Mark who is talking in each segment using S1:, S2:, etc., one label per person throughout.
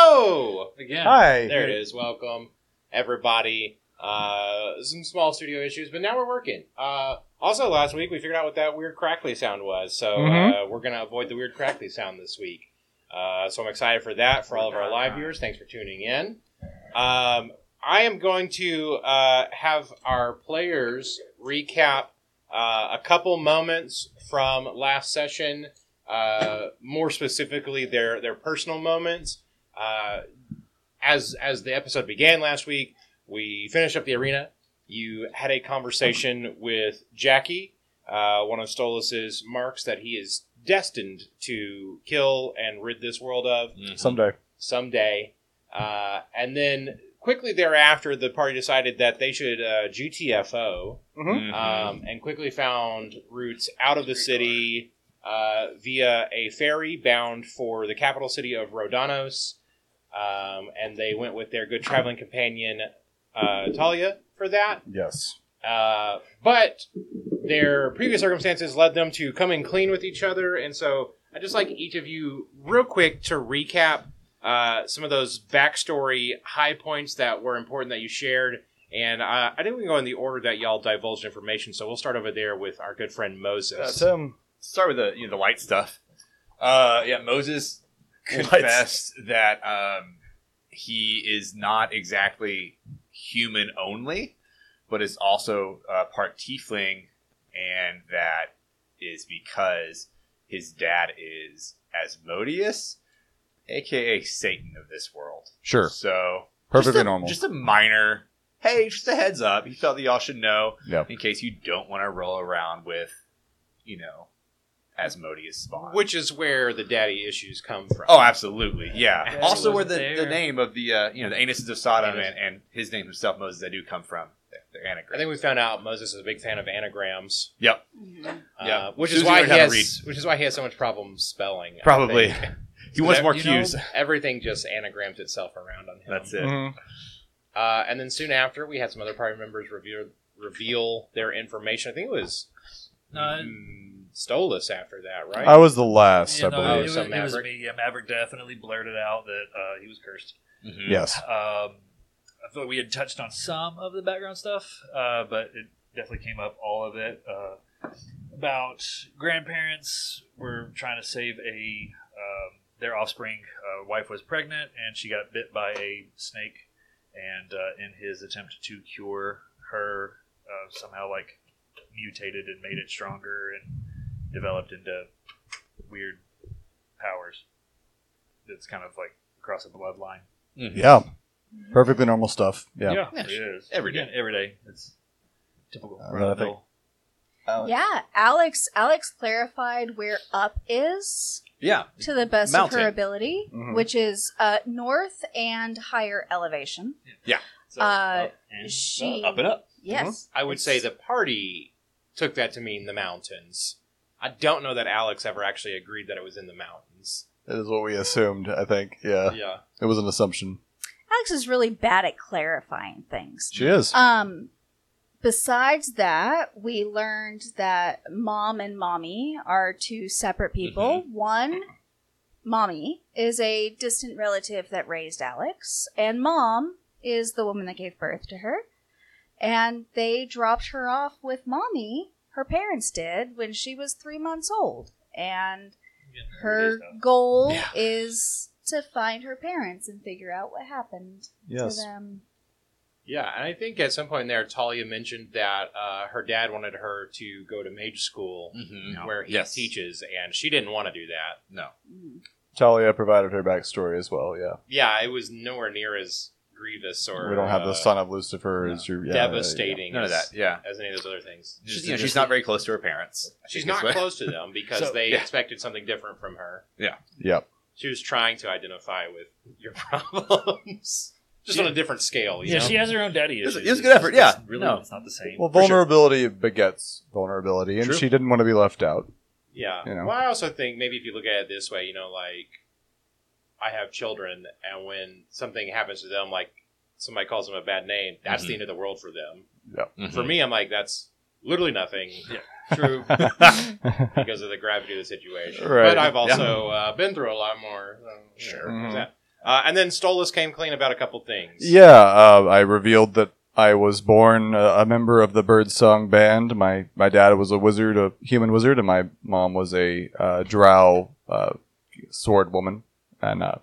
S1: Hello again.
S2: Hi.
S1: There it is. Welcome, everybody. Uh, some small studio issues, but now we're working. Uh, also, last week we figured out what that weird crackly sound was, so uh,
S2: Mhm.
S1: we're gonna avoid the weird crackly sound this week. Uh, so I'm excited for that. For all of our live viewers, thanks for tuning in. Um, I am going to uh, have our players recap uh, a couple moments from last session. Uh, more specifically, their their personal moments. Uh, as as the episode began last week, we finished up the arena. You had a conversation with Jackie, uh, one of Stolas's marks that he is destined to kill and rid this world of
S2: Someday.
S1: someday. Uh, and then quickly thereafter, the party decided that they should uh, GTFO
S3: Hmm? Mm-hmm. Uh,
S1: um, and quickly found routes out of the city uh, via a ferry bound for the capital city of Rodanos. Um, and they went with their good traveling companion, uh, Talia, for that.
S2: Yes.
S1: Uh, but their previous circumstances led them to come in clean with each other, and so I just like each of you, real quick, to recap uh, some of those backstory high points that were important that you shared. And uh, I think we can go in the order that y'all divulged information. So we'll start over there with our good friend Moses.
S2: That's him.
S3: start with the you know the light stuff. Uh, yeah, Moses confessed that um, he is not exactly human only, but is also uh, part tiefling, and that is because his dad is Asmodeus, aka Satan of this world.
S4: Sure.
S3: So
S4: Perfectly
S3: just a-
S4: normal.
S3: Just a minor. Hey, just a heads up. He felt that y'all should know
S4: Yep.
S3: in case you don't want to roll around with, you know, Asmodeus spawn.
S1: Which is where the daddy issues come from.
S3: oh, absolutely, yeah.
S5: Yeah,
S3: also,
S5: he
S3: where
S5: wasn't
S3: the, the
S5: there.
S3: name of the uh, you know the Anuses of Sodom
S1: Anus.
S3: and, and his name himself Moses Edu come from. They're, they're
S1: I
S3: anagrams.
S1: think we found out Moses is a big fan of anagrams.
S3: Yep.
S1: Uh,
S3: Yeah.
S1: which is
S3: Susie
S1: why
S3: learned
S1: he
S3: how to
S1: has, which is why he has so much problem spelling. I
S3: Probably.
S1: think.
S3: he wants
S1: Ev-
S3: more
S1: you know,
S3: cues.
S1: everything just anagrams itself around on him.
S3: That's it.
S2: Mhm.
S1: Uh, and then soon after, we had some other party members reveal reveal their information. I think it was
S5: Uh,
S1: mm, Stolas after that, right?
S2: I was the last,
S5: yeah,
S2: I
S5: no, it,
S2: believe.
S5: was,
S1: So
S5: it was
S1: Maverick-
S5: me. Yeah, Maverick definitely blurted out that uh, he was cursed.
S3: Mhm.
S2: Yes.
S5: Um, I thought we had touched on some of the background stuff, uh, but it definitely came up all of it uh, about grandparents were trying to save a um, their offspring. Uh, wife was pregnant and she got bit by a snake, and uh, in his attempt to cure her, uh, somehow like mutated and made it stronger and developed into weird powers. That's kind of like across a bloodline.
S3: Mhm.
S2: Yeah. Perfectly normal stuff. Yeah.
S3: Yeah,
S5: it is
S3: every day.
S5: Again, every day. It's typical.
S2: Uh, but I think-
S6: Yeah, Alex. Alex clarified where up is
S3: Yeah.
S6: to the best
S3: Mountain.
S6: of her ability,
S2: Mhm.
S6: which is uh, north and higher elevation.
S5: So,
S6: uh,
S5: up and-
S6: she-
S5: up and up.
S6: Yes,
S1: I would say the party took that to mean the mountains. I don't know that Alex ever actually agreed that it was in the mountains.
S2: That is what we assumed, I think.
S3: Uh.
S2: Yeah.
S1: Yeah,
S2: It was an assumption.
S6: Alex is really bad at clarifying things.
S2: She is.
S6: Um, besides that, we learned that mom and mommy are two separate people. One, mommy is a distant relative that raised Alex, and mom is the woman that gave birth to her. And they dropped her off with mommy, her parents did, when she was three months old. And
S5: Yeah,
S6: her
S5: every day stuff.
S6: goal
S3: Yeah.
S6: is to find her parents and figure out what happened
S2: yes.
S6: to them.
S1: yeah, and I think at some point there, Talia mentioned that uh, her dad wanted her to go to mage school
S3: Mhm.
S1: where he
S3: Yes.
S1: teaches, and she didn't want to do that.
S3: No.
S6: Mm.
S2: Talia provided her backstory as well. Yeah.
S1: Yeah, it was nowhere near as grievous or
S2: we don't have the
S1: uh,
S2: son of Lucifer
S3: no.
S2: as your. Yeah,
S1: devastating
S3: None of
S1: as-
S3: that. Yeah.
S1: as any of those other things.
S3: She's,
S5: Just-
S3: you know, she's
S5: just-
S3: not very close to her parents. I
S1: She's
S3: think is
S1: not
S3: what-
S1: close to them because
S5: So-
S1: they
S3: yeah.
S1: expected something different from her.
S2: Yeah. Yep.
S1: She was trying to identify with your problems, just
S5: Yeah.
S1: on a different scale. You
S5: Yeah,
S1: know?
S5: she has her own daddy
S3: It was-
S5: issues.
S3: it was a good
S5: It's-
S3: effort,
S5: it's
S3: yeah.
S5: really,
S3: No.
S5: it's not the same.
S2: Well,
S3: For sure.
S2: vulnerability begets vulnerability, and
S3: True.
S2: she didn't want to be left out.
S1: Yeah.
S2: You know.
S1: Well, I also think maybe if you look at it this way, you know, like I have children, and when something happens to them, like somebody calls them a bad name,
S3: Mm-hmm.
S1: that's the end of the world for them.
S3: Mhm.
S2: Mm-hmm.
S1: For me, I'm like, that's literally nothing.
S5: Yeah.
S1: True, because of the gravity of the situation.
S2: Right.
S1: But I've also uh, been through a lot more. so, you know,
S2: Sure. Mm-hmm.
S1: there's that. Uh, and then Stolas came clean about a couple things.
S2: Yeah, uh, I revealed that I was born a, a member of the Birdsong Band. My my dad was a wizard, a human wizard, and my mom was a uh, drow uh, sword woman. And uh,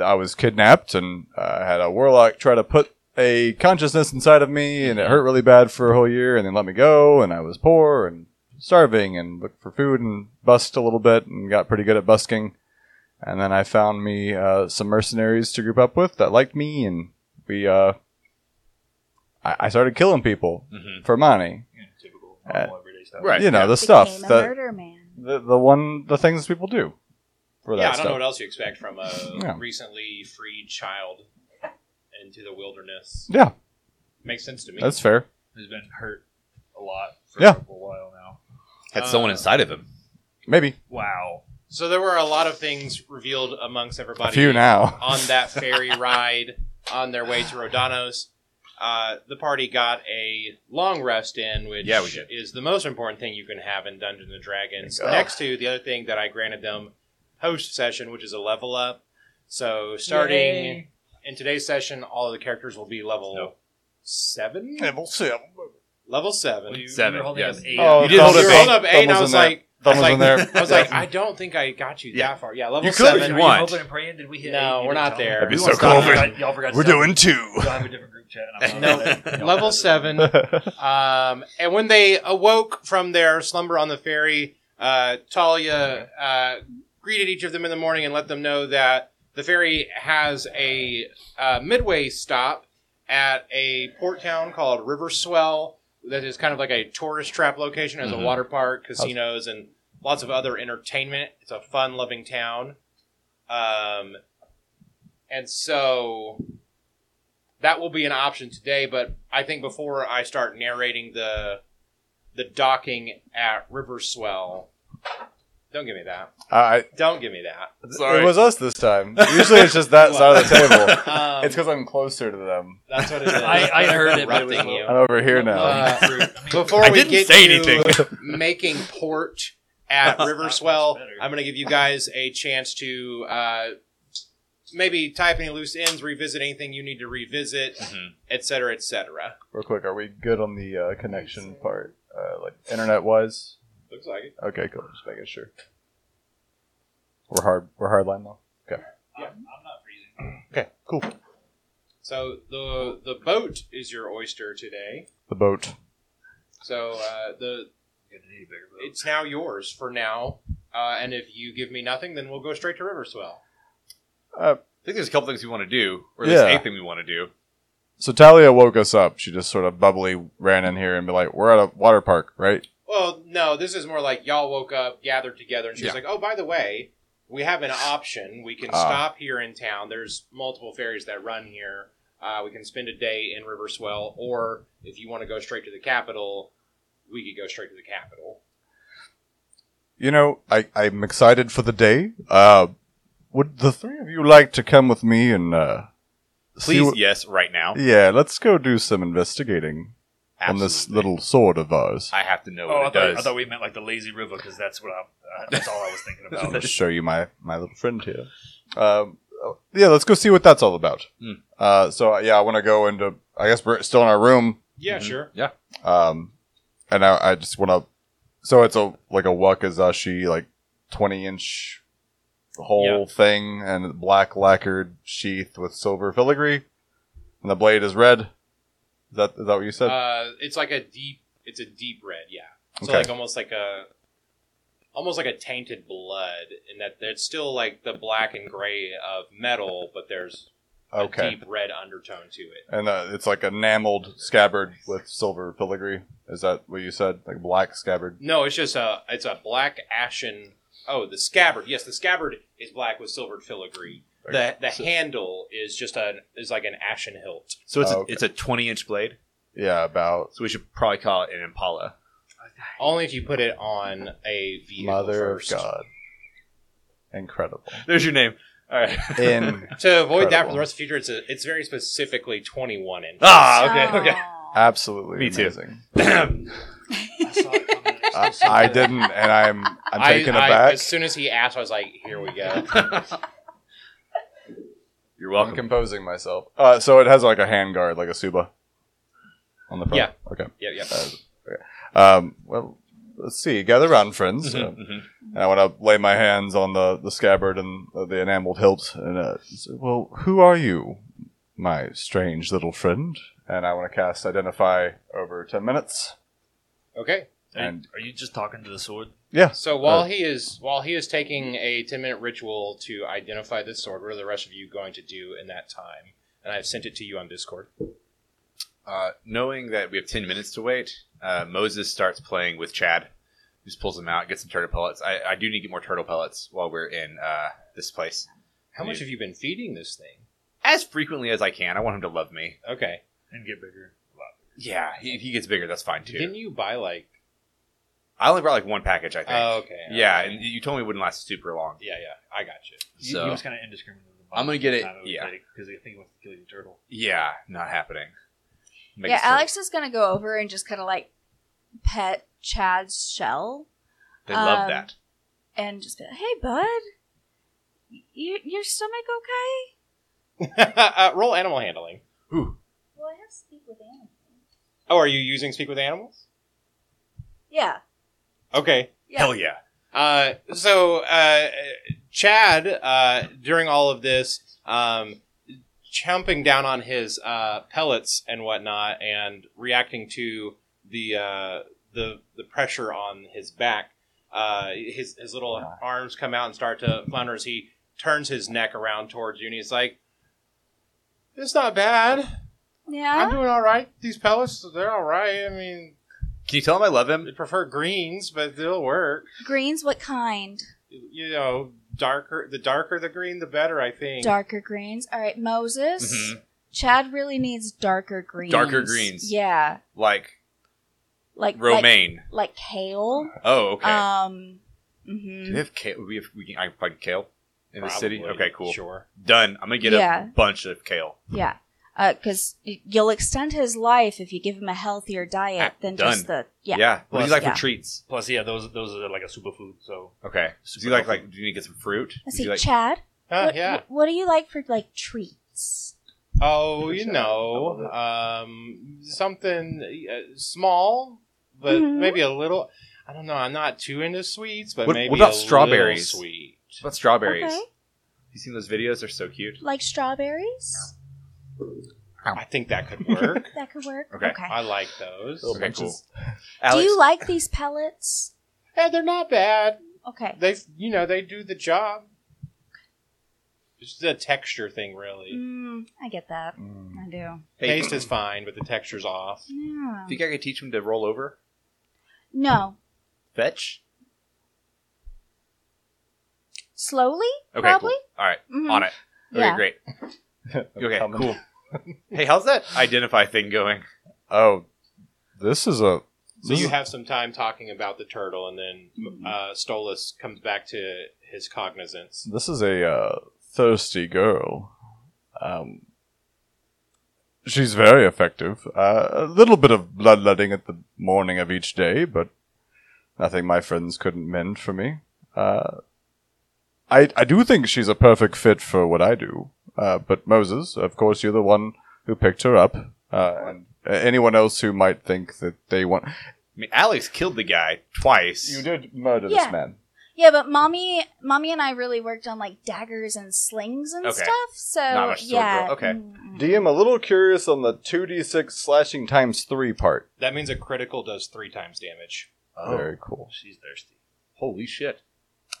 S2: I was kidnapped, and uh, had a warlock try to put a consciousness inside of me, and it hurt really bad for a whole year, and then let me go, and I was poor and starving, and looked for food and busked a little bit, and got pretty good at busking. And then I found me uh, some mercenaries to group up with that liked me, and we uh, I, I started killing people
S3: Mm-hmm.
S1: Mm.
S2: for money.
S5: You know, typical
S2: Uh,
S5: normal everyday stuff.
S3: Right.
S2: You know
S3: yeah.
S2: the stuff
S6: Became a
S2: that
S6: murder man.
S2: the, the one the things people do for
S1: yeah, I don't
S2: that
S1: know
S2: stuff.
S1: what else you expect from a
S2: Yeah.
S1: recently freed child into the wilderness.
S2: Yeah,
S1: Makes sense to me.
S2: that's fair.
S5: Who's been hurt a lot for
S2: Yeah.
S5: a while now.
S3: Had someone
S1: Uh,
S3: inside of him.
S2: Maybe
S5: Wow.
S1: so there were a lot of things revealed amongst everybody.
S2: a few now.
S1: on that ferry ride on their way to Rodanos. Uh, the party got a long rest in, which
S3: Yeah, we did.
S1: is the most important thing you can have in Dungeons and Dragons.
S2: Thank God.
S1: Next to the other thing that I granted them post session, which is a level up. So starting
S5: Yay.
S1: in today's session, all of the characters will be level seven.
S2: Level seven.
S1: Level seven.
S5: Well, you,
S3: Seven,
S5: You were holding
S3: yes.
S5: up eight.
S2: Oh,
S3: You did hold
S1: you
S3: up
S1: rolled up eight, and I was like, I
S2: thumb
S1: was
S2: was
S1: like,
S2: in there.
S1: I was like,
S2: Yeah.
S1: I don't think I got you
S3: Yeah.
S1: that far. Yeah, level
S2: You could
S5: Seven.
S1: seven.
S5: Are you
S3: want.
S5: hoping and praying? Did we hit
S1: No,
S5: eight? You
S1: we're
S5: didn't
S1: not
S5: tell
S1: there.
S5: me.
S2: That'd be
S5: We
S2: so
S5: stopped.
S2: cool if
S5: Y'all- Y'all forgot to
S2: We're
S5: tell me.
S2: doing two.
S5: Y'all have a different group chat. and I'm
S1: No,
S5: not there. Y'all
S1: level
S5: have a-
S1: seven. Um, and when they awoke from their slumber on the ferry, uh, Talia uh, greeted each of them in the morning and let them know that the ferry has a uh, midway stop at a port town called River Swell that is kind of like a tourist trap location. It has
S3: Mhm.
S1: a water park, casinos, and lots of other entertainment. It's a fun-loving town. Um, and so that will be an option today. But I think before I start narrating the the docking at Riverswell, don't give me that.
S2: I,
S1: Don't give me that.
S2: It was us this time. Usually it's just that side of the table.
S1: Um,
S2: It's because I'm closer to them.
S1: that's what it is.
S5: I, I heard it. but it was
S1: Interrupting you.
S5: low.
S2: I'm over here now.
S1: Uh,
S5: Low-hanging fruit. I mean,
S1: Before
S3: I
S1: we
S3: didn't
S1: get
S3: say
S1: to
S3: anything.
S1: making port at
S3: That's
S1: Riverswell,
S5: not much better.
S1: I'm going to give you guys a chance to uh, maybe tie up any loose ends, revisit anything you need to revisit,
S3: Mhm.
S1: et cetera, et cetera.
S2: Real quick, are we good on the uh, connection part, uh, like internet wise?
S1: Looks like it.
S2: Okay, cool. Just making sure. We're hard. We're hardline though.
S5: I'm I'm not freezing.
S2: Okay, cool.
S1: So the the boat is your oyster today.
S2: The boat.
S1: So uh, the
S5: Gonna need a bigger boat.
S1: it's now yours for now. Uh, and if you give me nothing, then we'll go straight to Riverswell.
S2: Uh,
S3: I think there's a couple things we want to do, or at least
S2: Yeah.
S3: a thing we want to do.
S2: so Talia woke us up. She just sort of bubbly ran in here and be like, "We're at a water park, right?"
S1: Well, no, this is more like y'all woke up, gathered together, and she's
S3: Yeah.
S1: like, "Oh, by the way, we have an option. We can
S2: Ah.
S1: stop here in town. There's multiple ferries that run here. Uh, we can spend a day in Riverswell, or if you want to go straight to the capital, we could go straight to the capital."
S2: You know, I I'm excited for the day. Uh, would the three of you like to come with me and uh, see
S3: Please,
S2: what-
S3: yes, right now.
S2: Yeah, let's go do some investigating on this
S3: Absolutely.
S2: little sword of ours.
S3: I have to know
S5: Oh,
S3: what
S5: I
S3: it
S5: thought,
S3: does.
S5: I thought we meant like the lazy river because that's what I, uh, that's all I was thinking
S2: I'm
S5: about.
S2: going to show you my, my little friend here. Um, uh, yeah, let's go see what that's all about.
S3: Hmm.
S2: Uh, so, uh, yeah, I want to go into. I guess we're still in our room.
S1: Yeah,
S3: Mhm.
S1: sure.
S2: Um, and I, I just want to. So it's a like a wakazashi, like 20 inch whole thing, and black lacquered sheath with silver filigree. And the blade is red. Is that, is that what you said?
S1: Uh, it's like a deep. It's a deep red. Yeah. So
S2: Okay.
S1: like almost like a. Almost like a tainted blood, in that it's still like the black and gray of metal, but there's a
S2: okay.
S1: deep red undertone to it.
S2: And uh, it's like enameled scabbard with silver filigree. Is that what you said? Like black scabbard.
S1: No, it's just a it's a black ashen. Oh, the scabbard. Yes, the scabbard is black with silvered filigree. The the handle is just an is like an ashen hilt.
S3: so it's
S2: Oh,
S3: a,
S2: okay.
S3: it's a 20 inch blade.
S2: Yeah, about
S3: So we should probably call it an Impala.
S1: Only if you put it on a vehicle
S2: mother of
S1: first.
S2: God. Incredible.
S3: There's your name. All right.
S2: In
S1: To avoid that for
S2: Incredible.
S1: the rest of the future, it's a, it's very specifically twenty one inch.
S3: ah, okay, okay.
S6: Aw.
S2: absolutely
S3: Me too.
S2: amazing.
S5: I saw it coming. It's
S2: I,
S5: so
S2: I
S5: good.
S2: didn't, and I'm I'm
S1: I-
S2: taken
S1: I-
S2: aback.
S1: As soon as he asked, I was like, "Here we go."
S3: You're
S2: I'm
S3: welcome.
S2: composing myself. Uh, so it has like a handguard, like a suba, on the front.
S1: Yeah.
S2: Okay. Uh,
S1: Yeah, yeah.
S2: Um, well, let's see. Gather round, friends.
S3: Mm-hmm.
S2: Uh,
S5: Mm-hmm.
S2: and I want to lay my hands on the, the scabbard and uh, the enameled hilt. And uh, say, well, who are you, my strange little friend? And I want to cast identify over ten minutes.
S1: Okay.
S5: Are you-
S2: And-
S5: are you just talking to the sword?
S2: Yeah.
S1: So while he is while he is taking a ten minute ritual to identify this sword, what are the rest of you going to do in that time? And I've sent it to you on Discord.
S3: Uh, knowing that we have 10 minutes to wait, uh, Moses starts playing with Chad. Just pulls him out, gets some turtle pellets. I, I do need to get more turtle pellets while we're in uh, this place.
S1: How much have you been feeding this thing?
S3: As frequently as I can. I want him to love me.
S1: Okay.
S5: And get bigger. A lot bigger.
S3: Yeah, he, if he gets bigger, that's fine too.
S1: Didn't you buy like?
S3: I only brought like one package, I think.
S1: Oh, okay.
S3: yeah,
S1: okay.
S3: and you told me it wouldn't last super long.
S1: yeah, yeah. I got you.
S5: He,
S3: So-
S5: he was kind of indiscriminate. with the
S3: I'm gonna
S5: bottom
S3: get
S5: the
S3: it-
S5: time was
S3: yeah.
S5: big, Because I think he wants to kill your turtle.
S3: Yeah, not happening. Make
S6: yeah,
S3: us turtle.
S6: Alex is gonna go over and just kind of like pet Chad's shell
S3: They love
S6: um,
S3: that.
S6: and just be like, "Hey, bud, you, your stomach okay?"
S1: uh, roll animal handling.
S3: Ooh,
S6: Well, I have to speak with animals.
S1: Oh, are you using speak with animals?
S6: Yeah,
S1: Okay.
S6: yeah.
S3: Hell yeah.
S1: Uh, so, uh, Chad, uh, during all of this, um, chomping down on his uh, pellets and whatnot, and reacting to the uh, the the pressure on his back, uh, his his little arms come out and start to flounder as he turns his neck around towards you, and he's like, "It's not bad. I'm
S6: yeah.
S1: doing all right. These pellets, they're all right. I mean,
S3: Can you tell him I love him?
S1: I prefer greens, but they'll work."
S6: Greens, what kind?
S1: you know, darker the darker the green, the better. I think.
S6: Darker greens. All right, Moses.
S3: Mhm.
S6: Chad really needs darker greens.
S3: Darker greens.
S6: Yeah,
S3: Like
S6: like like,
S3: romaine.
S6: like kale.
S3: oh, okay.
S6: Um.
S3: Do
S6: mhm.
S3: we have kale? We have, we can, I can find kale in the city.
S1: Probably.
S3: Okay, cool.
S1: Sure.
S3: Done. I'm gonna get
S6: Yeah.
S3: a bunch of kale.
S6: Yeah, because you'll extend his life if you give him a healthier diet
S3: Ah,
S6: than
S3: done.
S6: just the
S3: Yeah.
S6: yeah.
S3: What do you like
S6: Yeah.
S3: for treats?
S5: Plus, yeah, those those are like a superfood. So
S3: Okay. do
S5: Super
S3: you like
S5: healthy.
S3: like? Do you need to get some fruit?
S6: Let's
S3: Do
S6: see,
S3: you like,
S6: Chad.
S1: Huh,
S6: what,
S1: Uh, Ah, yeah.
S6: What do you like for like treats?
S1: Oh, you know, um, something uh, small, but
S6: Mhm.
S1: maybe a little. I don't know. I'm not too into sweets, but
S3: What-
S1: maybe
S3: what about
S1: a
S3: strawberries?
S1: little Sweet.
S3: what about strawberries?
S6: Okay,
S3: You seen those videos? They're so cute.
S6: like strawberries.
S1: I think that could work.
S6: That could work.
S3: Okay.
S1: I like those.
S2: Little
S3: Okay,
S2: bunches.
S6: Do
S3: Alex,
S6: you like these pellets?
S1: Hey, they're not bad.
S6: Okay.
S1: They, you know, they do the job. It's the texture thing, really.
S6: Mm, I get that.
S2: Mm.
S6: I do.
S3: hey,
S1: Taste is fine, but the texture's off.
S6: Yeah.
S3: think I could teach him to roll over?
S6: No.
S3: Fetch.
S6: Slowly.
S3: Okay.
S6: Probably.
S3: Cool. All right.
S6: Mhm.
S3: On it. Okay.
S6: Yeah.
S3: Great. Okay.
S2: Coming.
S3: Cool. hey, how's that identify thing going?
S2: Oh, this is a.
S1: So
S2: this
S1: you
S2: is-
S1: have some time talking about the turtle, and then
S6: Mhm.
S1: uh, Stolas comes back to his cognizance.
S2: This is a uh, thirsty girl. Um, she's very effective. Uh, a little bit of bloodletting at the morning of each day, but nothing my friends couldn't mend for me. Uh, I I do think she's a perfect fit for what I do. Uh, but Moses, of course, you're the one who picked her up, uh, and anyone else who might think that they want
S3: I mean, Alex killed the guy twice.
S2: you did murder
S6: Yeah.
S2: this man.
S6: Yeah, but mommy, mommy and I really worked on like daggers and slings and
S3: Okay.
S6: stuff. So
S3: Not much sword
S6: yeah.
S3: drill. Okay.
S6: Mm,
S2: D, I'm a little curious on the 2d6 slashing times 3 part.
S1: That means a critical does three times damage.
S3: Oh,
S2: Very cool.
S5: she's thirsty.
S3: holy shit!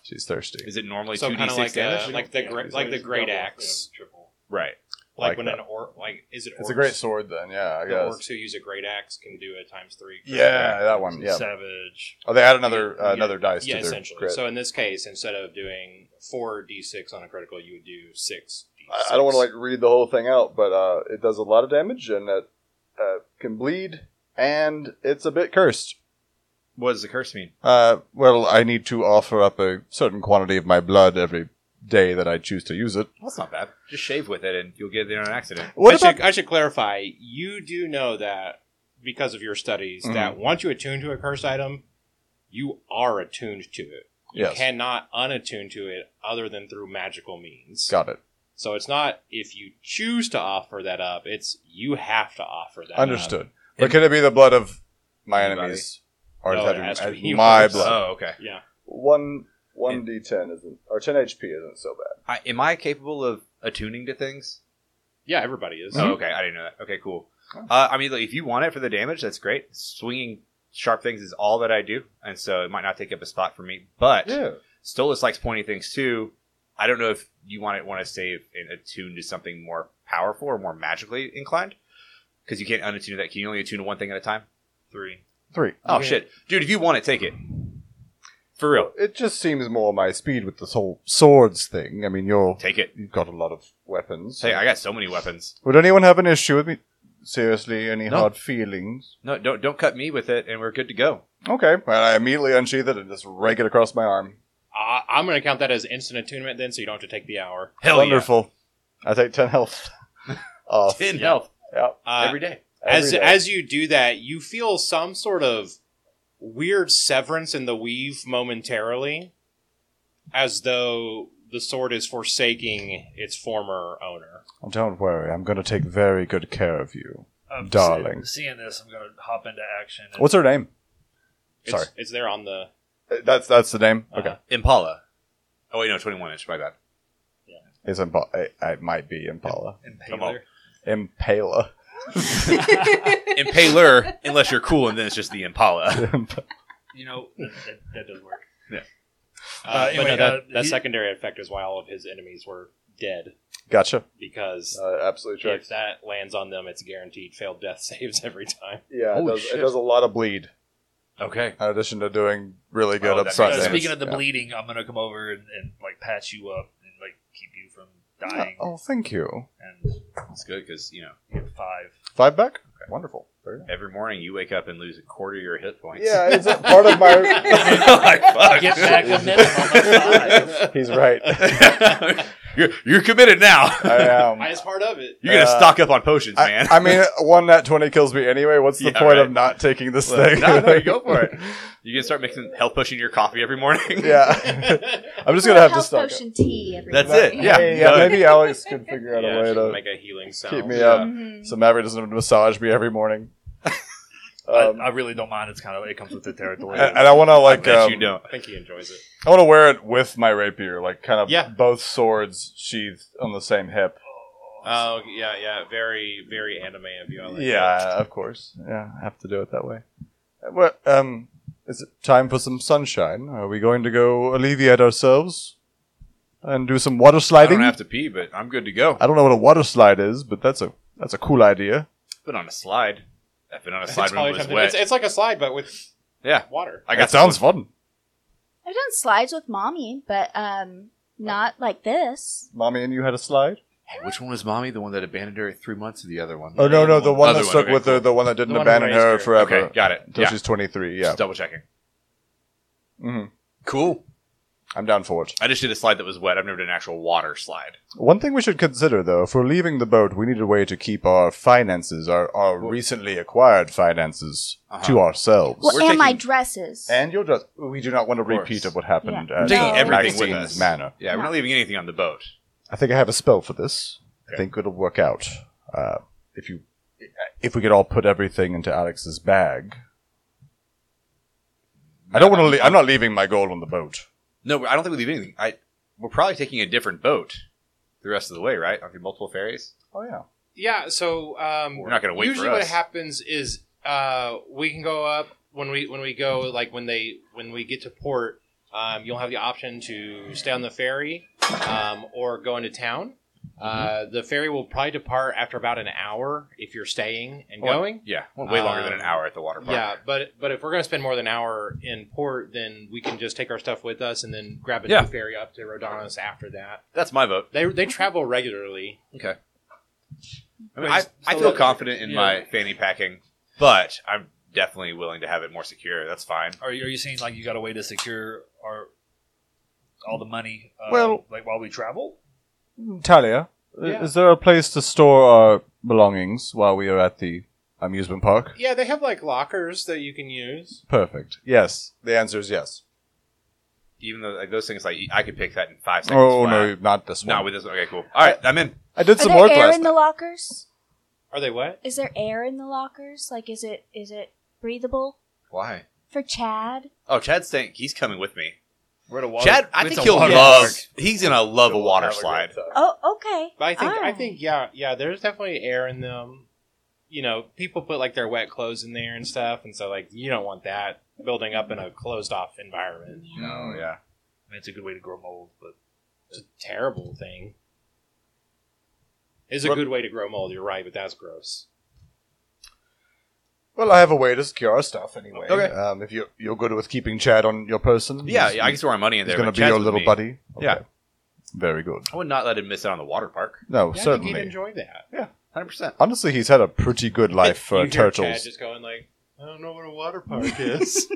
S2: She's thirsty.
S3: Is it normally
S1: So
S3: two d
S1: kind of
S3: six
S1: like,
S3: damage?
S1: uh, like the gre- like the great axe,
S3: right.
S1: like,
S2: Like
S1: when
S2: that.
S1: an or like is it?
S2: It's
S1: orcs?
S2: a great sword, then. Yeah, I
S1: The orcs
S2: guess.
S1: who use a great axe can do a times three. crit.
S2: Yeah, that one. Yeah.
S5: Savage.
S2: Oh, they add another uh,
S5: Yeah.
S2: another dice
S1: yeah,
S2: to their
S1: essentially.
S2: crit.
S1: So in this case, instead of doing four d six on a critical, you would do six.
S2: I- I don't want to like read the whole thing out, but uh, it does a lot of damage and it uh, can bleed, and it's a bit cursed.
S3: What does the curse mean?
S2: Uh, well, I need to offer up a certain quantity of my blood every day that I choose to use it.
S3: Well, that's not bad. Just shave with it, and you'll get there in an accident.
S2: What
S1: I,
S2: about?
S1: should, I should clarify. You do know that because of your studies
S2: Mhm.
S1: that once you attune to a cursed item, you are attuned to it. You
S2: Yes.
S1: cannot unattune to it other than through magical means.
S2: Got it.
S1: So it's not if you choose to offer that up; it's you have to offer that. up.
S2: Understood. But can it be the blood of my
S3: Anybody.
S2: enemies? Or
S1: No,
S2: does
S1: it
S2: that
S1: has to be
S2: my
S1: yours.
S2: blood?
S3: Oh, okay.
S1: Yeah.
S2: One one d ten isn't, or ten HP isn't so bad.
S3: I, am I capable of attuning to things?
S1: Yeah, everybody is.
S2: Mm-hmm.
S3: Oh, okay. I didn't know that. Okay, cool. Uh, I mean, like, if you want it for the damage, that's great. Swinging sharp things is all that I do, and so it might not take up a spot for me. But Stolas likes pointy things too. I don't know if you want to want to save and attune to something more powerful or more magically inclined, because you can't unattune that. Can you only attune to one thing at a time?
S5: Three.
S2: three.
S3: Oh shit, dude! If you want it, take it. For real,
S2: It just seems more my speed with this whole swords thing. I mean, you're
S3: take it.
S2: you've got a lot of weapons.
S3: Say, I got so many weapons.
S2: Would anyone have an issue with me? Seriously, any
S3: No.
S2: hard feelings?
S3: No, don't don't cut me with it, and we're good to go.
S2: Okay. Well, I immediately unsheath it and just rake it across my arm.
S1: Uh, I'm going to count that as instant attunement, then, so you don't have to take the hour.
S3: Hell
S2: Wonderful. I take ten health. off.
S3: yeah, in health
S2: Yep.
S1: Uh,
S3: every day.
S1: as
S2: Every day.
S1: as you do that, you feel some sort of weird severance in the weave momentarily, as though the sword is forsaking its former owner.
S2: Don't worry, I'm going to take very good care of you.
S5: I'm
S2: Darling.
S5: see- Seeing this, I'm gonna hop into action. and-
S2: What's her name?
S1: It's,
S2: Sorry.
S1: it's there on the.
S2: Uh, That's that's the name.
S1: Uh-huh.
S2: Okay,
S3: Impala. Oh wait, no, twenty-one inch. My bad.
S2: it's Impala. It, it might be Impala.
S5: Impaler.
S2: Impala.
S3: Impaler, unless you're cool, and then it's just the Impala.
S5: You know that, that, that does work.
S1: Uh,
S5: Uh,
S1: but no,
S5: anyway,
S1: that,
S5: uh,
S1: that
S5: he-
S1: secondary effect is why all of his enemies were dead
S2: gotcha.
S1: because.
S2: Uh, absolutely
S1: if that lands on them, it's guaranteed failed death saves every time.
S2: Yeah, it
S3: Holy
S2: does, it
S3: shit.
S2: does a lot of bleed.
S3: Okay.
S2: In addition to doing really good
S3: Oh,
S2: up
S3: that
S2: front.
S5: Uh,
S3: makes sense.
S2: damage.
S5: speaking of the
S2: Yeah.
S5: bleeding, I'm gonna come over and, and like patch you up and like keep you from dying.
S2: Oh, thank you.
S5: And
S3: That's good because you know
S5: you get five.
S2: Five back. Wonderful. Very nice.
S3: every morning you wake up and lose a quarter of your hit points.
S2: Yeah, it's a part of my.
S3: like, fuck.
S5: Get back a minimum of five.
S2: He's right.
S3: you're, you're committed now.
S2: I am.
S1: Highest part of it.
S3: You're gonna
S2: Uh,
S3: stock up on potions,
S2: I,
S3: man.
S2: I mean, one nat twenty kills me anyway. What's the
S3: Yeah,
S2: point
S3: right.
S2: of not taking this
S3: Well,
S2: thing?
S3: no, no, you go for it. you can start mixing health potion in your coffee every morning.
S2: yeah, I'm just gonna have to
S6: Health
S2: stock. up.
S6: potion tea. Every
S3: That's
S6: morning.
S3: it. Yeah.
S2: Hey, yeah.
S3: Done.
S2: Maybe Alex could figure out
S1: Yeah,
S2: a way
S1: she can
S2: to
S1: make a healing sound.
S2: keep me up.
S6: Mhm.
S2: So Maverick doesn't have to massage me every morning. Um,
S5: I, I really don't mind. It's kind of it comes with the territory.
S2: and, and I want to like,
S3: Bet
S2: um,
S3: you don't.
S1: I think he enjoys it.
S2: I want to wear it with my rapier, like kind of
S1: Yeah.
S2: both swords sheathed on the same hip.
S1: Oh yeah, yeah, very very anime of you. I like that.
S2: yeah, of course. Yeah, I have to do it that way. Uh, Well, um, is it time for some sunshine? Are we going to go alleviate ourselves and do some water
S3: I
S2: sliding?
S3: don't have to pee, but I'm good to go.
S2: I don't know what a water slide is, but that's a that's a cool idea.
S3: I've been on a slide. I've been on a
S1: It's
S3: slide when
S1: probably
S3: it was
S1: something-
S3: wet.
S1: it's- it's like a slide, but with
S3: Yeah.
S1: water.
S3: I
S2: That
S3: got
S2: sounds fun.
S6: I've done slides with mommy, but um, not like this.
S2: Mommy and you had a slide.
S3: Hey, which one was mommy? The one that abandoned her at three months, or the other one?
S2: Oh no, no, the one
S3: Other
S2: that stuck
S3: okay,
S2: with her,
S3: cool.
S2: the one that didn't
S1: The one who
S2: abandon
S1: raised
S2: her
S1: her.
S2: forever
S3: Okay, got it.
S2: until
S3: Yeah,
S2: she's twenty three. Uh, Yeah,
S3: just double checking.
S2: hmm
S3: Cool.
S2: I'm down for it.
S3: I just did a slide that was wet. I've never done an actual water slide.
S2: One thing we should consider, though, if we're leaving the boat, we need a way to keep our finances, our, our recently acquired finances,
S3: Uh-huh.
S2: to ourselves.
S6: Well,
S3: We're
S6: and my
S3: taking-
S6: dresses.
S2: and you'll just. We do not want to
S3: Of course.
S2: repeat of what happened
S6: Yeah.
S2: at
S6: Taking
S2: uh,
S3: everything with
S2: Maxine's
S3: us.
S2: Manor.
S3: Yeah, we're not leaving anything on the boat.
S2: I think I have a spell for this. I
S3: Okay.
S2: think it'll work out. Uh, if you, if we could all put everything into Alex's bag. I don't want to. Le- I'm not leaving my gold on the boat.
S3: No, I don't think we leave anything. I we're probably taking a different boat the rest of the way, right? Aren't there multiple ferries?
S2: Oh yeah.
S1: Yeah, so um,
S3: We're not gonna wait for
S1: Usually, what
S3: us.
S1: happens is uh, we can go up when we when we go like when they when we get to port. Um, you'll have the option to stay on the ferry um, or go into town. Uh,
S3: Mm-hmm.
S1: the ferry will probably depart after about an hour if you're staying and
S3: Well,
S1: going.
S3: Yeah, well, way longer than an
S1: Um,
S3: hour at the water park.
S1: Yeah, but but if we're gonna spend more than an hour in port, then we can just take our stuff with us and then grab a
S3: Yeah.
S1: new ferry up to Rodonis after that.
S3: that's my vote.
S1: They they travel regularly.
S3: Okay. I,
S1: Wait,
S3: mean, I,
S1: so
S3: I feel
S1: that-
S3: confident in
S5: yeah.
S3: my fanny packing, but I'm definitely willing to have it more secure. That's fine.
S5: Are you, are you saying like you got a way to secure our all the money? Um,
S2: Well-
S5: like while we travel,
S2: Talia, i-
S1: Yeah.
S2: is there a place to store our belongings while we are at the amusement park?
S1: Yeah, they have like lockers that you can use.
S2: Perfect. Yes. The answer is yes.
S3: even though like those things like I could pick that in five seconds.
S2: Oh
S3: Wow.
S2: no, not this one.
S3: no, with this. Okay, cool. All right, I'm in.
S2: I did
S6: Are
S2: some
S6: there
S2: work
S6: air
S2: last
S6: in the
S2: night.
S6: lockers?
S1: Are they what?
S6: Is there air in the lockers? Like, is it is it breathable
S3: Why?
S6: for Chad?
S3: Oh, Chad's saying he's coming with me.
S5: We're at a water.
S3: Chad, I
S5: it's
S3: think
S5: a
S3: he'll
S5: water
S3: love.
S5: park.
S3: He's gonna love a water slide.
S6: Oh, okay.
S1: But I think I
S6: Alright.
S1: think yeah yeah. There's definitely air in them. You know, people put like their wet clothes in there and stuff, and so like you don't want that building up in a closed off environment.
S3: Oh yeah.
S5: I mean, it's a good way to grow mold, but
S1: It's a terrible thing. It's a good way to grow mold. You're right, but that's gross.
S2: Well, I have a way to secure our stuff anyway.
S3: Okay.
S2: Um, if you you're good with keeping Chad on your person,
S3: Yeah,
S2: he's-
S3: yeah. I can throw my money in
S2: he's
S3: there.
S2: going to
S3: but
S2: be
S3: Chad's
S2: your
S3: with
S2: little
S3: me.
S2: buddy.
S3: Yeah.
S2: Very good.
S3: I would not let him miss out on the water park.
S2: No,
S1: Yeah, I think
S2: certainly.
S1: you'd enjoy that.
S3: Hundred percent.
S2: Honestly, he's had a pretty good life
S1: You
S2: for
S1: hear Chad
S2: turtles.
S1: just going like, I don't know what a water park is,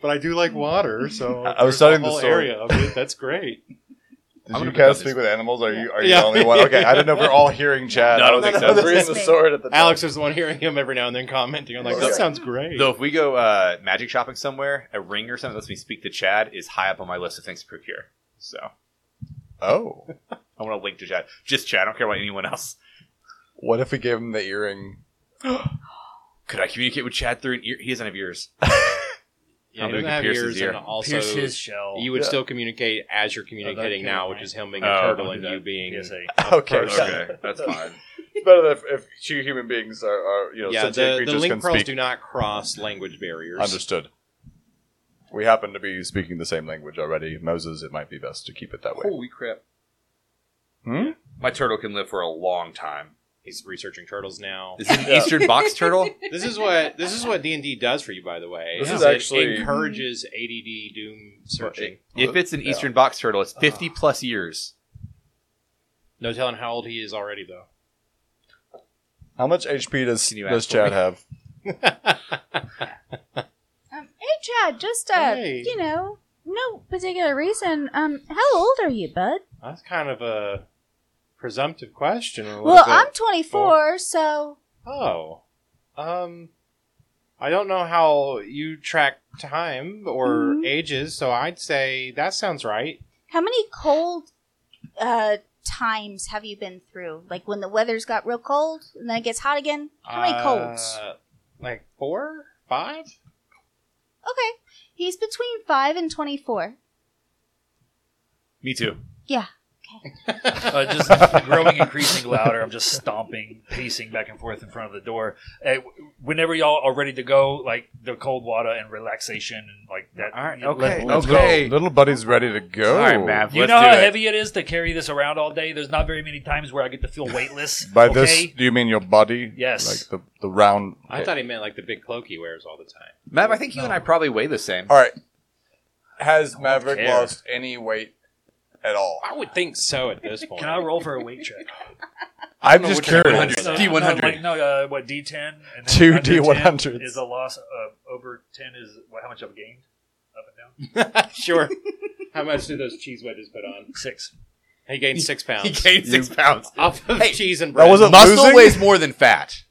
S1: but I do like water, so
S2: I
S1: there's
S2: was studying
S1: a
S2: the
S1: whole
S2: story.
S1: area of it. That's great.
S2: Did
S3: I'm gonna
S2: you
S3: pick up
S2: guys
S3: this-
S2: speak with animals? Are you are you
S1: Yeah.
S2: the only one? Okay, I don't know if we're all hearing Chad.
S3: No, I don't think so.
S2: I was
S6: It's
S2: reading the
S6: me.
S2: sword at the time.
S1: Alex is the one hearing him every now and then commenting. I'm like, that sounds great.
S3: Though if we go uh, magic shopping somewhere, a ring or something that lets me speak to Chad is high up on my list of things to procure. So
S2: Oh,
S3: I want to link to Chad. Just Chad. I don't care about anyone else.
S2: what if we gave him the earring?
S3: Could I communicate with Chad through an ear? He doesn't have ears.
S1: yeah, he
S3: Although
S1: doesn't
S3: he
S1: have
S3: pierces
S1: ears,
S3: ear.
S1: and also
S5: pierce his shell.
S1: you would still communicate as you're communicating
S5: Oh, that
S1: now,
S5: can't,
S1: which is him being
S3: Oh,
S1: a turtle
S3: don't
S1: and
S3: do
S1: you
S3: that.
S1: being
S5: PSA.
S2: Okay,
S1: Person.
S2: yeah.
S3: Okay, that's fine.
S2: It's better than if, if two human beings are, are you know
S1: yeah.
S2: sentient
S1: The, the
S2: creatures
S1: link
S2: can
S1: pearls
S2: speak.
S1: do not cross language barriers.
S2: Understood. We happen to be speaking the same language already, Moses. It might be best to keep it that way.
S3: Holy crap!
S2: Hmm?
S3: My turtle can live for a long time.
S1: He's researching turtles now.
S3: Is it an Eastern box turtle?
S1: this is what this is what D and D does for you, by the way.
S2: This
S1: It
S2: is actually-
S1: encourages ADD doom searching.
S3: If it's an Eastern box turtle, it's 50 plus years.
S1: No telling how old he is already, though.
S2: How much HP does
S3: Can you
S2: does
S3: ask for
S2: Chad
S3: me?
S2: have?
S6: Um, hey, Chad. Just uh,
S1: Hey.
S6: you know, no particular reason. Um, how old are you, bud?
S1: That's kind of a presumptive question. a little
S6: Well,
S1: bit.
S6: I'm 24, so
S1: Oh. Um I don't know how you track time or
S6: Mhm.
S1: ages, so I'd say that sounds right.
S6: how many cold uh times have you been through? Like when the weather's got real cold and then it gets hot again. How many colds?
S1: Uh, Like four? Five?
S6: Okay, he's between five and 24.
S3: Me too.
S5: uh, just growing increasingly louder. I'm just stomping, pacing back and forth in front of the door. Uh, w- whenever y'all are ready to go, like the cold water and relaxation and like that.
S3: All right,
S5: you know,
S3: okay,
S5: let- let's
S3: okay.
S5: go.
S2: Little buddy's ready to go.
S3: All right, Mav.
S5: You
S3: let's
S5: know
S3: do
S5: how
S3: it.
S5: heavy it is to carry this around all day. There's not very many times where I get to feel weightless.
S2: By
S5: okay?
S2: this, do you mean your body?
S5: Yes.
S2: Like the, the round.
S1: I thought he meant like the big cloak he wears all the time.
S3: Mav, I think you and I probably weigh the same.
S2: All right. Has Maverick
S5: care.
S2: lost any weight at all?
S1: I would think so at this point.
S5: Can I roll for a weight check?
S2: I'm
S1: know
S2: just
S1: which one
S2: curious.
S1: it is.
S5: No, no,
S3: D100.
S5: like, No, uh, what D10? And then
S2: Two
S5: under 10
S2: D100s.
S5: is a loss of over 10 is what, how much I've gained up and down.
S1: sure. How much do those cheese wedges put on?
S5: Six.
S1: He gained six pounds.
S3: He gained six pounds.
S1: off of
S3: Hey,
S1: cheese and
S2: that
S1: bread. Uh,
S2: wasn't-
S3: Muscle
S2: losing?
S3: weighs more than fat.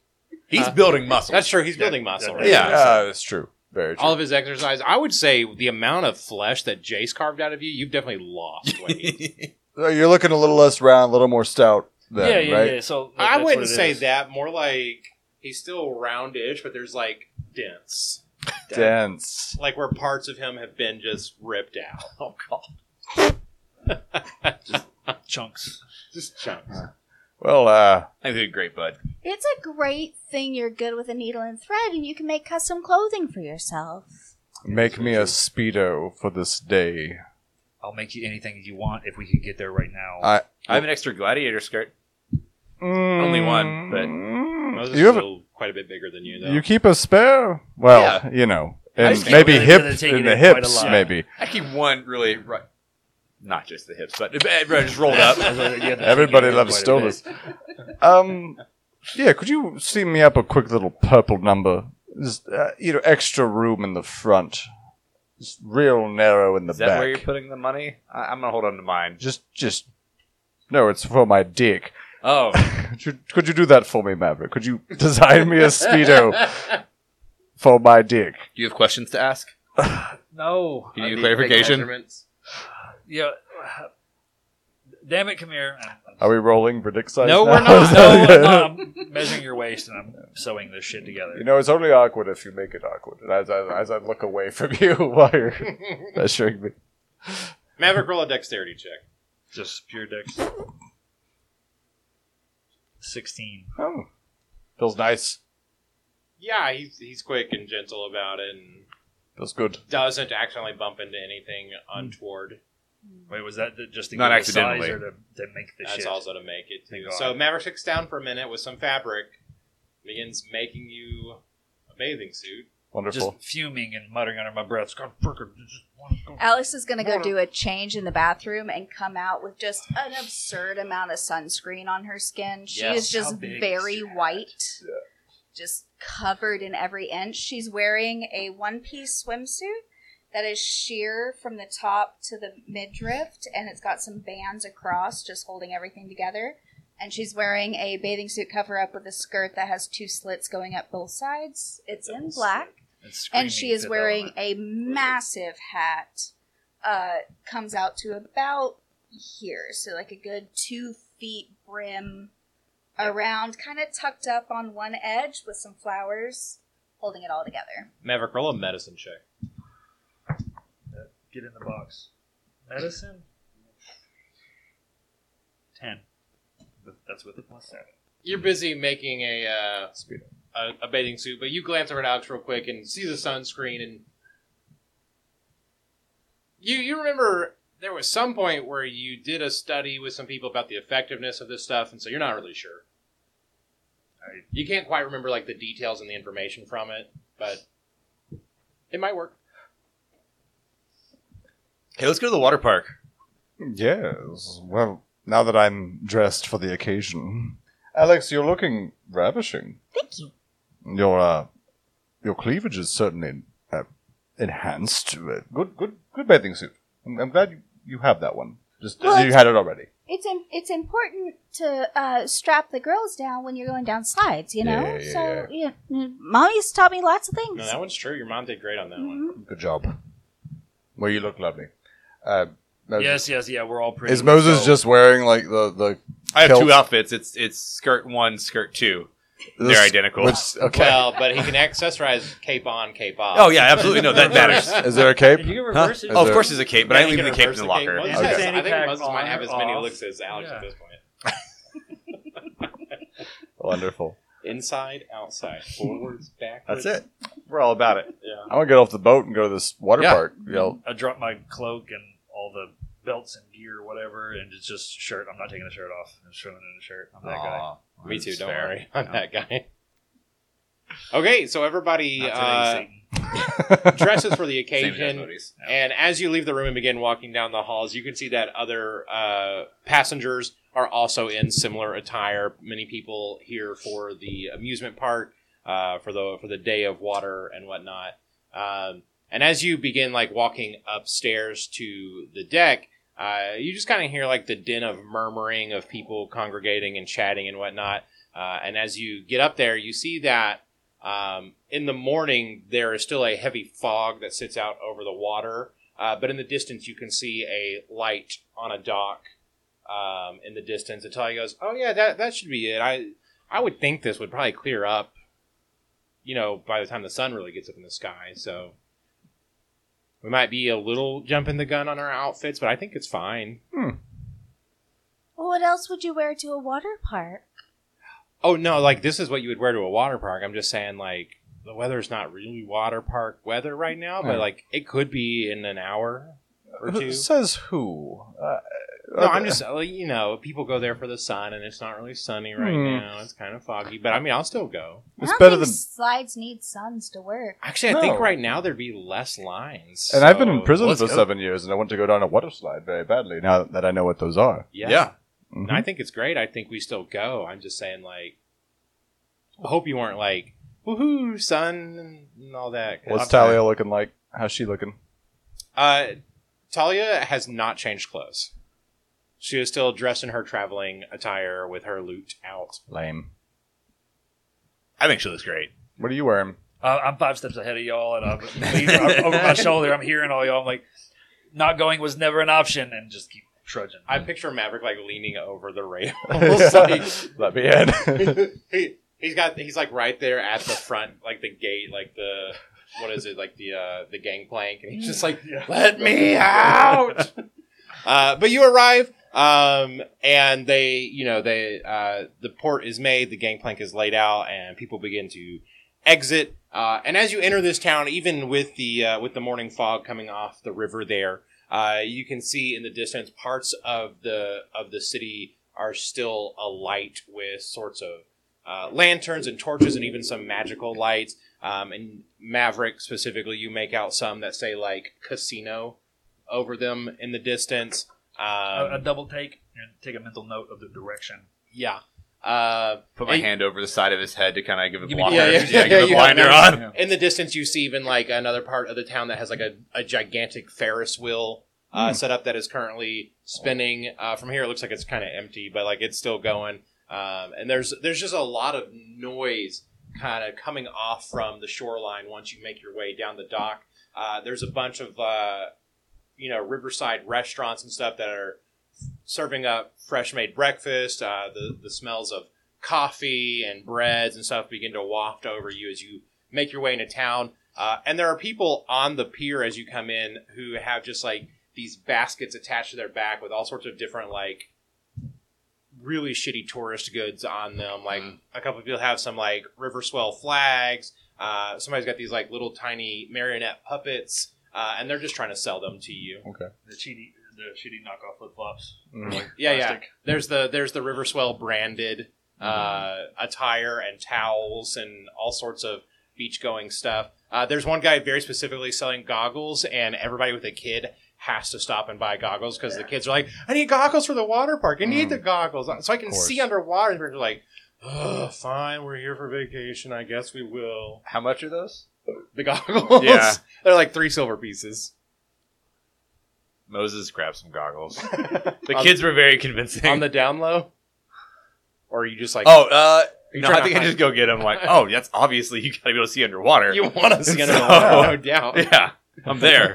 S3: He's
S1: Huh?
S3: building muscle.
S1: That's true. He's building muscle, right?
S3: Yeah.
S2: Uh, that's true. Very true.
S1: All of his exercise. I would say the amount of flesh that Jace carved out of you, you've definitely lost weight.
S2: So Uh, You're looking a little less round, a little more stout. Then,
S5: yeah, yeah,
S2: right?
S5: yeah. So that- that's
S1: I
S5: what
S1: wouldn't
S5: it
S1: say
S5: is.
S1: that. More like he's still roundish, but there's like dents,
S2: Dense.
S1: like where parts of him have been just ripped out,
S5: Oh, God. Chunks.
S1: just chunks.
S2: Well, uh,
S3: I did great, bud.
S6: It's a great thing you're good with a needle and thread and you can make custom clothing for yourself.
S2: make me a speedo for this day.
S5: I'll make you anything you want if we could get there right now.
S2: I
S3: I have an extra gladiator skirt.
S2: only
S3: one, but-
S1: Moses
S2: Mm. you
S1: is
S2: have a-
S1: still quite a bit bigger than you, though.
S2: you keep a spare. Well,
S3: Yeah.
S2: you know,
S5: I
S2: and
S5: just
S2: maybe
S5: can't really
S2: hip
S5: take
S2: in
S5: it
S2: the
S5: in quite a
S2: hips,
S5: lot.
S2: maybe.
S3: I keep one really right. Not just the hips, but but just rolled up.
S2: Everybody loves stoners. um, yeah, could you steam me up a quick little purple number? Just, uh, you know, extra room in the front, just real narrow in the
S3: Is that
S2: back.
S3: where you're putting the money? I, I'm gonna hold on to mine.
S2: Just, just. No, it's for my dick.
S3: Oh,
S2: Could you, could you do that for me, Maverick? Could you design me a speedo for my dick?
S3: do you have questions to ask?
S5: No.
S3: You
S5: I-
S3: need
S1: Uh, the
S3: clarification?
S1: big measurements.
S5: yeah. Damn it, come here. I'm-
S2: Are we rolling predict size?
S1: No,
S2: now?
S1: we're not.
S5: no, I'm, not. I'm measuring your waist and I'm sewing this shit together.
S2: You know, it's only awkward if you make it awkward. And as I, as I look away from you while you're measuring me,
S1: Maverick, roll a dexterity check.
S5: Just pure dex. 16.
S2: oh, feels nice.
S1: Yeah, he's, he's quick and gentle about it and
S2: Feels good.
S1: doesn't accidentally bump into anything
S5: Hmm.
S1: untoward.
S5: Wait, was that the- just to
S3: Not
S5: give it size
S3: accidentally.
S5: or to, to make the
S1: That's
S5: shit?
S1: also to make it.
S5: Thank
S1: too.
S5: God.
S1: So Maverick sits down for a minute with some fabric, begins making you a bathing suit.
S2: Wonderful.
S5: Just fuming and muttering under my breath. "Scott Parker, just wanna go."
S6: Alex is going to go
S1: Wanna-
S6: do a change in the bathroom and come out with just an absurd amount of sunscreen on her skin. She
S1: Yes.
S6: is just
S5: How big is
S6: very
S5: your
S6: white, just covered in every inch. She's wearing a one piece swimsuit that is sheer from the top to the midriff, and it's got some bands across just holding everything together. And she's wearing a bathing suit cover up with a skirt that has two slits going up both sides. It's in black
S5: screaming
S6: and she is
S5: fifth
S6: wearing
S5: element.
S6: a massive hat uh comes out to about here so like a good two feet brim around kind of tucked up on one edge with some flowers holding it all together
S1: Maverick, roll a medicine check.
S5: Get in the box. Medicine? 10. But That's with the plus 7.
S1: You're busy making a uh,
S2: Speed up.
S1: a, a bathing suit, but you glance over at Alex real quick and see the sunscreen, and you you remember there was some point where you did a study with some people about the effectiveness of this stuff, and so you're not really sure.
S5: I-
S1: You can't quite remember like the details and the information from it, but it might work.
S3: Hey, let's go to the water park.
S2: Yes. Well, now that I'm dressed for the occasion, Alex, you're looking ravishing.
S6: thank you
S2: Your uh, your cleavage is certainly uh, enhanced. Uh, Good, good, good bathing suit. I'm, I'm glad you, you have that one. Just
S6: Well,
S2: you had it already.
S6: it's Im- it's important to uh, strap the girls down when you're going down slides you know
S2: Yeah, yeah,
S6: so yeah. mommy's taught me lots of things
S1: No, that one's true. Your mom did great on that one.
S6: Mhm.
S2: Good job. Well, you look lovely. Uh, Moses-
S5: Yes, yes, yeah, we're all pretty.
S2: Is Moses
S5: So-
S2: just wearing like the the?
S3: I have
S2: Kilt.
S3: two outfits. It's it's skirt one, skirt two.
S2: the
S3: They're
S2: s-
S3: identical.
S2: which- okay.
S1: Well, but he can accessorize cape on, cape off.
S3: Oh yeah, absolutely. No, that matters.
S2: is there a cape?
S5: And you can
S3: Huh?
S5: reverse it.
S2: Is
S3: Oh, of
S2: there-
S3: course, there's a cape, but I
S1: Yeah,
S3: am
S1: he
S3: leaving
S1: can
S3: the cape
S1: reverse
S3: in the
S1: cape.
S3: locker.
S1: Well, I
S5: Yeah, Okay.
S1: think- I think
S5: Sandy
S1: Moses
S5: pack
S1: might
S5: on
S1: have
S5: or
S1: as many
S5: off.
S1: looks as Alex
S5: Yeah.
S1: at this point.
S2: Wonderful.
S1: Inside, outside, forwards, backwards.
S3: Oh, We're all about it.
S1: Yeah.
S2: I want to get off the boat and go to this water
S3: Yeah.
S2: park. You know,
S5: I dropped my cloak and all the belts and gear or whatever, and it's just shirt. I'm not taking the shirt off. I'm showing in a shirt. I'm that guy.
S3: Oh,
S1: Me too.
S3: That's
S1: Don't
S3: fair.
S1: worry. I'm
S3: Yeah.
S1: that guy. Okay, so everybody
S5: Not today,
S1: uh,
S5: Satan.
S1: dresses for the
S3: Same as
S1: occasion,
S3: Moses.
S1: and as you leave the room and begin walking down the halls, you can see that other uh, passengers are also in similar attire. Many people here for the amusement park, uh, for the for the day of water and whatnot. Um, and as you begin like walking upstairs to the deck, uh, you just kind of hear like the din of murmuring of people congregating and chatting and whatnot. Uh, and as you get up there, you see that um, in the morning there is still a heavy fog that sits out over the water. Uh, but in the distance, you can see a light on a dock um, in the distance. Atali goes, "Oh yeah, that that should be it. I I would think this would probably clear up, you know, by the time the sun really gets up in the sky. So we might be a little jumping the gun on our outfits, but I think it's fine.
S6: well, what else would you wear to a water park
S1: Oh no, like this is what you would wear to a water park. I'm just saying, like the weather's not really water park weather right now, but
S2: Yeah.
S1: like it could be in an hour or
S2: who
S1: two.
S2: says who? Uh,
S1: No, I'm
S2: okay.
S1: just well, you know, people go there for the sun, and it's not really sunny right
S2: Hmm.
S1: now. It's kind of foggy, but I mean, I'll still go.
S2: It's
S6: I don't
S2: better
S6: think
S2: than-
S6: slides need suns to work.
S1: Actually, I think
S2: No.
S1: right now there'd be less lines.
S2: And I've been in
S1: so-
S2: prison
S3: let's
S2: for
S3: go.
S2: seven years, and I want to go down a water slide very badly. Now that I know what those are. Mm-hmm.
S1: Yeah,
S3: Yeah.
S1: And I think it's great. I think we still go. I'm just saying, like, I hope you weren't like, woohoo, sun and all that. 'Cause-
S2: What's Talia looking like? How's she looking?
S1: Uh, Talia has not changed clothes. She is still dressed in her traveling attire with her lute out.
S2: Lame.
S3: I think she looks great.
S2: What are you wearing?
S5: Uh, I'm five steps ahead of y'all, and I'm, I'm over my shoulder. I'm hearing all y'all. I'm like, not going was never an option, and just keep trudging.
S1: I picture Maverick like leaning over the rail. Like,
S2: Let me in.
S1: he, he's got he's like right there at the front, like the gate, like the what is it, like the uh, the gangplank, and he's just like, "Let me out!" uh, but you arrive, um, and they, you know, they uh, the port is made, the gangplank is laid out, and people begin to exit. Uh, and as you enter this town, even with the uh, with the morning fog coming off the river there, uh, you can see in the distance parts of the of the city are still alight with sorts of uh, lanterns and torches and even some magical lights. Um, and Maverick specifically, you make out some that say like casino over them in the distance.
S5: a, a
S1: Um,
S5: double take and take a mental note of the direction.
S1: yeah. Uh,
S3: Put my
S1: Hey.
S3: hand over the side of his head to kind of give a
S5: Give me-
S3: blinder.
S5: yeah, yeah,
S1: yeah,
S3: give a
S1: you got
S3: blinder
S1: that.
S3: on.
S1: in the distance you see even like another part of the town that has like a, a gigantic ferris wheel uh, set up that is currently spinning uh, from here it looks like it's kind of empty but like it's still going um, and there's there's just a lot of noise kind of coming off from the shoreline once you make your way down the dock uh, there's a bunch of uh, you know riverside restaurants and stuff that are serving up fresh made breakfast uh, the, the smells of coffee and breads and stuff begin to waft over you as you make your way into town. Uh, and there are people on the pier as you come in who have just like these baskets attached to their back with all sorts of different like really shitty tourist goods on them. Like a couple of people have some like river swell flags. Uh, somebody's got these like little tiny marionette puppets, uh, and they're just trying to sell them to you.
S5: The cheaty, the cheaty knockoff flip flops.
S2: Mm. Oh,
S1: Yeah, yeah. There's the there's the Riverswell branded uh, attire and towels and all sorts of beach going stuff. Uh, there's one guy very specifically selling goggles, and everybody with a kid has to stop and buy goggles because the kids are like, "I need goggles for the water park. I need the goggles Uh, so I can
S2: course.
S1: see underwater." And they're like, "Ugh, "Fine, we're here for vacation. I guess we will."
S3: How much are those?
S1: The goggles.
S3: Yeah.
S1: they're like three silver pieces.
S3: Moses grabbed some goggles. The
S1: On-
S3: kids were very convincing.
S1: on the down low, or are you just like,
S3: oh, uh, no,
S1: trying
S3: I
S1: to
S3: think I
S1: hide-
S3: just go get them. Like, oh, that's obviously you gotta be able to see underwater.
S1: you want to see
S3: So-
S1: underwater? No doubt.
S3: yeah, I'm there.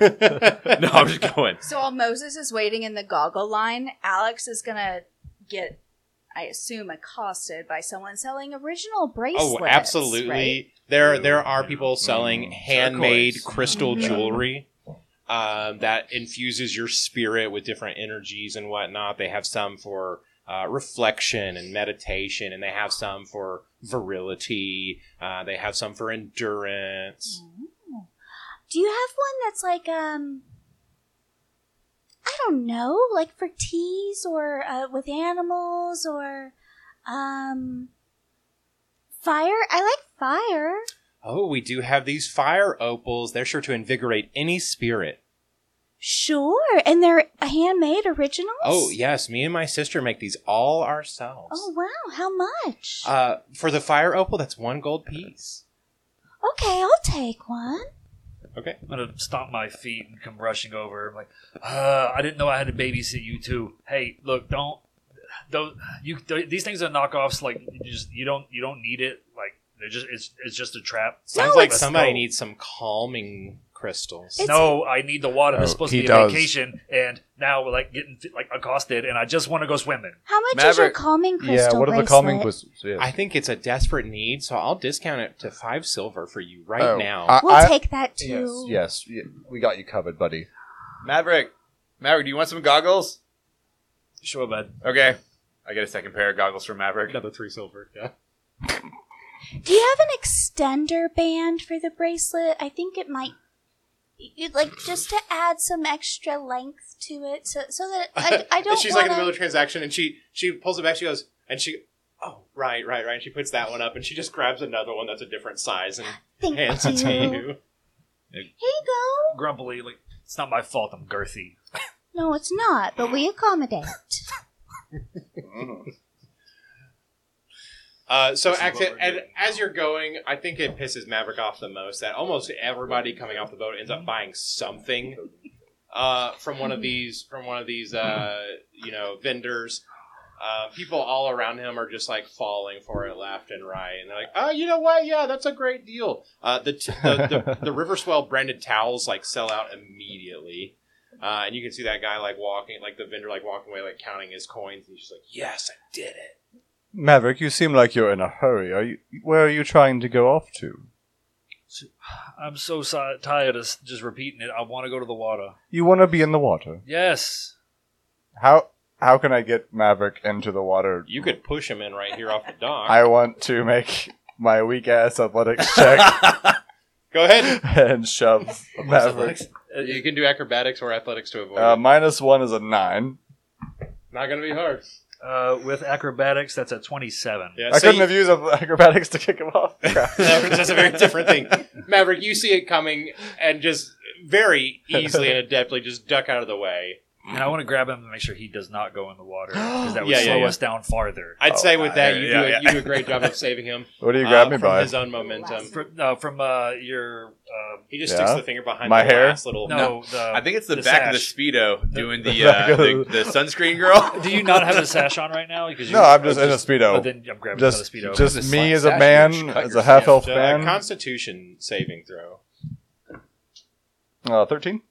S3: no, I'm just going.
S6: So while Moses is waiting in the goggle line, Alex is gonna get, I assume, accosted by someone selling original bracelets.
S1: Oh, absolutely.
S6: right?
S1: There,
S3: Ooh,
S1: there are people selling
S3: Mm,
S1: handmade
S3: turquoise.
S1: crystal
S6: Mhm.
S1: jewelry um, that infuses your spirit with different energies and whatnot. They have some for uh, reflection and meditation, and they have some for virility. Uh, they have some for endurance.
S6: Oh. Do you have one that's like um? I don't know, like for teas or uh, with animals or um fire. I like fire.
S1: Oh, we do have these fire opals. They're sure to invigorate any spirit.
S6: Sure, and they're handmade originals.
S1: Oh, yes. Me and my sister make these all ourselves.
S6: Oh wow, how much?
S1: Uh, for the fire opal, that's one gold piece.
S6: okay, I'll take one.
S1: Okay.
S5: I'm gonna stomp my feet and come rushing over. I'm like, uh, I didn't know I had to babysit you too. Hey, look, don't, don't you? th- these things are knockoffs. Like, you just you don't you don't need it. Like, they're just it's it's just a trap.
S1: Sounds
S6: No,
S1: like
S5: Let's
S1: somebody
S5: go.
S1: needs some calming crystals.
S6: It's-
S5: no, I need the water. This is
S2: No,
S5: supposed
S2: he
S5: to be a
S2: does.
S5: vacation, and now we're like getting like accosted, and I just want to go swimming.
S6: How much is your
S3: Maverick-
S6: calming crystal?
S2: yeah, what are the
S6: bracelet?
S2: calming crystals? Yeah.
S1: I think it's a desperate need, so I'll discount it to five silver for you right
S2: Oh,
S1: now.
S2: I-
S6: We'll
S2: I-
S6: take that too.
S2: Yes, yes, y- we got you covered, buddy.
S3: Maverick, Maverick, do you want some goggles?
S5: Sure, bud.
S3: Okay, I get a second pair of goggles from Maverick.
S1: Another three silver. Yeah.
S6: Do you have an extender band for the bracelet? I think it might. You'd like just to add some extra length to it, so, so that I, I don't.
S1: she's like
S6: wanna,
S1: in the middle of a transaction, and she she pulls it back. She goes and she. Oh right, right, right. And she puts that one up, and she just grabs another one that's a different size and
S6: Thank
S1: hands it to
S6: you.
S1: you.
S6: Here you go.
S5: Grumpily, like it's not my fault. I'm girthy.
S6: No, it's not, but we accommodate.
S1: Uh, so
S5: This is
S1: acti-
S5: what we're
S1: and
S5: doing.
S1: as you're going, I think it pisses Maverick off the most that almost everybody coming off the boat ends
S5: Mm-hmm.
S1: up buying something uh, from one of these from one of these uh, you know vendors. Uh, people all around him are just like falling for it left and right, and they're like, "Oh, you know what? Yeah, that's a great deal." Uh, the, t- the, the the Riverswell branded towels like sell out immediately, uh, and you can see that guy like walking, like the vendor like walking away, like counting his coins, and he's just like, "Yes, I did it."
S2: Maverick, you seem like you're in a hurry. Are you? Where are you trying to go off to?
S5: I'm so si- tired of s- just repeating it. I want to go to the water.
S2: You want to be in the water.
S5: Yes.
S2: How how can I get Maverick into the water?
S1: You could push him in right here off the dock.
S2: I want to make my weak ass athletics check
S1: Go ahead.
S2: and shove Maverick.
S1: Uh, You can do acrobatics or athletics to avoid.
S2: Uh,
S1: it.
S2: minus one is a nine.
S1: Not gonna be hard.
S5: Uh, with acrobatics, that's at 27.
S1: Yeah,
S2: I
S1: so
S2: couldn't
S1: you-
S2: have used acrobatics to kick him off.
S1: No, that's a very different thing. Maverick, you see it coming and just very easily and adeptly just duck out of the way.
S5: And I want to grab him and make sure he does not go in the water because that would
S1: Yeah, yeah,
S5: slow
S1: yeah.
S5: us down farther.
S1: I'd
S2: Oh,
S1: say with that,
S3: uh,
S1: you,
S3: yeah,
S1: do a,
S3: yeah.
S1: you do a great job of saving him.
S2: what do you grab
S1: uh,
S2: me
S1: from
S2: by?
S1: his own momentum.
S5: From, no, from uh, your. Um,
S1: He just
S2: Yeah.
S1: sticks the finger behind
S2: My
S1: the
S2: hair?
S1: last little.
S5: no, the.
S3: I think it's the,
S5: The
S3: back
S5: sash.
S3: of the speedo doing the
S2: the back
S3: uh,
S2: of
S3: the, the sunscreen girl.
S5: do you not have a sash on right now? Because you-
S2: No, I'm just
S5: oh,
S2: in a speedo.
S5: oh, then I'm grabbing
S2: just,
S5: another speedo.
S2: just
S3: Just slap
S2: me as a
S3: sash,
S2: man,
S3: you just cut
S2: as a
S3: yourself.
S2: half elf
S1: So, a
S2: man.
S1: Uh, Constitution saving throw.
S2: uh, Thirteen.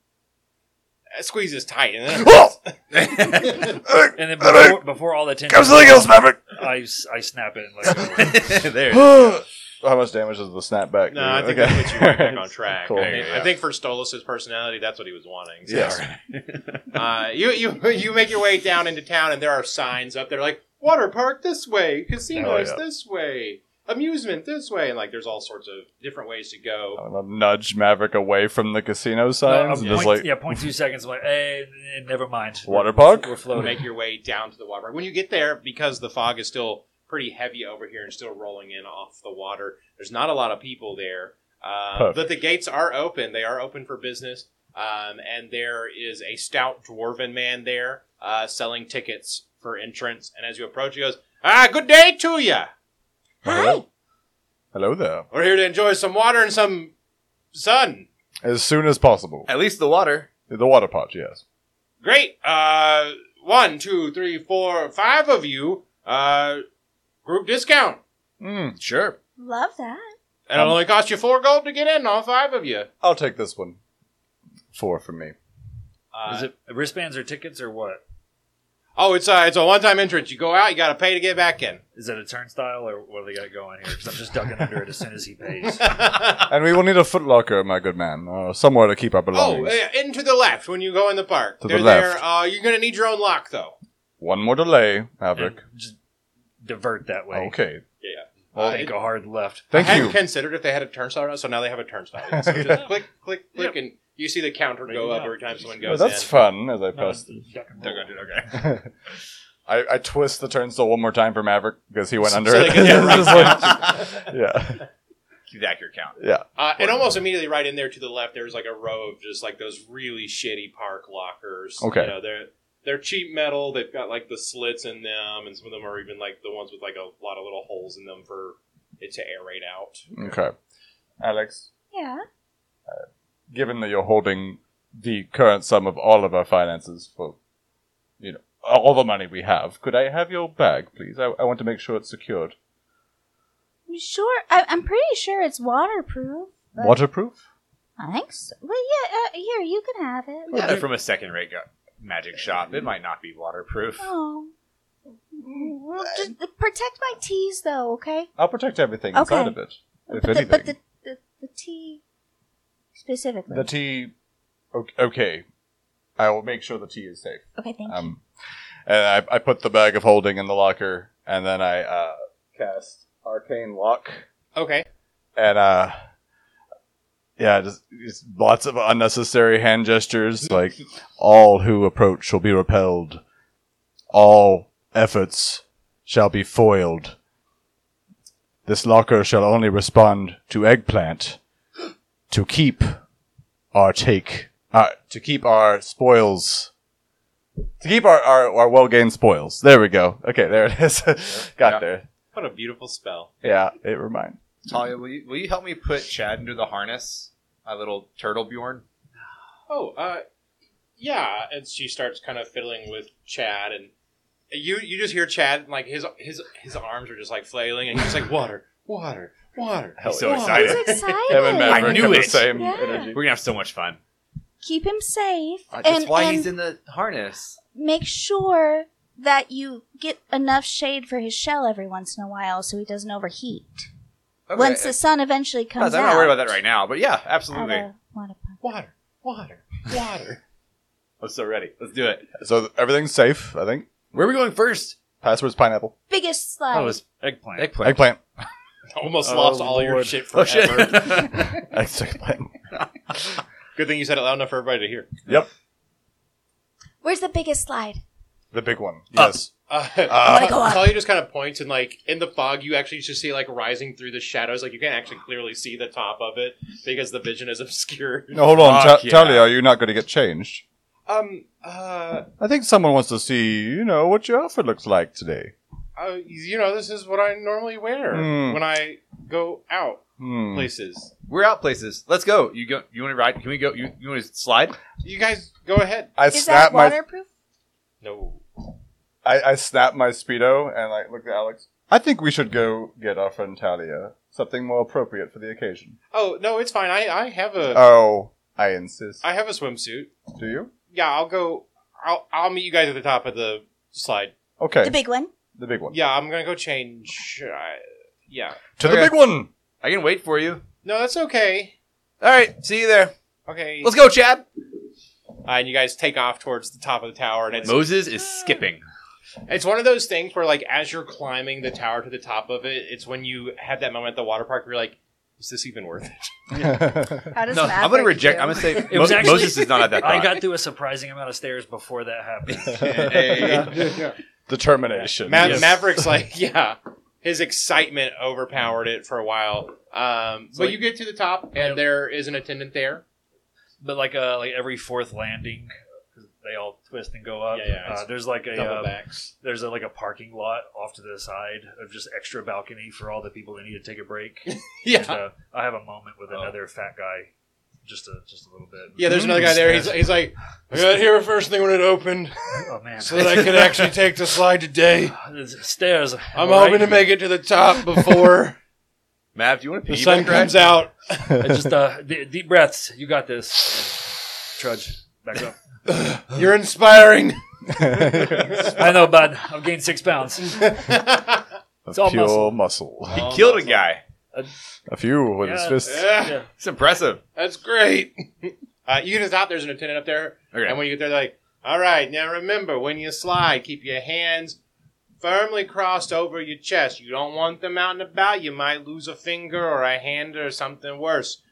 S1: Uh, squeezes tight, and then
S5: and then before, before all the tension,
S2: Maverick.
S5: I, s- I snap it and uh, let go.
S3: there.
S2: How much damage does the snapback?
S1: no,
S2: do?
S1: I think
S2: Okay.
S1: that puts you right back on track.
S2: Cool.
S1: I, think,
S3: Yeah.
S1: I think for Stolas' personality, that's what he was wanting. So.
S2: Yes.
S1: Uh, you you you make your way down into town, and there are signs up there like water park this way, casinos
S2: Oh, yeah.
S1: this way, amusement this way, and like there's all sorts of different ways to go.
S2: I'm gonna nudge Maverick away from the casino
S5: Uh,
S2: signs. and just
S5: point,
S2: like
S5: yeah, point two seconds. I'm like, eh, eh, never mind.
S2: Water park?
S5: We're
S1: You
S5: floating.
S1: Make your way down to the water park. When you get there, because the fog is still pretty heavy over here and still rolling in off the water, there's not a lot of people there. Uh,
S2: Perfect.
S1: but the gates are open; they are open for business. Um, and there is a stout dwarven man there uh, selling tickets for entrance. And as you approach, he goes, "Ah, good day to ya."
S2: hello, hello there.
S1: We're here to enjoy some water and some sun.
S2: As soon as possible.
S3: At least the water.
S2: The water pot, yes.
S1: Great. Uh, one, two, three, four, five of you. Uh, group discount.
S2: Mm,
S3: Sure.
S6: Love that.
S1: And it'll only cost you four gold to get in, all five of you.
S2: I'll take this one. Four for me.
S1: Uh,
S5: Is it wristbands or tickets or what?
S1: oh, it's a, it's a one time entrance. You go out, you got to pay to get back in.
S5: Is it a turnstile or what do they got going here? Because I'm just ducking under it as soon as he pays.
S2: And we will need a footlocker, my good man, uh, somewhere to keep our
S1: oh,
S2: belongings.
S1: uh, and to the left when you go in the park.
S2: To the
S1: They're
S2: left.
S1: There, uh, you're going to need your own lock, though.
S2: One more delay, Maverick.
S5: And just divert that way.
S2: Okay.
S1: Uh,
S5: Take
S1: it-
S5: a hard left.
S2: Thank
S1: I
S2: you.
S1: hadn't considered if they had a turnstile, so now they have a turnstile. So just click, click, click, and you see the counter go up every time someone
S2: Well,
S1: goes
S2: that's
S1: in.
S2: fun as I press.
S5: duck and
S3: They're
S5: roll.
S3: gonna do it, Okay.
S2: I, I twist the turnstile one more time for Maverick because he went
S1: So
S2: under
S1: they
S2: it.
S1: can get right
S2: Just like- yeah.
S3: Keep the accurate count.
S2: Yeah.
S1: Uh, and almost immediately, right in there to the left, there's like a row of just like those really shitty park lockers.
S2: Okay.
S1: you know, they're they're cheap metal. They've got like the slits in them, and some of them are even like the ones with like a lot of little holes in them for it to aerate out.
S2: Okay. Alex,
S6: Yeah.
S2: given that you're holding the current sum of all of our finances for, you know, all the money we have, could I have your bag, please? I, I want to make sure it's secured.
S6: I'm sure. I, I'm pretty sure it's waterproof. but-
S2: Waterproof?
S6: I think so. Well, yeah. Uh, here, you can have it.
S3: We got it from a second rate go- magic shop. It might not be waterproof.
S6: Oh. Well, just protect my teas, though, okay?
S2: I'll protect everything
S6: Okay.
S2: inside of it, if
S6: but, the,
S2: anything.
S6: but the, the, the tea specifically.
S2: The tea. Okay, okay. I will make sure the tea is safe.
S6: okay, thank you.
S2: Um, and I, I put the bag of holding in the locker, and then I uh, cast arcane lock,
S1: Okay,
S2: and uh, yeah, just, just lots of unnecessary hand gestures. Like all who approach shall be repelled, all efforts shall be foiled. This locker shall only respond to eggplant, to keep our take, uh, to keep our spoils, to keep our, our, our well gained spoils. There we go. Okay, there it is. Got
S3: Yeah.
S2: there.
S1: what a beautiful spell.
S2: Yeah, it reminds.
S3: Talia, will you, will you help me put Chad into the harness? My little turtle Bjorn.
S1: Oh, uh, yeah. And she starts kind of fiddling with Chad, and you you just hear Chad and like his his his arms are just like flailing and he's like water, water, water.
S3: He's so
S1: water.
S3: excited.
S6: He's excited.
S2: Him and Maverick
S3: I knew
S2: have the
S3: it.
S2: same
S6: Yeah.
S2: energy.
S3: We're gonna have so much fun.
S6: Keep him safe.
S3: that's
S6: and
S3: why
S6: and
S3: he's in the harness.
S6: make sure that you get enough shade for his shell every once in a while so he doesn't overheat. Once the sun eventually
S3: I'm
S6: comes out.
S3: not worried about that right now, but yeah,
S6: I'll,
S3: absolutely.
S6: uh, wanna pop-
S1: Water, water, water.
S3: I'm so ready. Let's do it.
S2: So th- everything's safe, I think.
S3: Where are we going first?
S2: Password's pineapple.
S6: Biggest slide.
S3: Oh, it's
S5: Eggplant.
S3: eggplant.
S2: Eggplant.
S1: Almost
S5: Oh,
S1: lost all your
S5: Lord.
S1: shit
S3: Oh
S1: forever.
S3: shit.
S2: Eggplant.
S1: Good thing you said it loud enough for everybody to hear.
S6: Where's the biggest slide?
S2: The big one.
S3: Up.
S2: Yes.
S1: Uh,
S2: Uh,
S6: go up.
S1: Talia just kind of points, and like in the fog, you actually just see like rising through the shadows. Like you can't actually clearly see the top of it because the vision is obscured.
S2: no, hold on.
S3: Fuck
S2: Ta-
S3: yeah.
S2: Talia, are you not going to get changed?
S1: Um. Uh,
S2: I think someone wants to see, you know, what your outfit looks like today.
S1: uh. You know, this is what I normally wear
S2: Hmm.
S1: when I go out
S2: Hmm.
S1: places.
S3: We're out places. Let's go. You go. You want to ride? Can we go? You, you want to slide?
S1: You guys go ahead.
S2: I
S6: Is that
S2: snap my
S6: waterproof?
S1: No.
S2: I, I snap my speedo and like look at Alex. I think we should go get our friend Talia something more appropriate for the occasion.
S1: Oh no, it's fine. I I have a I
S2: Oh, I insist.
S1: have a swimsuit.
S2: Do you?
S1: Yeah, I'll go. I'll I'll meet you guys at the top of the slide.
S2: Okay,
S6: The big one.
S2: the big one.
S1: Yeah, I'm gonna go change. I, yeah.
S2: To the
S3: Okay.
S2: big one.
S3: I can wait for you.
S1: No, that's okay.
S3: All right. See you there.
S1: Okay.
S3: Let's go, Chad.
S1: Uh, and you guys take off towards the top of the tower, and it's
S3: Moses is skipping.
S1: it's one of those things where like as you're climbing the tower to the top of it, it's when you have that moment at the water park where you're like, is this even worth it?
S6: How does
S3: No,
S6: Maverick
S3: I'm gonna reject.
S6: do?
S3: I'm gonna say
S5: It was
S3: Mo-
S5: actually-
S3: Moses is not at that.
S5: I
S3: thought.
S5: got through a surprising amount of stairs before that happened.
S2: Determination.
S1: Ma-
S5: Yes.
S1: Maverick's like, yeah, his excitement overpowered it for a while. Um,
S5: So
S1: but
S5: like-
S1: you get to the top, and
S5: Yep.
S1: there is an attendant there.
S5: but like uh, like every fourth landing, 'cause they all twist and go up.
S1: Yeah, yeah, it's
S5: uh, there's like a
S1: Double
S5: uh,
S1: backs.
S5: there's a, like a parking lot off to the side of just extra balcony for all the people that need to take a break.
S1: Yeah,
S5: And, uh, I have a moment with
S3: Oh.
S5: another fat guy, just a just a little bit.
S1: yeah. There's another guy there. He's he's like, I got here first thing when it opened,
S5: oh man,
S1: so that I could actually take the slide today.
S5: The stairs.
S1: I'm
S5: all
S1: hoping
S5: right?
S1: to make it to the top before
S3: Mav, do you want to
S1: the sun comes out.
S5: I just uh, d- deep breaths. You got this. Trudge back up.
S1: You're inspiring.
S5: I know, bud. I've gained six pounds. It's all
S2: pure
S5: muscle.
S2: muscle.
S3: He killed a guy.
S2: A few with his
S5: Yeah.
S2: fists.
S1: Yeah,
S5: Yeah.
S3: It's impressive.
S1: that's great. Uh, you can stop. There's an attendant up there,
S3: Okay.
S1: and when you get there, they're like, "All right, now remember, when you slide, keep your hands firmly crossed over your chest. You don't want them out and about. You might lose a finger or a hand or something worse.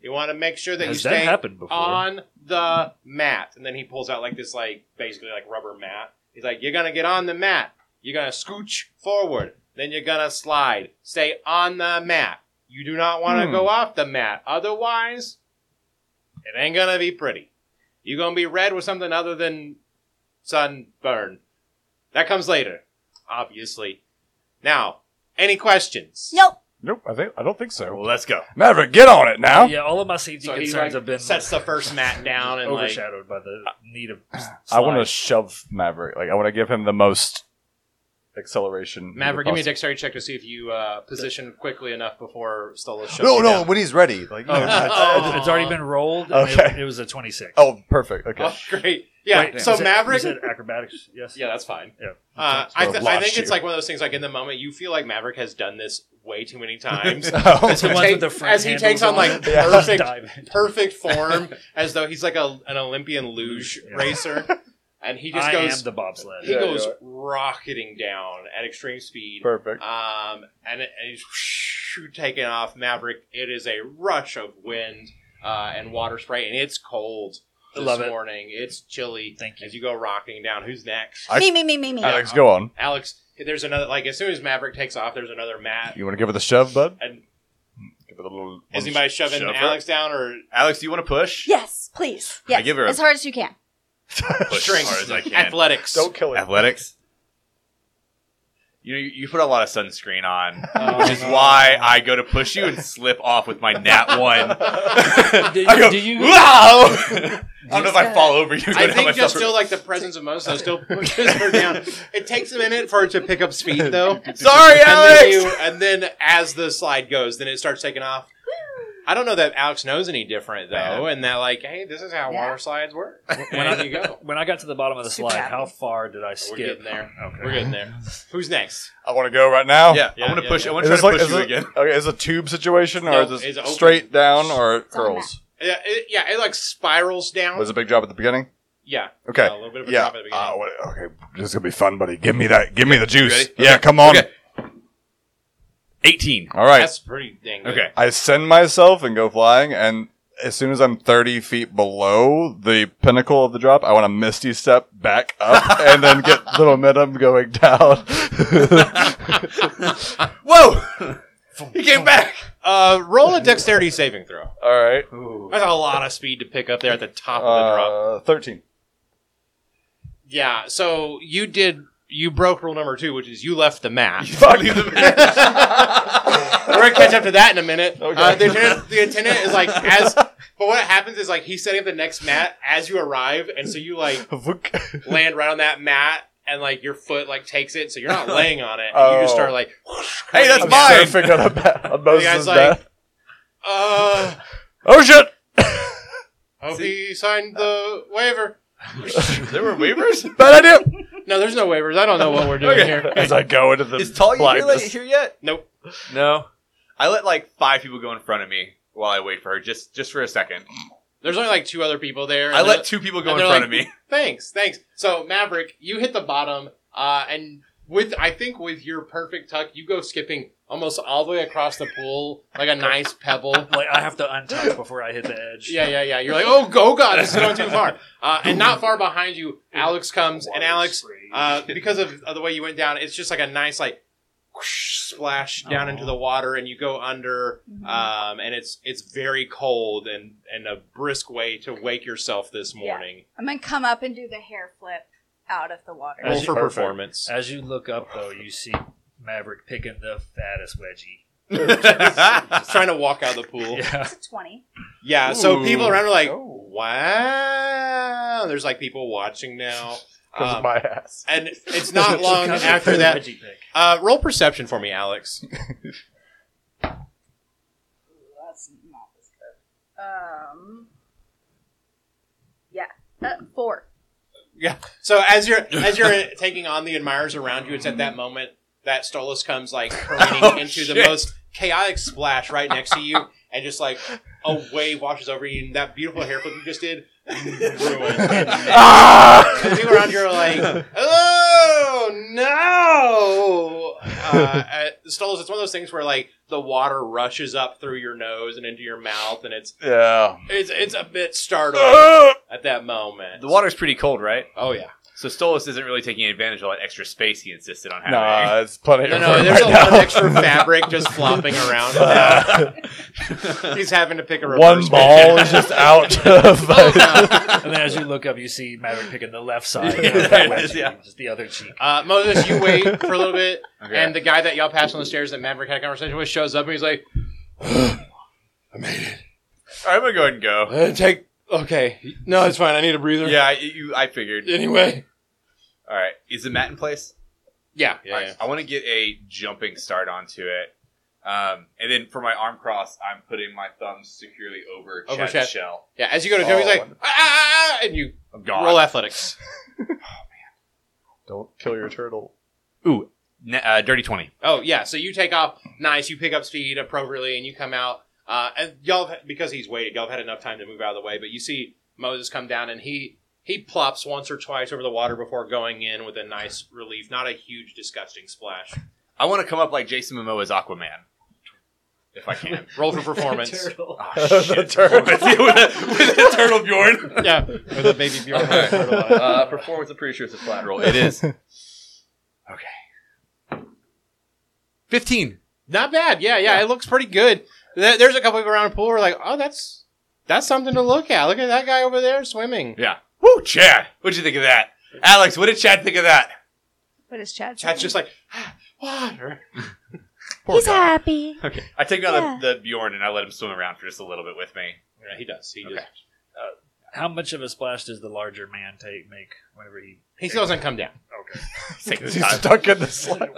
S1: You want to make sure that
S5: Has
S1: you
S5: that
S1: stay
S5: happened before?
S1: on the mat." And then he pulls out like this, like basically like rubber mat. He's like, "You're gonna get on the mat. You're gonna scooch forward. Then you're gonna slide. Stay on the mat. You do not want to
S2: Hmm.
S1: go off the mat. Otherwise, it ain't gonna be pretty. You're gonna be red with something other than sunburn. That comes later, obviously. Now, any questions?
S6: Nope.
S2: Nope, I think I don't think
S3: Well,
S2: so.
S3: let's go.
S2: Maverick, get on it now.
S5: Yeah, all of my safety
S1: So he like,
S5: concerns have been
S1: sets the first mat down and like
S5: overshadowed by the need of.
S2: I want to
S5: slide.
S2: shove Maverick. Like I want to give him the most acceleration.
S1: Maverick, give me a
S2: possible.
S1: dexterity check to see if you uh, position quickly enough before Stola shows
S2: No,
S1: you
S2: no.
S1: down.
S2: When he's ready, like.
S5: Oh, it's, it's already been rolled. and it- It,
S2: Okay.
S5: was a twenty-six.
S2: Oh, perfect. Okay.
S1: Oh, great. Yeah.
S5: Wait,
S1: so
S5: was it-
S1: Maverick,
S5: was it acrobatics. Yes.
S1: Yeah, that's fine.
S5: Yeah.
S1: Uh,
S2: Okay.
S1: I,
S2: Well,
S1: th- I
S2: lost
S1: think it's
S2: you.
S1: like one of those things. Like in the moment, you feel like Maverick has done this way too many times.
S2: Oh.
S5: It's the ones with the front
S1: as he takes
S5: handles
S1: on
S5: on
S1: like
S5: it.
S2: Yeah.
S1: perfect,
S5: Dive.
S1: perfect form, as though he's like a, an Olympian luge
S5: Yeah.
S1: racer, and he just
S5: I
S1: goes
S5: am the bobsled.
S1: he
S2: Yeah,
S1: goes
S2: yeah.
S1: rocketing down at extreme speed.
S2: Perfect.
S1: Um, and, it, and he's shoo, taking off Maverick. It is a rush of wind uh, and water spray, and it's cold
S5: I
S1: this
S5: love it.
S1: morning. It's chilly.
S5: Thank you.
S1: As you go rocketing down, who's next?
S2: I-
S6: me, me, me, me, me.
S2: Alex, go on.
S1: Alex, there's another. Like as soon as Maverick takes off, there's another mat.
S2: You want to give it the shove, bud?
S1: And
S2: Give it a little.
S1: is anybody shoving
S3: shove her?
S1: Alex down or
S3: Alex, do you want to push?
S6: yes, please. Yes.
S3: give her a-
S6: as hard as you can.
S3: Push as
S1: strength?
S3: hard as I can.
S1: Athletics.
S2: Don't kill him.
S3: Athletics. You know, you, you put a lot of sunscreen on,
S1: Oh,
S3: which is
S1: no.
S3: why I go to push you and slip off with my nat one.
S5: Do you-
S3: I go,
S5: do you-
S3: wow! I don't know if I
S6: Just, uh,
S3: fall over you. go
S1: I
S3: down
S1: think
S3: myself.
S1: just still like the presence of Moso still pushes her down. It takes a minute for it to pick up speed though.
S3: Sorry,
S1: and then,
S3: Alex!
S1: you, and then as the slide goes, then it starts taking off. I don't know that Alex knows any different though, and that like, hey, this is how
S6: Yeah.
S1: water slides work.
S5: When
S1: When
S5: I-
S1: you go,
S5: When I got to the bottom of the
S6: Super
S5: slide,
S6: happy.
S5: how far did I
S1: we're
S5: skip?
S1: getting there. We're getting there. Who's next?
S2: I want to go right now.
S3: yeah,
S1: Yeah,
S3: I want to
S1: yeah,
S3: push.
S1: yeah.
S3: I want
S2: Is
S3: to
S2: this
S3: try
S2: like
S3: to
S2: is
S3: push you
S2: it,
S3: again.
S2: okay, is it a tube situation or
S1: No,
S2: is
S1: it's
S2: this
S1: open.
S2: straight down or it
S6: It's on
S2: curls?
S1: Yeah, it, yeah, it like spirals down.
S2: Was a big job at the beginning?
S1: yeah,
S2: Okay.
S1: a little bit of a
S2: yeah.
S1: drop at the beginning.
S2: Ah, what- okay. This is gonna be fun, buddy. Give me that. Give me the juice.
S3: ready?
S2: Yeah. Come on.
S3: Okay. Eighteen.
S2: All right.
S1: That's pretty dang good.
S3: Okay.
S2: I send myself and go flying, and as soon as I'm 30 feet below the pinnacle of the drop, I want to misty step back up and then get the momentum going down.
S3: Whoa! he came back.
S1: Uh, roll a dexterity saving throw.
S2: All right.
S1: That's a lot of speed to pick up there at the top of the drop.
S2: Uh, 13.
S1: Yeah, so you did you broke rule number two, which is you left the mat.
S3: Fuck you, the man.
S1: We're gonna catch up to that in a minute.
S2: Okay.
S1: Uh, the, attendant, the attendant is like as, but what happens is like he's setting up the next mat as you arrive, and so you like
S2: Vook.
S1: land right on that mat, and like your foot like takes it, so you're not laying on it. You just
S2: Oh.
S1: start like,
S3: Hey, that's
S2: I'm
S3: mine.
S2: surfing on a ba-
S1: the
S2: on Moses'
S1: guy's
S2: back.
S1: like, uh,
S2: oh shit!
S1: hope he signed the waiver.
S3: there were waivers.
S2: Bad idea.
S1: No, there's no waivers. I don't know what we're doing
S3: Okay.
S1: here.
S2: As I go into the
S3: Is Tall you here, like,
S2: blindness.
S3: here yet?
S1: Nope.
S3: No. I let like five people go in front of me while I wait for her, just just for a second.
S1: There's only like two other people there.
S3: I
S1: and
S3: let two people go in
S1: and
S3: front
S1: they're
S3: of
S1: like-
S3: me.
S1: Thanks, thanks. So Maverick, you hit the bottom, uh, and with I think with your perfect tuck, you go skipping almost all the way across the pool like a nice pebble.
S5: Like I have to untuck before I hit the edge.
S1: Yeah, yeah, yeah. You're like, oh, go God, this is going too far. Uh, and not far behind you, Alex comes, and Alex, uh, because of, of the way you went down, it's just like a nice like whoosh, splash down into the water, and you go under,
S6: Uh,
S1: um, and it's it's very cold and and a brisk way to wake yourself this
S6: Yeah.
S1: morning.
S6: I'm gonna come up and do the hair flip out of the
S5: As
S6: water.
S1: Roll
S5: you-
S1: for
S2: Perfect.
S1: performance.
S5: As you look up though, you see Maverick picking the fattest wedgie.
S1: Just trying to walk out of the pool. Yeah.
S5: Yeah.
S6: It's a twenty.
S1: so
S3: Ooh.
S1: people around are like,
S2: Oh.
S1: wow. There's like people watching now.
S2: Because
S1: Um,
S2: of my ass.
S1: and it's not long
S5: Because of
S1: after
S5: the
S1: that.
S5: wedgie pick.
S1: Uh, roll perception for me, Alex.
S6: That's not this good. Um. Yeah. Uh, four.
S1: So as you're as you're taking on the admirers around you, it's at that moment that Stolas comes like careening
S3: Oh,
S1: into the
S3: shit.
S1: most chaotic splash right next to you, and just like a wave washes over you, and that beautiful hair flip you just did ruined.
S2: Ah!
S1: The people around you are like, oh no! Uh, at Stoles, it's one of those things where like the water rushes up through your nose and into your mouth, and it's
S2: yeah.
S1: it's it's a bit startling
S2: Ah!
S1: at that moment.
S3: the water's pretty cold, right?
S1: Oh yeah.
S3: So Stolas isn't really taking advantage of all that extra space he insisted on having.
S2: Nah, it's plenty.
S1: No,
S2: of
S1: no,
S2: room
S1: there's a
S2: right
S1: lot of
S2: now.
S1: extra fabric just flopping around.
S2: Uh,
S1: He's having to pick a
S2: one
S1: reverse
S2: ball Oh, is just out
S3: Oh,
S2: of
S5: And then as you look up, you see Maverick picking the left side, of
S3: Yeah,
S5: the
S3: there it
S5: wedgie,
S3: is, yeah.
S5: which is the other cheek.
S1: Uh, Moses, you wait for a little bit,
S3: Okay.
S1: and the guy that y'all passed on the stairs that Maverick had a conversation with shows up, and he's like,
S3: All right, I'm gonna go ahead and go.
S1: "Uh, "Take okay, no, it's fine. I need a breather."
S3: Yeah, I- you, I figured.
S1: Anyway.
S3: All right, is the mat in place?
S1: Yeah.
S3: All right, I want to get a jumping start onto it, um, and then for my arm cross, I'm putting my thumbs securely over,
S1: Over
S3: Chad's
S1: Chad.
S3: shell. Oh,
S1: Yeah, as you go to jump, he's
S2: Oh,
S1: like,
S2: wonderful.
S1: ah, ah, ah, and you
S3: I'm gone.
S1: roll athletics.
S2: Don't kill your turtle.
S3: Ooh, ne- uh, dirty twenty.
S1: Oh yeah, so you take off, nice. You pick up speed appropriately, and you come out. Uh, and y'all, have, because he's waited, y'all have had enough time to move out of the way. But you see Moses come down, and he he plops once or twice over the water before going in with a nice relief, not a huge disgusting splash.
S3: I want to come up like Jason Momoa's Aquaman, if I can.
S1: Roll for performance.
S5: Turtle.
S2: the turtle.
S3: with, a, with a turtle Bjorn.
S1: yeah, with a baby Bjorn.
S3: Uh, performance, I'm pretty sure it's a flat roll. It is. Okay. 15.
S1: not bad. Yeah, yeah, it looks pretty good. There- There's a couple people around the pool who are like, oh, that's that's something to look at. Look at that guy over there swimming.
S3: Yeah. Woo, Chad. What'd you think of that? Alex, what did Chad think of that?
S6: What is Chad?
S1: Chad's
S6: saying?
S3: "Ah,
S1: just like, water.
S3: Poor
S6: He's
S3: guy.
S6: happy.
S3: Okay. I take out
S6: Yeah.
S3: the, the Bjorn and I let him swim around for just a little bit with me.
S1: Yeah, he does. He
S3: Okay.
S1: does.
S5: How much of a splash does the larger man take make whenever he?
S1: He still doesn't come down.
S5: Okay.
S3: Take the
S2: He's
S3: time.
S2: stuck in the slide.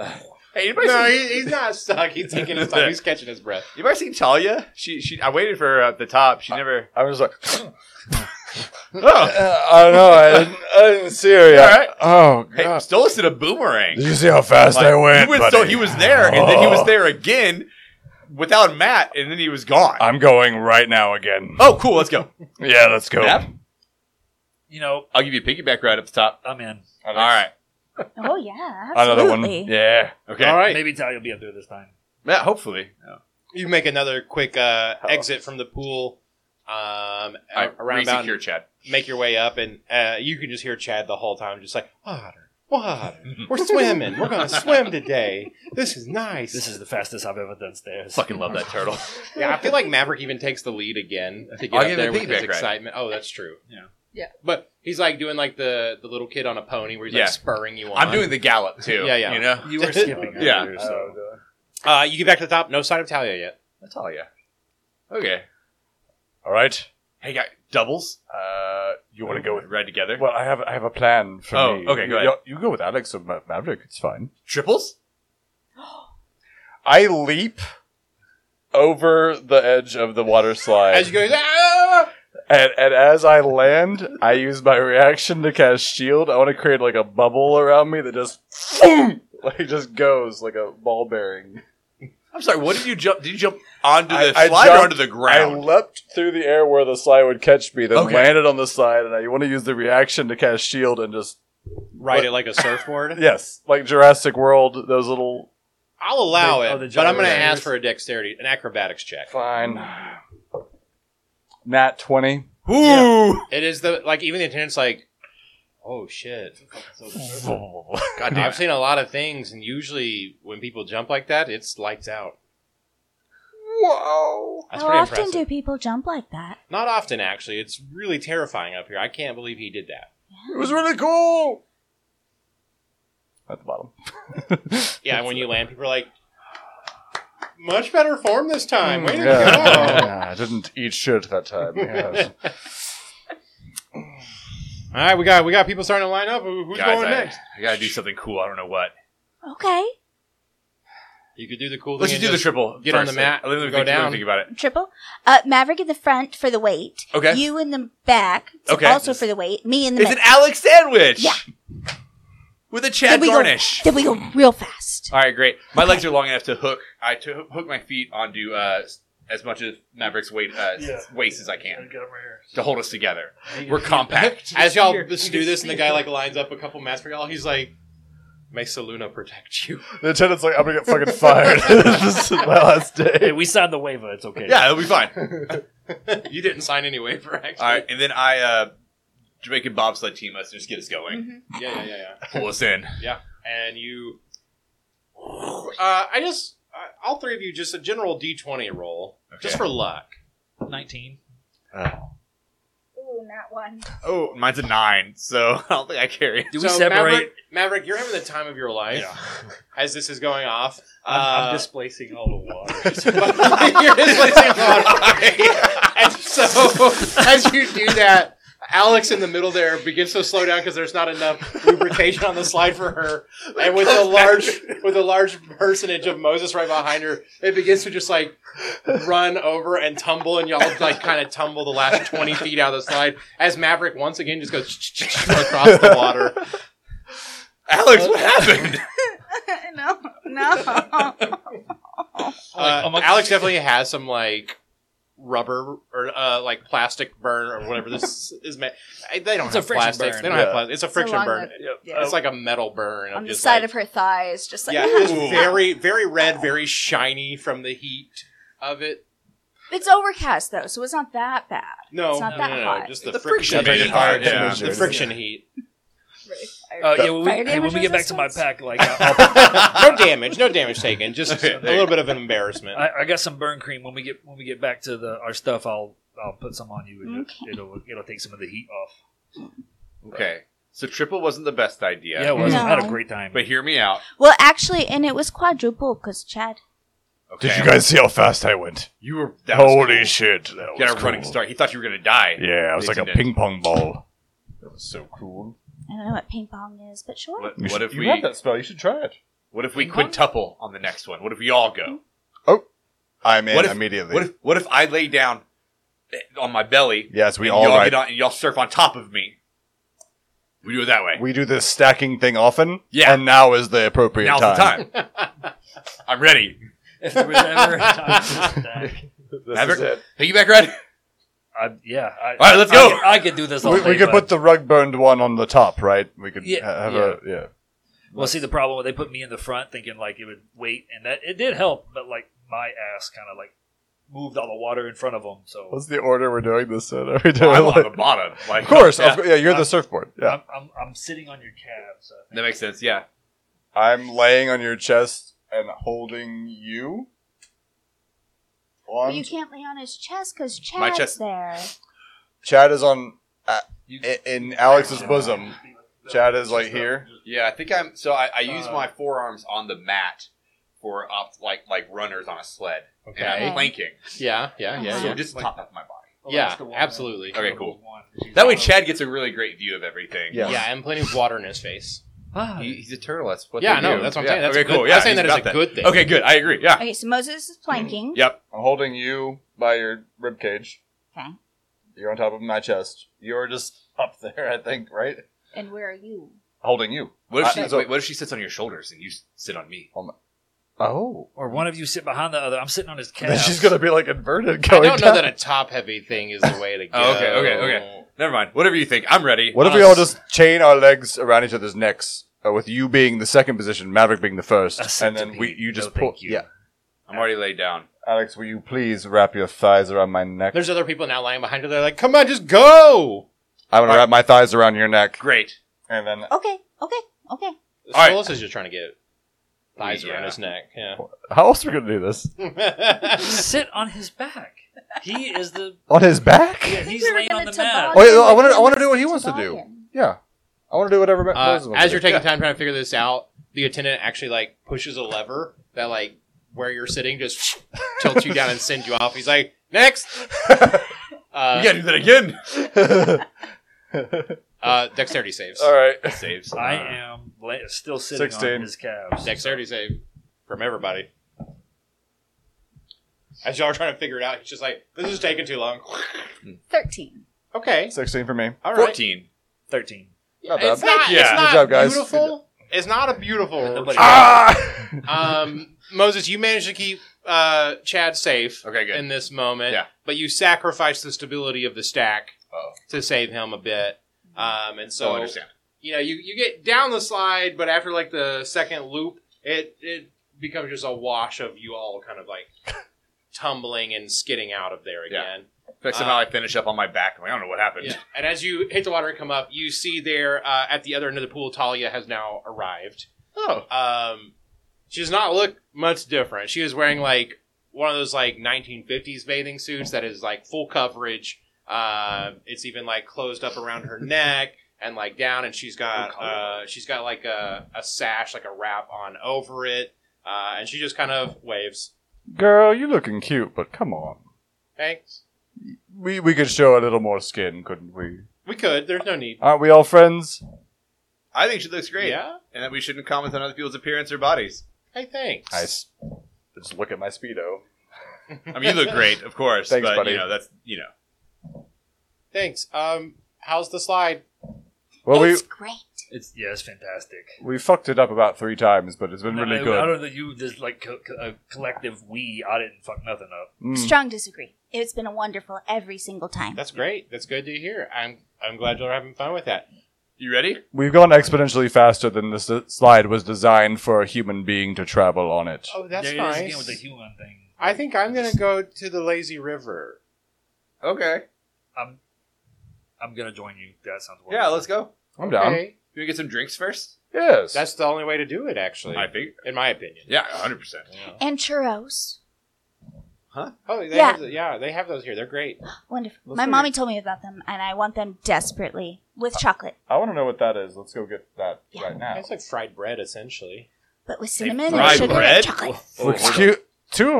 S3: Hey, anybody,
S1: No,
S3: seen,
S1: he, he's not stuck. He's taking his time. He's catching his breath.
S3: you ever seen Talia? She, she. I waited for her at the top.
S2: Uh,
S3: She never.
S2: I was like,
S3: Oh,
S2: uh, I don't know. I didn't, I didn't see her yet.
S3: All right.
S2: Oh
S3: hey,
S2: god!
S3: still listed a boomerang.
S2: Did you see how fast
S3: Like,
S2: I went?
S3: He was,
S2: buddy?
S3: so he was there, and then he was
S2: Oh.
S3: there again without Matt, and then he was gone.
S2: I'm going right now again.
S3: oh, cool. Let's go.
S2: Yeah, let's go.
S3: Yep.
S5: You know,
S3: I'll give you a piggyback ride up the top.
S5: I'm in.
S3: All right.
S6: Oh yeah,
S2: Another one.
S6: absolutely.
S2: Yeah.
S3: Okay.
S1: All right.
S5: Maybe Talia will be up there this time.
S3: Yeah, hopefully.
S1: You make another quick uh, exit from the pool. Um,
S3: I
S1: around about
S3: secure Chad.
S1: make your way up, and uh, you can just hear Chad the whole time, just like water, water. We're swimming. We're gonna swim today. This is nice.
S5: This is the fastest I've ever done stairs.
S3: Fucking love that turtle.
S1: Yeah, I feel like Maverick even takes the lead again to get
S3: I'll
S1: up
S3: give
S1: there
S3: him a
S1: with his
S3: piggyback ride.
S1: excitement. Oh, that's true.
S5: Yeah.
S6: Yeah.
S1: But he's like doing like the the little kid on a pony where he's
S3: Yeah.
S1: like spurring you on.
S3: I'm doing the gallop too.
S1: Yeah, yeah.
S3: You know,
S5: You were skipping.
S3: Yeah.
S5: earlier, so.
S1: Uh, you get back to the top. No sign of Talia yet.
S3: Natalia. Okay.
S2: All right.
S3: Hey, guy, doubles.
S2: Uh,
S3: You want to go with red together?
S2: Well, I have I have a plan for
S3: Oh,
S2: me.
S3: okay, go
S2: You-
S3: ahead.
S2: You, go with Alex or Ma- Maverick. It's fine.
S3: Triples.
S2: I leap over the edge of the water slide,
S1: As you go, he's, ah!
S2: and, and as I land, I use my reaction to cast shield. I want to create like a bubble around me that just boom, like just goes like a ball bearing.
S3: I'm sorry. What did you jump? Did you jump onto the
S2: I- I
S3: slide or
S2: jumped-
S3: onto the
S2: I
S3: ground?
S2: leapt through the air where the slide would catch me, then
S3: Okay.
S2: landed on the slide, and I want to use the reaction to cast shield and just
S1: Ride it like a surfboard.
S2: yes, like Jurassic World, those little
S1: I'll allow
S5: The-
S1: it,
S5: oh, the
S1: but I'm going to
S5: gyro
S1: ask
S5: gyros.
S1: for a dexterity, an acrobatics check.
S2: Fine. Nat 20.
S3: Ooh.
S1: It is the like even the attendant's like, oh shit.
S3: God damn.
S1: I've
S3: it.
S1: seen a lot of things, and usually when people jump like that, it's lights out.
S2: Whoa.
S1: That's
S6: How
S1: pretty
S6: often
S1: impressive.
S6: do people jump like that?
S1: Not often, actually. It's really terrifying up here. I can't believe he did that.
S2: It was really cool. At the bottom.
S1: Yeah, and when you land, people are like, much better form this time.
S5: Mm,
S1: Way to
S2: Mm, Yeah.
S1: go.
S2: Yeah, I didn't eat shit that time. Yes.
S1: All right, we got we got people starting to line up. Who- Who's
S3: Guys,
S1: going
S3: I,
S1: next?
S3: I gotta do something cool. I don't know what.
S6: Okay,
S1: You could do the cool
S3: Let's
S1: thing.
S3: just do the
S1: and
S3: triple.
S1: get on
S3: first.
S1: the mat,
S3: Let me
S1: go
S3: think, let me
S1: down.
S3: think about it.
S6: triple. Uh, Maverick in the front for the weight.
S3: Okay.
S6: You in the back.
S3: Okay.
S6: Also for the weight. Me in the
S3: It's
S6: middle.
S3: an Alex sandwich.
S6: Yeah.
S3: With a Oh Chad
S6: we go-
S3: garnish.
S6: Then we go real fast.
S3: All right, great. My legs are long enough to hook. I to hook my feet onto uh, as much of Maverick's weight uh,
S5: Yeah.
S3: waist as I
S5: I
S3: can
S5: got him right
S3: to hold us together.
S5: here.
S3: We're compact.
S1: as y'all just do this, and the guy like lines up a couple mats for y'all. He's like, "May Saluna protect you."
S2: the attendant's like, I'm going to get fucking fired. this is my last
S5: Hey,
S2: day.
S5: we signed the waiver. It's okay.
S3: Yeah, it'll be fine. All
S1: you didn't sign any waiver, actually.
S3: right, and then I uh, Jamaican bobsled team us. Just get us
S6: Mm-hmm.
S3: going.
S1: Yeah, yeah, yeah, yeah.
S3: Pull us in.
S1: and you. Uh, I just, uh, all three of you, just a general D20 roll, just
S3: Okay.
S1: for luck.
S5: Nineteen.
S6: Ooh, not one.
S3: Oh, mine's a nine, so I don't think I carry.
S5: Do we separate?
S1: Maverick, Maverick, you're having the time of your life as this is going off.
S5: I'm, I'm
S1: Uh,
S5: displacing all the water.
S1: you're displacing water. and so, as you do that, Alex in the middle there begins to slow down because there's not enough lubrication on the slide for her, and with a large with a large personage of Moses right behind her, it begins to just like run over and tumble, and y'all like kind of tumble the last twenty feet out of the slide as Maverick once again just goes across the water.
S3: Alex, what happened?
S6: no, no.
S1: Uh,
S5: amongst-
S1: Alex definitely has some like rubber or uh, like plastic burn or whatever this is meant. I- They don't
S5: It's a
S1: have
S5: friction
S1: plastics.
S5: burn.
S1: They don't
S2: Yeah.
S1: have plastic. It's a friction
S6: along
S1: burn.
S6: Yeah.
S1: It's like a metal burn
S6: on the side of her thighs, just like
S1: yeah, it's
S3: Ooh.
S1: very very red, very shiny from the heat of it.
S6: it's overcast though, so it's not that bad.
S1: No,
S6: It's not
S1: no,
S6: that
S1: no, no,
S6: hot.
S1: just the,
S3: The
S1: friction,
S3: friction made it
S1: heat.
S3: hard,
S2: yeah.
S1: The friction heat.
S5: Uh, yeah, when we,
S6: Fire
S5: hey, when
S6: damage
S5: we get back to my
S6: resistance?
S5: pack, like I'll,
S1: no damage, no damage taken. Just a little bit of an embarrassment.
S5: I, I got some burn cream. When we get when we get back to the our stuff, I'll I'll put some on you, and
S6: Okay.
S5: it'll it'll take some of the heat off.
S3: Okay. So triple wasn't the best idea.
S5: Yeah, it was.
S6: No.
S5: I had a great time.
S3: But hear me out.
S6: Well, actually, and it was quadruple because Chad.
S3: Okay.
S2: Did you guys see how fast I went?
S3: You were that was
S2: Holy
S3: cool.
S2: shit! That
S3: Got
S2: was
S3: a running
S2: cool.
S3: start. He thought you were gonna die.
S2: Yeah, I was
S3: They
S2: like a
S3: did it.
S2: ping pong ball.
S3: That was so cool.
S6: I don't know what ping pong is, but sure.
S3: What,
S2: You
S3: what
S2: should-
S3: if
S2: you
S3: we?
S2: have that spell. You should try it.
S3: What if we
S6: Ping pong?
S3: quintuple on the next one? What if we all go?
S2: I'm in
S3: What if-
S2: immediately.
S3: What if? What if I lay down on my belly?
S2: yes, we
S3: and
S2: all
S3: y'all
S2: ride.
S3: get on, and y'all surf on top of me. We do it that way.
S2: we do this stacking thing often.
S3: Yeah.
S2: and now is the appropriate
S3: Now's
S2: time.
S3: the time. I'm ready.
S5: if there was ever a time to stack,
S3: Maverick, piggyback ride.
S5: I, yeah. I, All
S3: right, let's go.
S5: I, could- I could do this all
S2: We,
S5: day.
S2: we could
S5: but-
S2: put the rug burned one on the top, right? We could
S5: Yeah,
S2: ha- have a yeah.
S5: Well, see, the problem was they put me in the front, thinking like it would wait, and that it did help, but like my ass kind of like moved all the water in front of them. So
S2: What's the order we're doing this in? Are we doing?
S3: Well, I'm on
S2: like-
S3: the bottom. Like,
S2: of course,
S3: Yeah,
S2: of cour- yeah. Uh, You're the surfboard. Yeah,
S5: I'm, I'm, I'm sitting on your calves. I
S3: that makes sense. Yeah.
S2: I'm laying on your chest and holding you.
S6: Well,
S2: One,
S6: you can't lay on his chest because
S3: My
S6: Chad's
S3: chest-
S6: there.
S2: Chad is on uh,
S5: think.
S2: i- in Alex's bosom. Chad is like
S5: Just
S2: here.
S3: Yeah, I think I'm. So I, I use
S5: Uh,
S3: my forearms on the mat for up, like like runners on a sled, and
S1: Okay.
S3: I'm planking.
S1: Yeah, yeah, yeah.
S3: so
S1: yeah.
S3: just the top of my body.
S5: Oh,
S1: Yeah,
S5: that's the one
S1: absolutely.
S5: that-
S3: Okay, cool.
S5: one.
S3: That way, Chad gets a really great view of everything.
S2: Yeah.
S1: Yeah, I'm plenty of water in his face.
S5: Ah,
S3: He- he's a turtle. That's what.
S1: yeah, I
S3: they
S1: know.
S3: do.
S1: That's what I'm
S3: Yeah,
S1: saying. That's
S3: okay,
S1: a good.
S3: cool. Yeah,
S1: I'm saying
S3: he's
S1: that is a
S3: about that.
S1: good thing.
S3: Okay, good. I agree. Yeah.
S6: Okay, so Moses is
S5: Mm,
S6: planking.
S3: Yep.
S2: I'm holding you by your rib cage.
S6: Okay.
S2: You're on top of my chest. You're just up there, I think, right?
S6: And where are you?
S2: Holding you.
S3: What if
S2: I-
S3: she?
S2: so-
S3: wait, what if she sits on your shoulders and you s- sit on me?
S2: Oh.
S5: or one of you sit behind the other. I'm sitting on his
S2: Then
S5: calves.
S2: she's gonna be like inverted.
S1: I
S2: Going
S1: don't know
S2: down.
S1: that a top heavy thing is the way to go.
S3: Oh, okay, okay, okay. Never mind. Whatever you think, I'm ready.
S2: What if
S3: Uh,
S2: we all just chain our legs around each other's necks, uh, with you being the second position, Maverick being the
S5: A
S2: first, and then
S5: centipede.
S2: we you just
S5: No,
S2: pull.
S5: thank you.
S2: Yeah,
S3: I'm already laid down.
S2: Alex, will you please wrap your thighs around my neck?
S1: There's other people now lying behind her. They're like, "Come on, just go."
S2: I'm gonna wrap my thighs around your neck,
S3: Great.
S2: and then
S6: Okay, okay, okay.
S3: All right.
S1: Solis is just trying to get thighs
S3: Yeah.
S1: around his neck. Yeah.
S2: how else are we gonna do this?
S5: sit on his back. He is the.
S2: On his back?
S5: Yeah,
S6: I think
S5: he's
S6: we were
S5: laying on
S6: gonna
S5: the mat.
S6: toboggan.
S2: Oh, yeah, I wanna-
S6: We were
S2: I wanna
S6: gonna
S2: do what he wants to do.
S6: toboggan.
S2: Yeah, I want to do whatever. Ma-
S1: Uh,
S2: Moses wants
S1: as
S2: to
S1: you're
S2: do.
S1: taking time trying to figure this out, the attendant actually like pushes a lever that like where you're sitting just tilts you down and sends you off. He's like, "Next." Uh,
S3: you gotta do that again.
S1: uh, dexterity saves.
S2: all right.
S3: Saves.
S5: I
S3: Uh,
S5: am la- still sitting
S2: 16.
S5: on his calves.
S1: Dexterity save from everybody. As y'all are trying to figure it out, he's just like, "This is taking too long."
S6: 13.
S1: Okay,
S2: Sixteen for me.
S1: all right.
S3: Fourteen.
S5: Thirteen.
S2: Not bad.
S1: It's not,
S3: Yeah.
S1: it's
S3: Good
S1: not
S2: job, guys.
S1: beautiful. It's not a beautiful.
S5: Nobody-
S2: Ah!
S1: Um, Moses, you managed to keep uh, Chad safe
S3: Okay, good.
S1: in this moment,
S3: Yeah.
S1: but you sacrificed the stability of the stack
S3: Uh-oh.
S1: to save him a bit. Um, and
S3: so Oh, I
S1: so,
S3: understand.
S1: you know, you, you get down the slide, but after like the second loop, it, it becomes just a wash of you all kind of like tumbling and skidding out of there
S3: Yeah.
S1: again.
S3: Like somehow I finish up on my back. I'm like, I don't know what happened.
S1: uh, Yeah. And as you hit the water and come up, you see there uh, at the other end of the pool, Talia has now arrived.
S3: Oh.
S1: Um, she does not look much different. She is wearing like one of those like 1950s bathing suits that is like full coverage. Uh, it's even like closed up around her neck and like down, and she's got uh, she's got like a, a sash, like a wrap on over it, uh, and she just kind of waves.
S2: Girl, you're looking cute, but come on.
S1: Thanks.
S2: We we could show a little more skin, couldn't we?
S1: We could. There's no need.
S2: Aren't we all friends?
S3: I think she looks great.
S1: Yeah.
S3: And that we shouldn't comment on other people's appearance or bodies.
S1: Hey, thanks.
S2: I s- just look at my speedo.
S3: I mean, you look great, of course.
S2: Thanks,
S3: but,
S2: buddy.
S3: you know, that's, you know.
S1: Thanks. Um, how's the slide?
S2: Well, we
S6: it's great.
S5: It's yeah, it's fantastic.
S2: we fucked it up about three times, but it's been
S5: No,
S2: really
S5: I-
S2: good.
S5: I don't know that you there's like co- co- a collective we. I didn't fuck nothing up.
S2: Mm.
S6: Strong disagree. It's been a wonderful every single time.
S1: That's great. That's good to hear. I'm I'm glad you're having fun with that.
S3: You ready?
S2: We've gone exponentially faster than this uh, slide was designed for a human being to travel on it.
S1: Oh, that's
S5: there it is
S1: nice.
S5: again with the human thing.
S1: I think I'm gonna go to the lazy river.
S3: Okay.
S5: I'm I'm gonna join you. That sounds wonderful.
S3: Yeah, let's go.
S2: I'm down.
S1: Okay.
S3: You want to get some drinks first?
S2: Yes.
S1: That's the only way to do it, actually,
S3: I think.
S1: in my opinion.
S3: Yeah, 100%.
S6: And churros.
S1: Oh, they
S6: Yeah.
S1: Have, the- yeah, they have those here. They're great.
S6: Wonderful.
S2: Those
S6: My
S2: are-
S6: mommy told me about them, and I want them desperately with chocolate,
S2: I want to know what that is. Let's go get that
S6: Yeah.
S2: right now.
S1: It's like fried bread, essentially.
S6: but with
S3: They
S6: cinnamon
S3: fry
S6: and sugar and
S3: bread?
S6: chocolate.
S3: Whoa,
S2: Looks
S3: hold on.
S2: cute. Oh, Two of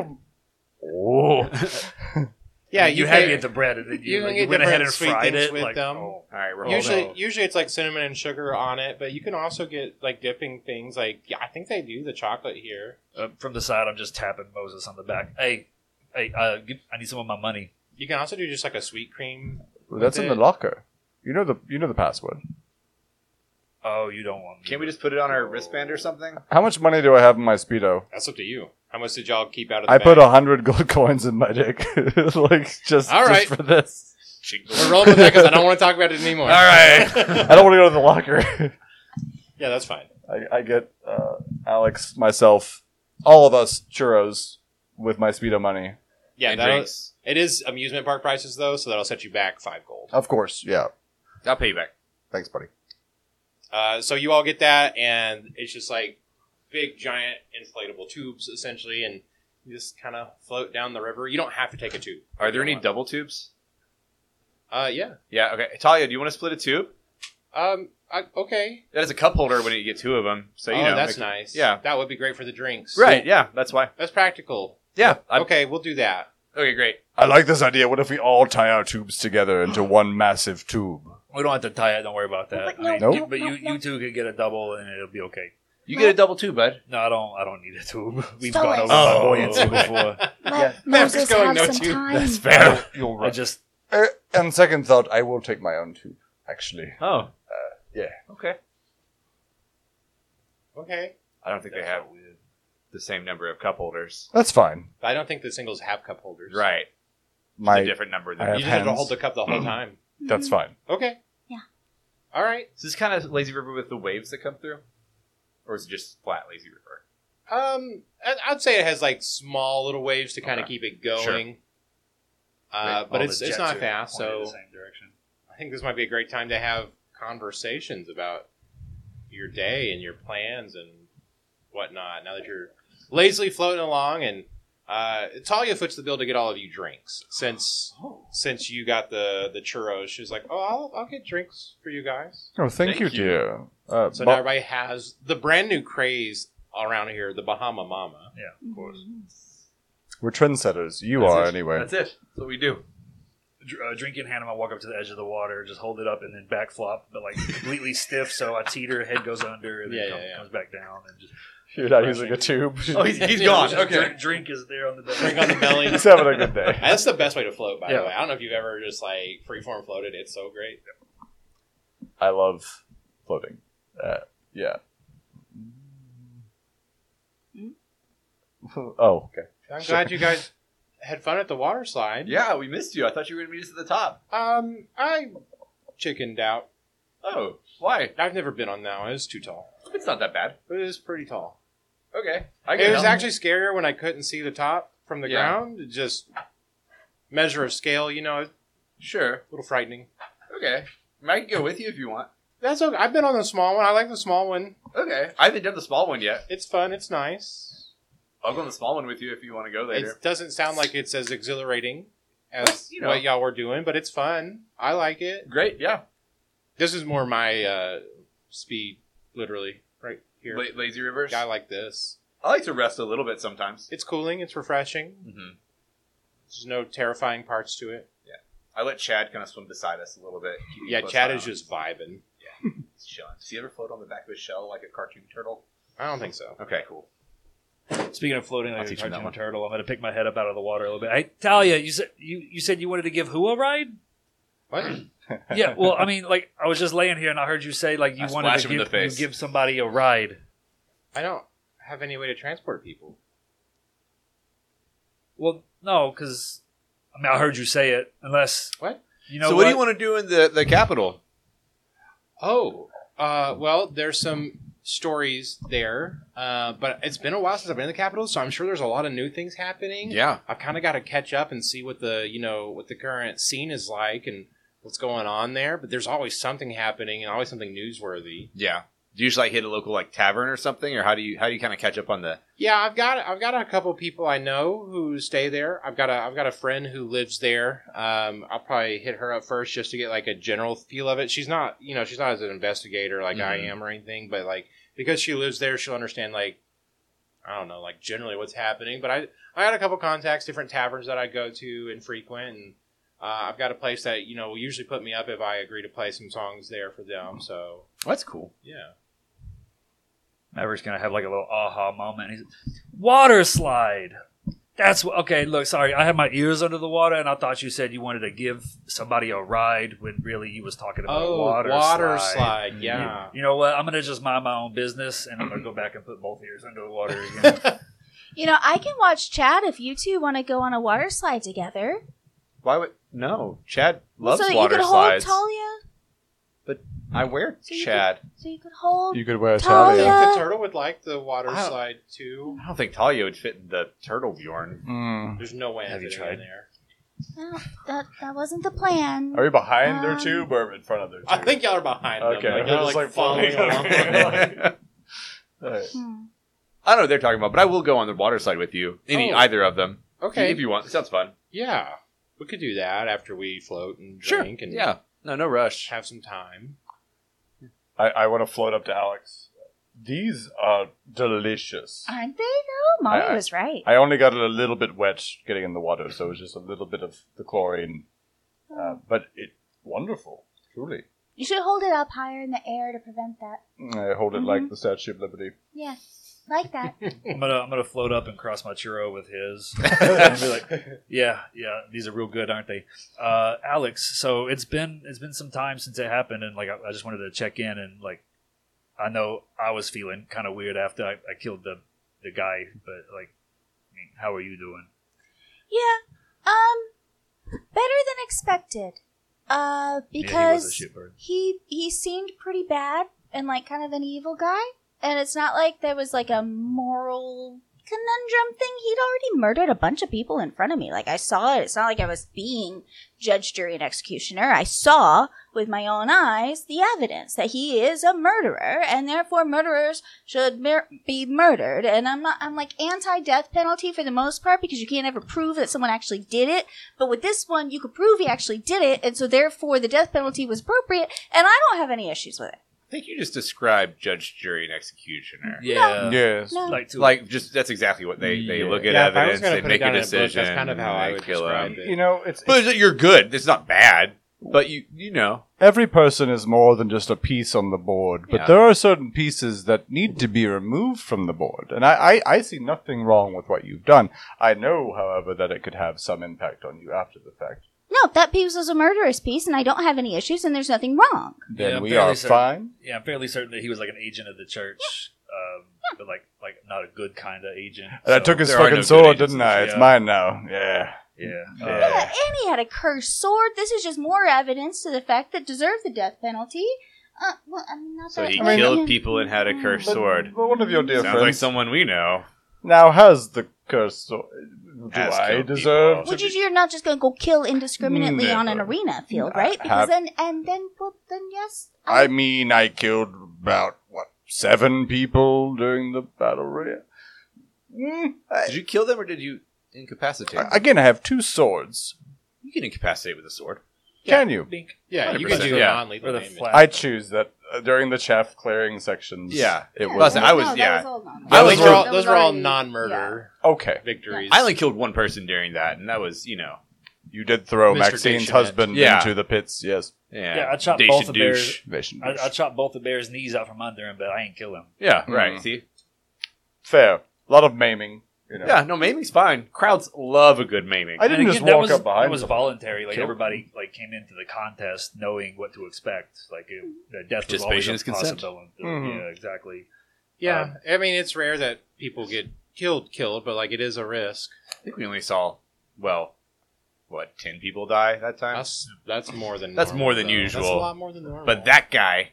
S2: oh, them. Whoa.
S1: Yeah,
S5: you, had me at the bread, and then you,
S1: you
S5: like,
S1: can
S5: you
S1: get
S5: went ahead
S1: different
S5: and
S1: sweet
S5: fried
S1: things
S5: it.
S1: with
S5: Like,
S1: them.
S5: oh.
S3: All right, we're holding
S1: Usually,
S5: on.
S1: usually it's like cinnamon and sugar on it, but you can also get like dipping things. Like yeah, I think they do the chocolate here.
S5: uh, from the side, I'm just tapping Moses on the back. Hey, hey, uh, give, I need some of my money.
S1: You can also do just like a sweet cream.
S2: That's in the locker. You know the you know the password.
S5: Oh, you don't want me.
S3: Can we just put it on our wristband or something?
S2: How much money do I have in my speedo?
S1: That's up to you. How much did y'all keep out of? The
S2: I put
S1: bag?
S2: a hundred gold coins in my dick, like just,
S1: All right.
S2: just for this.
S1: We're rolling with that because I don't want to talk about it anymore.
S3: All right.
S2: I don't want to go to the locker.
S1: Yeah, that's fine.
S2: I, I get uh, Alex, myself, all of us churros with my speedo money.
S1: Yeah,
S3: And
S1: that'll-
S3: drinks.
S1: it is amusement park prices though, so that'll set you back five gold.
S2: Of course, yeah.
S3: I'll pay you back.
S2: Thanks, buddy.
S1: Uh, so you all get that, and it's just like big, giant inflatable tubes essentially, and you just kind of float down the river. You don't have to take a tube.
S3: Are there any double tubes?
S1: Uh, yeah.
S3: Yeah. Okay. Talia, do you want to split a tube?
S1: Um. I, okay.
S3: That is a cup holder when you get two of them. So you
S1: oh,
S3: know
S1: that's
S3: make-
S1: nice.
S3: yeah.
S1: that would be great for the drinks.
S3: Right. Yeah. That's why.
S1: That's practical.
S3: Yeah. I'm-
S1: okay, we'll do that.
S3: okay. Great.
S2: I like this idea. What if we all tie our tubes together into one massive tube?
S5: We don't have to tie it. Don't worry about that.
S6: But
S5: I mean,
S2: no,
S5: you-
S6: no,
S5: but
S6: no,
S5: you,
S6: no.
S5: you two can get a double, and it'll be okay.
S3: You get a double too, bud.
S5: No, I don't. I don't need a tube. We've
S6: Stole
S5: gone
S6: it.
S5: over
S2: Oh.
S5: my buoyancy before.
S6: Let
S1: Maverick's
S6: Moses
S1: going,
S6: have
S1: no
S6: some
S1: too.
S6: time.
S2: fair. You're
S5: I
S2: right.
S5: just
S2: Uh, on second thought, I will take my own tube. Actually,
S3: Oh.
S2: yeah.
S3: Okay.
S1: Okay.
S3: I don't think they have the same number of cup holders.
S2: that's fine.
S1: I don't think the singles have cup holders.
S3: Right.
S2: My
S3: a different number.
S2: I
S1: You
S3: Than
S2: have
S1: just have to
S2: hands.
S1: hold the cup the whole time.
S2: that's fine.
S1: Okay.
S6: Yeah.
S1: All right.
S3: Is this kind of lazy river with the waves that come through, or is it just flat lazy river?
S1: Um, I- I'd say it has like small little waves to kind of
S3: Okay.
S1: keep it going. Uh,
S5: all
S1: but
S5: the
S1: it's it's
S5: jets
S1: not
S5: are
S1: fast,
S5: pointed the
S1: so
S5: same direction.
S1: I think this might be a great time to have conversations about your day and your plans and whatnot. Now that you're lazily floating along, and uh, Talia foots the bill to get all of you drinks since
S5: Oh.
S1: since you got the the churros. She's like, "Oh, I'll, I'll get drinks for you guys."
S2: Oh, thank,
S3: Thank
S2: you,
S3: you.
S2: dear. Uh,
S1: So
S2: Bo-
S1: now everybody has the brand new craze around here, the Bahama Mama.
S5: Yeah, of course.
S2: we're trendsetters. You
S3: That's
S2: are
S3: it.
S2: anyway.
S3: That's it. That's what we do.
S5: Dr- uh, drink in hand, I'm gonna walk up to the edge of the water, just hold it up, and then back flop, but like completely stiff. So I teeter, head goes under, and then
S1: Yeah,
S5: come-
S1: yeah, yeah.
S5: comes back down, and just
S2: You're not using a tube.
S3: Oh, he's, he's gone.
S5: Just
S3: Okay.
S5: drink, drink is there on the belly.
S1: Drink on the belly.
S2: he's having a good day.
S1: That's the best way to float, by
S5: Yeah.
S1: the way. I don't know if you've ever just like freeform floated. It's so great.
S2: I love floating. Uh, yeah.
S6: Hmm?
S2: Oh, okay.
S1: I'm
S2: Sure.
S1: glad you guys had fun at the water slide.
S3: Yeah, we missed you. I thought you were going to meet us at the top.
S1: Um, I chickened out.
S3: Oh, why?
S1: I've never been on that one. It was too tall.
S3: It's not that bad.
S1: It was pretty tall.
S3: Okay. I
S1: It was
S3: help.
S1: actually scarier when I couldn't see the top from the
S3: Yeah.
S1: ground. It Just measure of scale, you know, a
S3: sure.
S1: little frightening.
S3: Okay. I, mean, I can go with you if you want.
S1: That's okay. I've been on the small one. I like the small one.
S3: Okay. I haven't done the small one yet.
S1: It's fun. It's nice.
S3: I'll go on the small one with you if you want to go later.
S1: It doesn't sound like it's as exhilarating
S3: But,
S1: as
S3: you know.
S1: what y'all were doing, but it's fun. I like it.
S3: Great. Yeah.
S1: This is more my uh, speed, literally, right here.
S3: La- lazy rivers.
S1: I like this.
S3: I like to rest a little bit sometimes.
S1: It's cooling. It's refreshing.
S3: Mm-hmm.
S1: There's no terrifying parts to it.
S3: I let Chad kind of swim beside us a little bit. keep me
S1: Yeah,
S3: close
S1: Chad
S3: eye
S1: is
S3: on him.
S1: just vibing.
S3: He's chilling. Does he ever float on the back of his shell like a cartoon turtle?
S1: I don't think so.
S3: Okay, cool.
S5: Speaking of floating like
S3: I'll
S5: a
S3: teach him that
S5: cartoon
S3: one.
S5: turtle, I'm gonna pick my head up out of the water a little bit. Hey, Talia, you said you, you said you wanted to give who a ride?
S1: What?
S5: Yeah, well, I mean, like I was just laying here and I heard you say like you
S3: I
S5: wanted
S3: splash
S5: to
S3: him in
S5: give,
S3: the face.
S5: you give somebody a ride.
S1: I don't have any way to transport people.
S5: Well, no, because I mean I heard you say it. Unless
S1: What?
S5: you know.
S3: so, what? do you want to do in the the capital?
S1: Oh, uh, well, there's some stories there, uh, but it's been a while since I've been in the capital, so I'm sure there's a lot of new things happening.
S3: Yeah,
S1: I've kind of got to catch up and see what the you know what the current scene is like and what's going on there. But there's always something happening and always something newsworthy.
S3: yeah. Do you usually like, hit a local like tavern or something, or how do you how do you kind of catch up on the?
S1: Yeah, I've got I've got a couple people I know who stay there. I've got a I've got a friend who lives there. Um, I'll probably hit her up first just to get like a general feel of it. She's not you know she's not as an investigator like
S5: Mm-hmm.
S1: I
S3: Mhm.
S1: am or anything, but like because she lives there, she'll understand like I don't know like generally what's happening. But I I had a couple contacts, different taverns that I go to and frequent, and uh, I've got a place that you know will usually put me up if I agree to play some songs there for
S5: Mm-hmm.
S1: them. So
S3: That's cool.
S1: yeah,
S5: Maverick's gonna have like a little aha moment. He's water slide. That's what. Okay, look, sorry, I had my ears under the water, and I thought you said you wanted to give somebody a ride when really you was talking about
S1: oh
S5: water,
S1: water,
S5: slide. Mm-hmm.
S1: slide,
S5: You-
S1: yeah.
S5: You, know what? I'm gonna just mind my own business, and I'm gonna go back and put both ears under the water again.
S6: You know, I can watch Chad if you two want to go on a water slide together.
S3: Why would no? Chad loves
S6: so that
S3: water
S6: you could
S3: slides.
S6: hold Talia.
S3: I wear
S6: So you
S3: Chad.
S6: So you could hold.
S2: You could wear a
S1: I
S6: Oh, Talia.
S2: talia.
S1: think the turtle would like the water
S3: Oh, I don't-
S1: slide too.
S3: I don't think Talia would fit in the turtle Bjorn.
S2: Mm.
S1: There's no way
S5: Have you
S1: I'm
S5: tried?
S1: in there.
S6: No, oh, that that wasn't the plan.
S2: Are we behind their
S6: Um,
S2: tube or in front of their tube?
S1: I think y'all are behind
S2: Okay,
S1: them. Like,
S2: they're
S1: y'all are,
S2: just,
S1: like,
S2: like,
S1: following
S2: floating
S1: along.
S2: over. Alright.
S6: Hmm.
S3: I don't know what they're talking about, but I will go on the water slide with you. Any
S1: Oh.
S3: either of them,
S1: okay,
S3: if you want. It sounds fun.
S1: yeah, we could do that after we float and drink and
S3: Yeah. No, no rush.
S1: have some time.
S2: I, I want to float up to Alex. These are delicious.
S6: Aren't they though? Mommy
S2: I- I-
S6: was right.
S2: I only got it a little bit wet getting in the water, so it was just a little bit of the chlorine. Uh, but it wonderful, truly.
S6: you should hold it up higher in the air to prevent that.
S2: I hold it like the Statue of Liberty.
S6: Yeah, like that.
S5: I'm gonna I'm gonna float up and cross my churro with his. And be like, yeah, yeah, these are real good, aren't they? Uh, Alex, so it's been it's been some time since it happened, and like I, I just wanted to check in and like I know I was feeling kind of weird after I, I killed the the guy, but like, I mean, how are you doing?
S6: yeah. Um, better than expected. Uh,
S5: yeah, he was a
S6: because
S5: shitbird.
S6: he he seemed pretty bad and like kind of an evil guy and it's not like there was like a moral conundrum thing he'd already murdered a bunch of people in front of me like i saw it it's not like i was being judge jury and executioner i saw with my own eyes the evidence that he is a murderer and therefore murderers should mur- be murdered and i'm not i'm like anti-death penalty for the most part because you can't ever prove that someone actually did it but with this one, you could prove he actually did it, and so therefore the death penalty was appropriate, and I don't have any issues with it.
S3: I think you just described judge, jury, and executioner.
S5: Yeah,
S2: yes.
S6: No.
S5: like to
S3: Like, just that's exactly what they, they
S2: Yeah.
S3: look at
S1: Yeah, if I
S3: evidence,
S1: was gonna
S3: they
S1: put it
S3: make a
S1: down in a book,
S3: decision.
S1: that's kind of how
S3: and
S1: I
S3: they
S1: would
S3: kill
S1: describe
S3: him.
S1: it.
S2: You know, it's, it's-
S3: But you're good. It's not bad. But you you know
S2: every person is more than just a piece on the board, but
S3: Yeah.
S2: there are certain pieces that need to be removed from the board. And I, I, I see nothing wrong with what you've done. I know, however, that it could have some impact on you after the fact.
S6: No, that piece was a murderous piece, and I don't have any issues, and there's nothing wrong.
S2: Then
S5: Yeah,
S2: we
S5: fairly
S2: are
S5: certain.
S2: fine.
S5: yeah, I'm fairly certain that he was like an agent of the church, um, but like like not a good kind of agent.
S2: And I
S5: So,
S2: took his
S3: there are no
S2: fucking
S3: good
S2: sword, didn't
S5: agencies,
S2: I? It's
S5: yeah.
S2: mine now. Yeah.
S5: yeah, uh,
S2: Yeah.
S6: Yeah, and he had a cursed sword. This is just more evidence to the fact that deserved the death penalty. Uh, well, I mean, not
S3: So
S6: that
S3: he
S6: I mean-
S3: killed people and had a cursed
S2: But-
S3: sword.
S2: But one of your dear
S3: sounds like
S2: friends
S3: someone we know.
S2: now has the curse. sword. Do
S3: Has
S2: I
S3: killed
S2: deserve?
S3: people.
S6: Which is you're not just going to go kill indiscriminately on an
S2: Never.
S6: arena field,
S2: I
S6: right? Because
S2: have-
S6: then, and then, well, then yes,
S2: I mean, I killed about what seven people during the battle royale. Mm, I-
S3: Did you kill them or did you incapacitate?
S2: I- again, I have two swords.
S3: you can incapacitate with a sword.
S2: Can you?
S5: Bink.
S1: Yeah, you can
S3: 100%,
S1: do
S3: yeah.
S5: Or
S1: non-lethal
S5: the
S1: damage.
S5: flat-
S2: I choose that uh, during the chaff clearing sections.
S3: Yeah.
S2: it
S6: Yeah,
S2: was
S3: Listen, I was-
S6: no, that
S3: yeah.
S6: old on
S3: I
S1: Yeah,
S3: was
S1: those were all,
S6: that
S1: those were all
S6: already- yeah.
S1: non-murder
S2: okay.
S1: victories.
S3: I only killed one person during that, and that was you know
S2: You did throw
S1: Mr.
S2: Maxine's
S1: Dictionary.
S2: husband
S3: Yeah.
S2: into the pits. Yes,
S3: yeah.
S5: Yeah, I chopped
S3: Dacian
S5: both of their-
S3: douche.
S2: Vision
S5: I, I
S2: douche.
S5: chopped both the bear's knees out from under him, but I ain't kill him.
S3: Yeah,
S2: Mhm.
S1: Mm-hmm.
S3: right. See,
S2: fair. A lot of maiming. You know.
S3: yeah, no, maiming's fine. Crowds love a good maiming.
S2: I didn't
S5: And
S2: just
S5: again, that
S2: walk
S5: was-
S2: up behind.
S5: It was
S2: someone.
S5: voluntary. Like
S2: Kill.
S5: everybody, like came into the contest knowing what to expect. Like it, the death was always
S3: Participation
S5: a
S3: is consent.
S5: possibility.
S2: Mhm.
S5: Yeah, exactly.
S1: yeah, Um, I mean it's rare that people get killed, killed, but like it is a risk.
S3: I think we only saw well, what ten people die that time.
S1: That's that's more than
S3: That's
S1: normal,
S3: more than
S1: though.
S3: usual.
S1: That's a lot more than normal.
S3: but that guy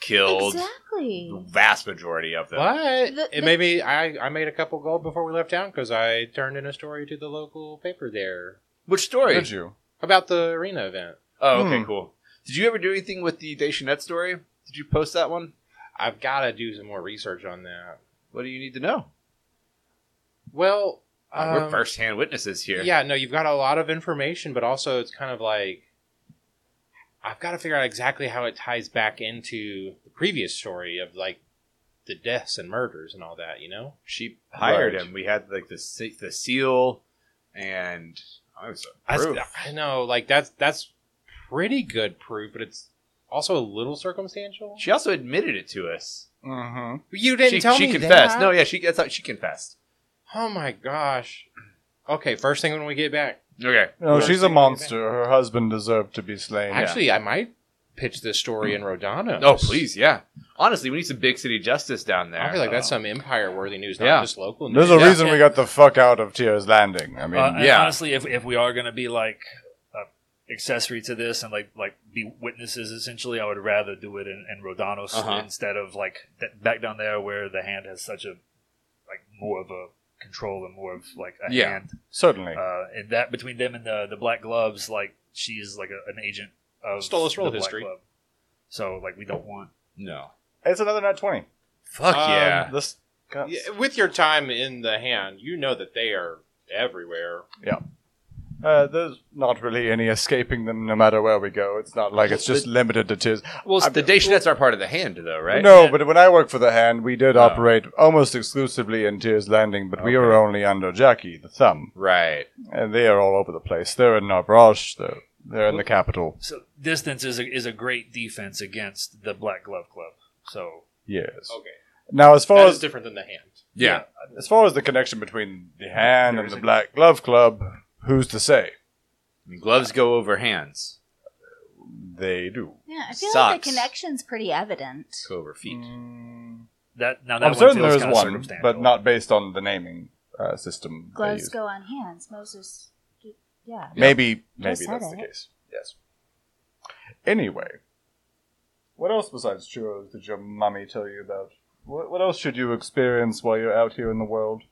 S3: killed the
S6: Exactly.
S3: vast majority of them.
S1: What?
S6: The-
S1: it
S6: the-
S1: made me. I, I made a couple gold before we left town because I turned in a story to the local paper there
S3: Which story?
S2: Did you?
S1: about the arena event.
S3: Oh, okay,
S2: Hmm.
S3: cool. Did you ever do anything with the Dacianette story? Did you post that one?
S1: I've got to do some more research on that.
S3: What do you need to know?
S1: Well,
S3: Uh, we're
S1: um,
S3: firsthand witnesses here.
S1: Yeah, no, you've got a lot of information, but also it's kind of like I've got to figure out exactly how it ties back into the previous story of like the deaths and murders and all that, you know?
S3: she hired
S2: Right.
S3: him. We had like the se- the seal, and I was
S1: That's,
S3: proof.
S1: I know, like that's that's pretty good proof, but it's also a little circumstantial.
S3: She also admitted it to us.
S2: Mm-hmm.
S1: You didn't
S3: she
S1: tell
S3: she
S1: me
S3: confessed.
S1: that.
S3: No, yeah, she that's how she confessed.
S1: Oh my gosh. Okay, first thing when we get back.
S3: Okay,
S2: No,
S1: First
S2: she's a
S1: thing-
S2: monster. Her husband deserved to be slain.
S1: Actually, I might pitch this story in Rodana.
S3: Oh, please, yeah. Honestly, we need some big city justice down there.
S1: I feel like that's some empire worthy news, not
S3: Yeah.
S1: just local news.
S2: There's a
S3: Yeah.
S2: reason we got the fuck out of Tears Landing. I mean,
S5: Uh, and
S3: yeah.
S5: Honestly, if, if we are going to be like uh, accessory to this and like like be witnesses essentially, I would rather do it in, in Rodanos
S3: Uh-huh.
S5: instead of like th- back down there where the hand has such a like more of a control and more of like a
S3: Yeah.
S5: hand.
S2: certainly.
S5: Uh, and that between them and the the black gloves, like she is like a, an agent of
S1: Stole us
S5: the
S1: roll
S5: Black
S1: history.
S5: Glove. So like we don't want
S3: no.
S2: it's another nat twenty.
S3: Fuck
S1: Um,
S3: yeah.
S2: This. Guts.
S1: Yeah, with your time in the hand, you know that they are everywhere.
S2: Uh, there's not really any escaping them, no matter where we go. It's not like it's just limited to Tears.
S3: Well,
S2: I'm-
S3: the Dacianets are part of the hand, though, right?
S2: No, but when I worked for the Hand, we did
S3: Oh.
S2: operate almost exclusively in Tears Landing, but we were only under Jackie, the Thumb,
S3: Right.
S2: and they are all over the place. They're in Narbrosh. They're they're in the capital.
S5: so distance is a, is a great defense against the black glove club. So
S2: Yes.
S1: Okay.
S2: Now, as far
S1: That is
S2: as
S1: different than the hand.
S3: Yeah.
S2: as far as the connection between the Hand
S5: There
S2: and
S5: is
S2: the
S5: a-
S2: Black Glove Club, who's to say?
S3: I mean, gloves go over hands.
S2: They do.
S6: Yeah, I feel like
S3: Sucks.
S6: the connection's pretty evident.
S3: Go over feet.
S2: Mm,
S5: that now that
S2: I'm
S5: one
S2: certain
S5: feels
S2: there is
S5: kinda
S2: one,
S5: circumstantial.
S2: but not based on the naming uh, system. they
S6: Gloves
S2: use.
S6: go on hands. Moses, yeah.
S2: Maybe, maybe
S6: said
S2: that's the
S6: it.
S2: case. Yes. Anyway, what else besides churros did your mummy tell you about? What, what else should you experience while you're out here in the world?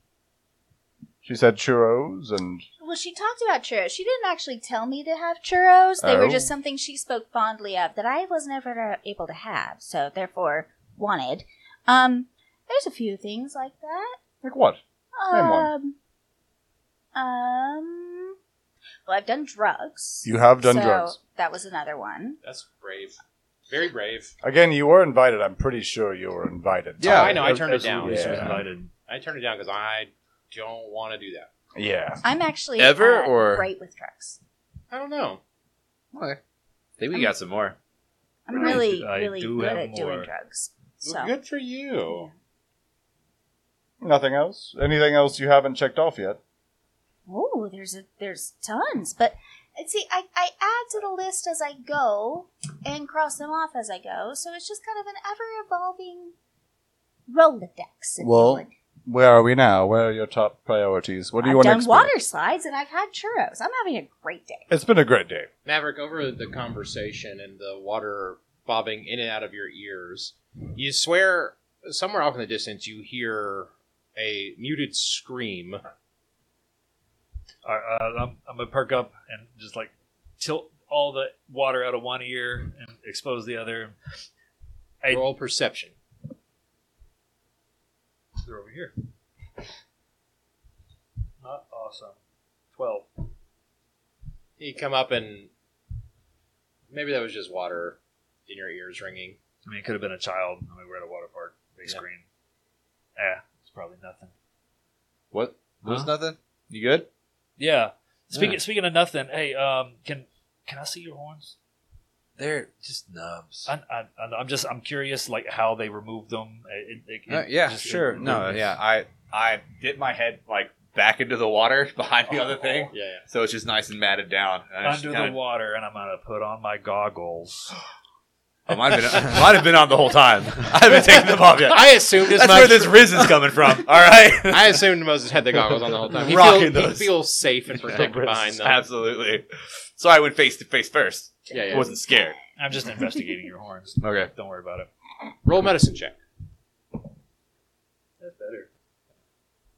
S2: She said churros and
S6: Well, she talked about churros. She didn't actually tell me to have churros. They
S2: Oh.
S6: were just something she spoke fondly of that I was never uh, able to have, so therefore wanted. Um, there's a few things like that.
S2: like what? Name
S6: Um, um, well, I've done drugs.
S2: You have done
S6: so
S2: drugs
S6: That was another one.
S1: That's brave. Very brave.
S2: again. You were invited. I'm pretty sure you were invited.
S1: Yeah,
S2: Tom.
S1: I know. I turned it down.
S5: Absolutely, she was
S2: Yeah.
S5: invited.
S1: I turned it down because I don't want to do that.
S2: Yeah,
S6: I'm actually
S3: Ever,
S6: uh,
S3: or-
S6: great with drugs.
S1: I don't know.
S3: Okay. think we got some more.
S6: I'm really,
S5: I
S6: really
S5: do
S6: good
S5: have
S6: at doing
S5: more.
S6: drugs.
S1: Well,
S6: So
S1: Good for you.
S2: nothing else. Anything else you haven't checked off yet?
S6: Oh, there's a there's tons, but and see, I, I add to the list as I go and cross them off as I go, so it's just kind of an ever evolving Rolodex. If
S2: Well,
S6: you would.
S2: Where are we now? Where are your top priorities? What do you want
S6: I've
S2: to
S6: done
S2: experience?
S6: water slides and I've had churros. I'm having a great day.
S2: It's been a great day.
S1: Maverick, over the conversation and the water bobbing in and out of your ears, you swear somewhere off in the distance you hear a muted scream.
S5: All right, uh, I'm, I'm gonna perk up and just like tilt all the water out of one ear and expose the other. Hey.
S1: Roll perception.
S5: They're over here. Not awesome. Twelve.
S1: You come up and maybe that was just water in your ears ringing.
S5: I mean, it could have been a child. I mean, we're at a water park. They
S1: Yeah.
S5: scream. Yeah, it's probably nothing.
S3: What? There's
S5: Huh?
S3: nothing. You good?
S5: Yeah. Speaking
S3: Yeah.
S5: speaking of nothing, hey, um, can can I see your horns?
S3: They're just nubs.
S5: I, I, I- I'm just I'm curious, like how they removed them. It- it- it-
S3: Uh, yeah,
S5: just-
S3: sure.
S5: it-
S3: No,
S5: it-
S3: yeah. I I dip my head like back into the water behind the other thing,
S1: Yeah, yeah.
S3: so it's just nice and matted down. And I just
S5: Under
S3: kinda-
S5: the water, and I'm gonna put on my goggles.
S3: Oh, might have been might have been on the whole time. I haven't taken them off yet.
S1: I assumed as
S3: That's
S1: much.
S3: where this Riz is coming from. All right.
S1: I assumed Moses had the goggles on the whole time. He,
S3: Rocking
S1: feel, he
S3: those.
S1: feels safe and protected behind them.
S3: Absolutely. So I went face to face first.
S1: Yeah,
S3: I
S1: yeah.
S3: wasn't scared.
S5: I'm just investigating your horns.
S3: Okay.
S5: Don't worry about it.
S1: Roll medicine check.
S5: That's better.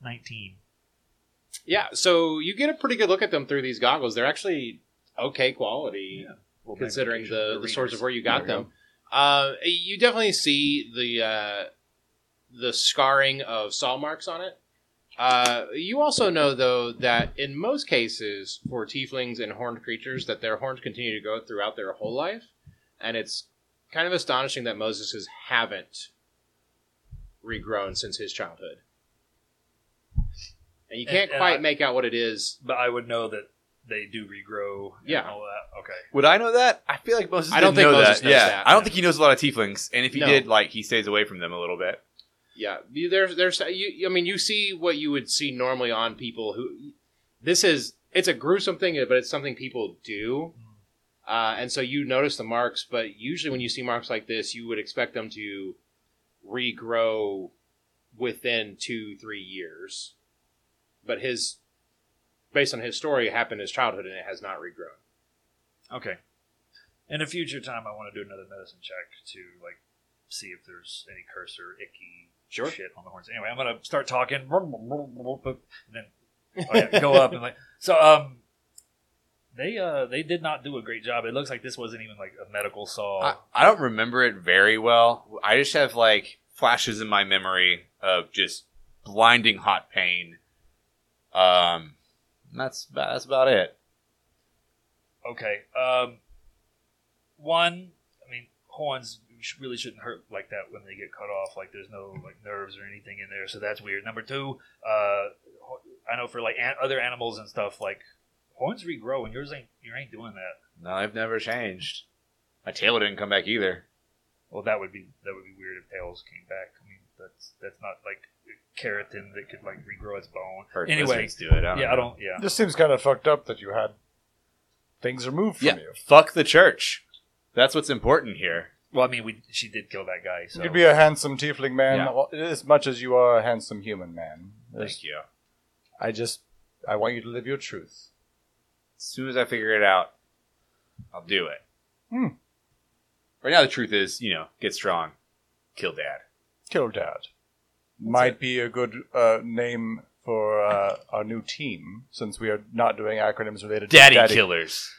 S5: Nineteen.
S1: Yeah, so you get a pretty good look at them through these goggles. They're actually okay quality
S5: Well,
S1: considering
S5: magnification
S1: the,
S5: for
S1: the source of
S5: readers.
S1: where you got
S3: There we
S1: them. Uh, you definitely see the uh, the scarring of saw marks on it. Uh, you also know though that in most cases for tieflings and horned creatures that their horns continue to go throughout their whole life, and it's kind of astonishing that Moses's haven't regrown since his childhood. And you
S5: And-
S1: can't
S5: and
S1: quite
S5: I-
S1: make out what it is
S5: But I would know that they do regrow. And
S1: Yeah.
S5: All that. Okay.
S3: Would I know that? I feel like Moses.
S1: I don't
S3: didn't
S1: think
S3: know
S1: Moses
S3: that.
S1: knows
S3: yeah,
S1: that.
S3: I don't think he knows a lot of tieflings, and if he
S1: No.
S3: did, like he stays away from them a little bit.
S1: Yeah, you- there's there's you. I mean, you see what you would see normally on people who. This is it's a gruesome thing, but it's something people do,
S2: Mm.
S1: uh, and so you notice the marks. But usually, when you see marks like this, you would expect them to regrow within two three years. But his, based on his story, it happened in his childhood, and it has not regrown.
S5: Okay. In a future time, I want to do another medicine check to like see if there's any curse or icky
S1: Sure.
S5: shit on the horns. Anyway, I'm gonna start talking, and then oh yeah, go up and like so. Um, they uh they did not do a great job. It looks like this wasn't even like a medical saw.
S3: I, I don't remember it very well. I just have like flashes in my memory of just blinding hot pain. Um, that's that's about it.
S5: okay. Um, one, I mean, horns sh- really shouldn't hurt like that when they get cut off. Like, there's no like nerves or anything in there, so that's weird. Number two, uh, ho- I know for like an- other animals and stuff, like horns regrow, and yours ain't you ain't doing that.
S3: No, I've never changed. My tail didn't come back either.
S5: Well, that would be that would be weird if tails came back. I mean, that's that's not like keratin that could like regrow its bone.
S3: Heard
S5: anyway,
S3: lizards do it. I don't
S5: yeah, I
S3: know.
S5: don't. Yeah,
S4: This seems kind of fucked up that you had things removed from
S3: Yeah,
S4: you.
S3: fuck the church. That's what's important here.
S5: well, I mean, we she did kill that guy, so
S2: You could be a handsome tiefling man
S3: Yeah.
S2: well, as much as you are a handsome human man.
S3: Thank you.
S2: I just, I want you to live your truth.
S3: As soon as I figure it out, I'll do it.
S2: Hmm.
S3: Right now, the truth is, you know, get strong, kill dad.
S2: Kill Dad. Might be a good uh, name for uh, our new team, since we are not doing acronyms related
S3: Daddy,
S2: to Daddy
S3: killers.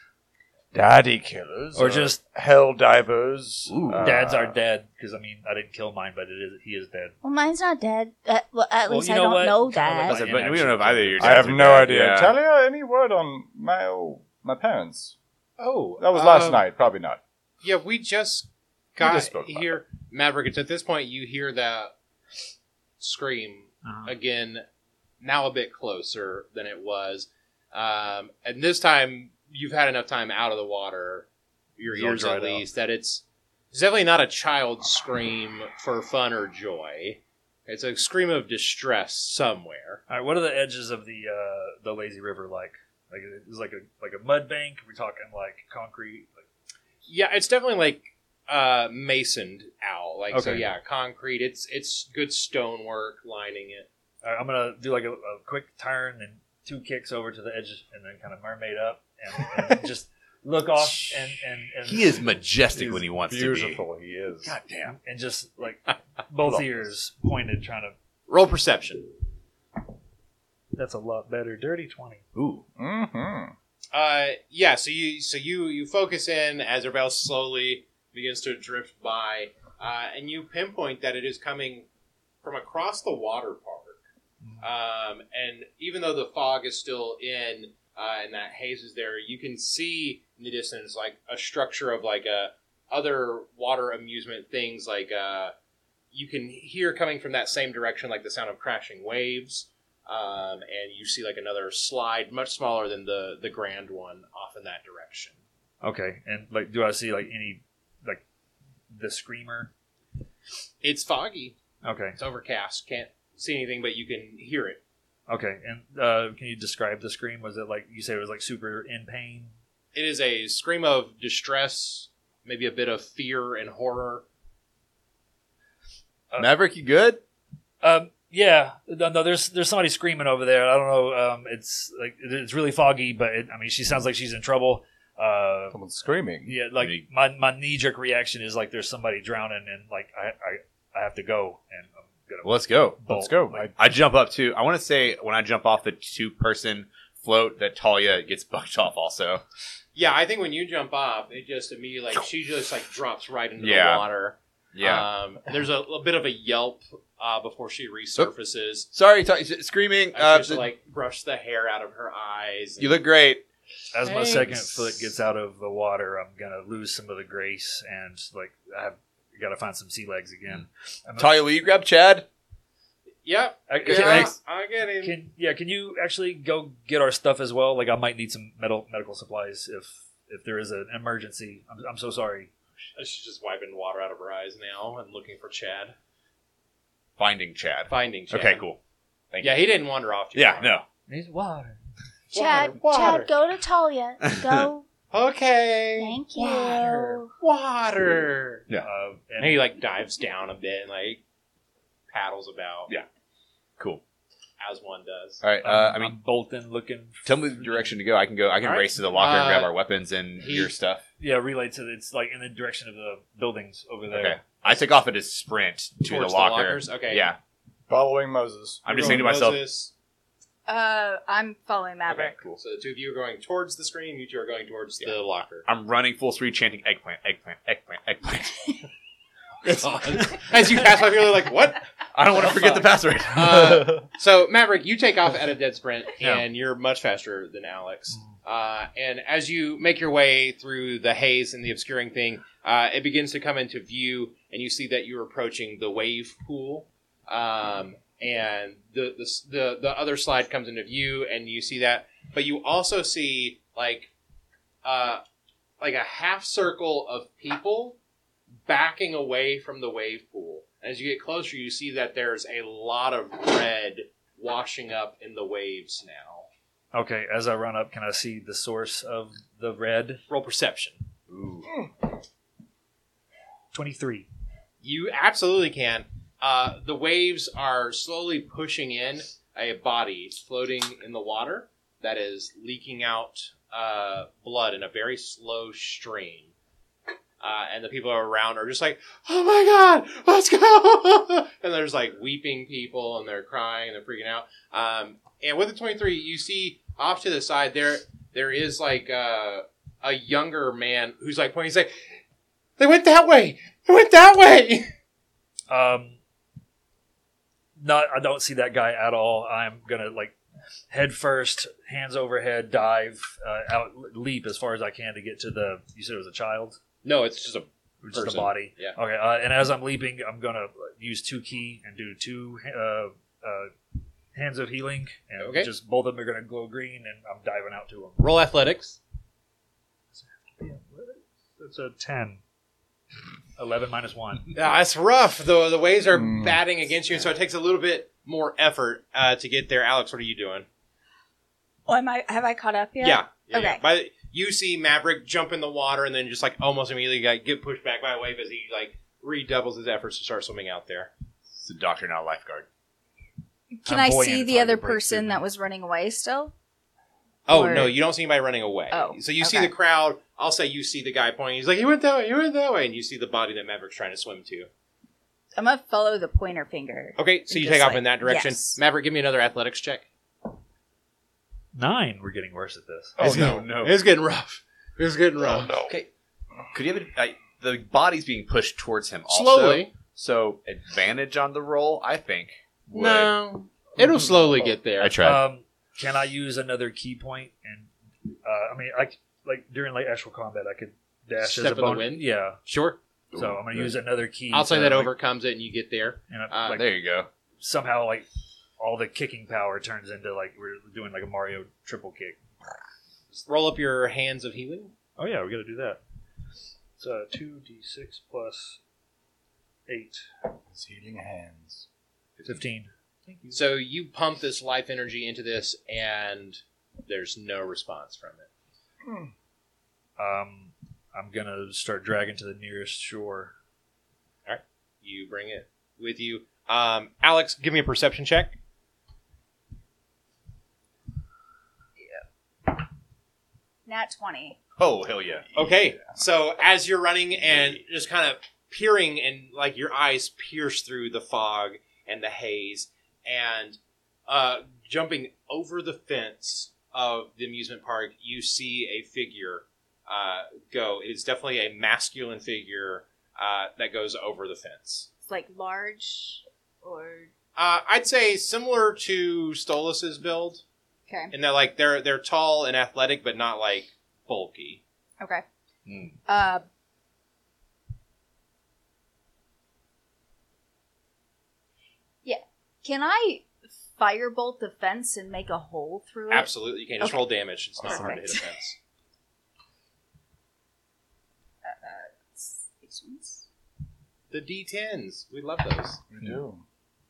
S2: Daddy Killers.
S5: Or just-
S2: Hell Divers. Uh,
S3: Ooh.
S5: dads are dead because I mean, I didn't kill mine, but it is he is dead.
S6: Well, mine's not dead. Uh, well, at
S5: Well,
S6: least
S5: you
S6: I
S5: know
S6: don't
S5: what?
S6: know
S5: Kinda
S6: that.
S5: looks
S3: That's a-
S5: Like
S3: but we don't
S5: inaction.
S3: know if either of your
S2: I
S3: dads
S2: have
S3: are
S2: no
S3: dead.
S2: idea.
S3: Yeah.
S2: Talia, any word on my oh, my parents?
S1: Oh,
S2: That was last night. Probably not.
S1: Yeah, we just
S2: We
S1: got
S2: just spoke about
S1: here. Maverick, it's at this point you hear that scream
S3: Uh-huh.
S1: again, now a bit closer than it was. Um, and this time you've had enough time out of the water, your
S5: It's all
S1: ears at
S5: dried out.
S1: least, that it's, it's definitely not a child scream for fun or joy. It's a scream of distress somewhere.
S5: All right, what are the edges of the uh, the lazy river like? Like it's like a like a mud bank. We're talking like concrete. Like,
S1: Yeah, it's definitely like uh masoned out. Like so
S5: Okay.
S1: yeah, concrete. It's it's good stonework lining it.
S5: all right, I'm gonna do like a, a quick turn and two kicks over to the edge, and then kind of mermaid up and, and just look off and and, and
S3: He is majestic
S2: He's
S3: when he wants
S2: Beautiful he is.
S5: God damn and just like both ears pointed, trying to.
S1: Roll perception.
S5: That's a lot better. Dirty twenty.
S3: to be. Ooh.
S2: Mm-hmm.
S1: Uh, yeah. So you so you you focus in as Rebel slowly begins to drift by, uh, and you pinpoint that it is coming from across the water park. Um, and even though the fog is still in uh, and that haze is there, you can see in the distance like a structure of like a other water amusement things like uh, you can hear coming from that same direction like the sound of crashing waves um, and you see like another slide much smaller than the the grand one off in that direction
S5: Okay, and like, do I see like any like the screamer?
S1: it's foggy
S5: Okay,
S1: it's overcast can't see anything but you can hear it
S5: okay, and uh, can you describe the scream? Was it like you said? It was like super in pain.
S1: it is a scream of distress maybe a bit of fear and horror
S5: Uh,
S3: Maverick, you good?
S5: Um, yeah, no, no, there's there's somebody screaming over there. I don't know. Um, it's like it- it's really foggy, but it, I mean, she sounds like she's in trouble. Uh,
S2: Someone's screaming.
S5: yeah, like
S3: Me.
S5: my my knee jerk reaction is like there's somebody drowning, and like I I, I have to go, and I'm gonna
S3: Well, let's go.
S5: bolt.
S2: Let's go.
S5: Like,
S3: I jump up too. I want to say when I jump off the two person float that Talia gets bucked off also.
S1: Yeah, I think when you jump off, it just immediately like she just like drops right into
S3: Yeah.
S1: the water.
S3: Yeah.
S1: Um, there's a, a bit of a yelp uh, before she resurfaces.
S3: Sorry, Ta- screaming.
S1: I
S3: Uh,
S1: just like brush the hair out of her eyes.
S3: you look great.
S5: As my
S1: Thanks.
S5: second foot gets out of the water, I'm gonna lose some of the grace and like I've got to find some sea legs again. I'm gonna-
S3: Talia, will you grab Chad?
S1: Yep.
S5: I-
S1: Yeah,
S5: can, I-
S3: Thanks.
S1: I get him.
S5: can- yeah, can you actually go get our stuff as well? Like I might need some metal, medical supplies if if there is an emergency. I'm, I'm so sorry.
S1: Uh, She's just wiping water out of her eyes now and looking for Chad.
S3: Finding Chad.
S1: Finding Chad.
S3: Okay, cool. Thank
S1: Yeah, he didn't wander off. too
S3: Yeah,
S1: far.
S3: no.
S5: Need
S1: Water,
S5: water.
S7: Chad,
S1: water.
S7: Chad, go to Talia. Go.
S1: Okay.
S7: Thank you.
S1: Water. Water.
S3: Yeah.
S5: Uh,
S1: And he like dives down a bit and like paddles about
S3: Yeah. Cool.
S1: as one does.
S3: All right. Uh, I mean,
S5: bolting, looking.
S3: tell me the direction to go. I can go. I can
S1: All right.
S3: race to the locker and grab
S1: Uh,
S3: our weapons and
S1: he-
S3: your stuff.
S5: Yeah, relay to the, it's like in the direction of the buildings over there.
S3: Okay. I took off at a sprint to
S1: Towards
S3: the locker.
S1: lockers. Okay.
S3: Yeah.
S2: Following Moses.
S3: I'm
S1: You're
S3: just thinking to
S1: going
S3: myself.
S1: Moses.
S6: Uh, I'm following Maverick.
S1: Okay, cool. So the two of you are going towards the screen. You two are going towards
S3: Yeah.
S1: the locker.
S3: I'm running full speed, chanting eggplant, eggplant, eggplant, eggplant.
S1: As you pass by, you're like, "What?"
S3: I don't want to forget the password.
S1: Uh, so Maverick, you take off at a dead sprint,
S5: Yeah.
S1: and you're much faster than Alex. Uh, and as you make your way through the haze and the obscuring thing, uh, it begins to come into view, and you see that you're approaching the wave pool. Um, and the, the s- the the other slide comes into view, and you see that. But you also see like uh, like a half circle of people backing away from the wave pool. As you get closer, you see that there's a lot of red washing up in the waves now.
S5: Okay, as I run up, can I see the source of the red?
S1: Roll perception.
S5: 23.
S1: You absolutely can. Uh, the waves are slowly pushing in a body floating in the water that is leaking out uh, blood in a very slow stream. Uh, and the people around are just like, "Oh my god, let's go!" and there's like weeping people, and they're crying, and they're freaking out. Um, and with the 23, you see off to the side there, there is like uh, a younger man who's like pointing. He's like, "They went that way. They went that way."
S5: Um, not, I don't see that guy at all. I'm gonna like head first, hands overhead, dive, uh, out, leap as far as I can to get to the. You said it was a child,
S1: No, it's just a
S5: Or just
S1: Person.
S5: a body.
S1: Yeah.
S5: Okay, uh, and as I'm leaping, I'm gonna use two key and do two uh, uh, hands of healing, and
S1: Okay.
S5: just both of them are gonna glow green, and I'm diving out to
S1: roll athletics.
S5: him. That's a ten. Eleven minus one.
S1: Yeah, it's Ah, rough. The the waves are
S2: Mm.
S1: batting against you, so it takes a little bit more effort uh, to get there. Alex, what are you doing?
S6: Oh, am I? Have I caught up yet?
S1: Yeah. yeah, yeah.
S6: Okay.
S1: By, you see Maverick jump in the water and then just like almost immediately like, get pushed back by a wave as he like redoubles his efforts to start swimming out there.
S3: It's a doctor, not a lifeguard.
S5: I'm
S6: Can i
S5: buoyant
S6: see
S5: if
S6: the
S5: I
S6: other
S5: break through
S6: person
S5: them.
S6: that was running away still?
S1: Oh
S6: Or-
S1: no, you don't see anybody running away.
S6: Oh,
S1: so you see
S6: okay.
S1: the crowd. I'll say you see the guy pointing. He's like, "He went that way. He went that way," and you see the body that Maverick's trying to swim to.
S6: I'm gonna follow the pointer finger.
S1: Okay, so you
S6: Just
S1: take off
S6: like-
S1: in that direction.
S6: yes.
S1: Maverick, give me another athletics check.
S5: Nine. We're getting worse at this.
S3: Oh, no, no. Oh,
S1: it's getting rough. It's getting rough.
S3: Okay. Could you have a, I, the body's being pushed towards him also?
S1: Slowly.
S3: So advantage on the roll, I think. Would.
S1: No, it'll slowly get there.
S3: Mm-hmm. I tried.
S5: Um, can I use another key point? And uh, I mean, I c- like during like actual combat, I could dash
S1: Step
S5: as a
S1: in the
S5: bonus.
S1: wind?
S5: Yeah.
S1: Sure,
S5: So I'm gonna use another key.
S1: I'll say
S5: to,
S1: that
S5: like,
S1: overcomes it, and you get there.
S5: And I,
S1: Uh,
S5: like
S3: there you go.
S5: somehow like all the kicking power turns into like we're doing like a Mario triple kick.
S1: Roll up your hands of healing.
S5: Oh yeah, we got to do that. It's uh, two d six plus eight.
S4: His healing hands.
S5: Fifteen. Thank you.
S1: So you pump this life energy into this, and there's no response from it.
S5: Um, I'm gonna start dragging to the nearest shore.
S1: You bring it with you. Um, Alex, give me a perception check.
S6: Nat twenty.
S3: Oh hell yeah.
S1: Okay, so as you're running and just kind of peering, and like your eyes pierce through the fog and the haze, and uh, jumping over the fence, of the amusement park, you see a figure uh, go. It is definitely a masculine figure uh, that goes over the fence.
S6: It's like large or
S1: Uh, I'd say similar to Stolas's build,
S6: okay,
S1: and they're like they're they're tall and athletic, but not like bulky.
S6: okay.
S3: Hmm.
S6: Uh, yeah. Can I firebolt the fence and make a hole through it?
S1: Absolutely, you can just
S6: Okay.
S1: roll damage. It's not hard to hit a
S6: Perfect.
S1: fence.
S6: These ones.
S1: The D10s, we love those.
S3: Hmm.
S4: We do.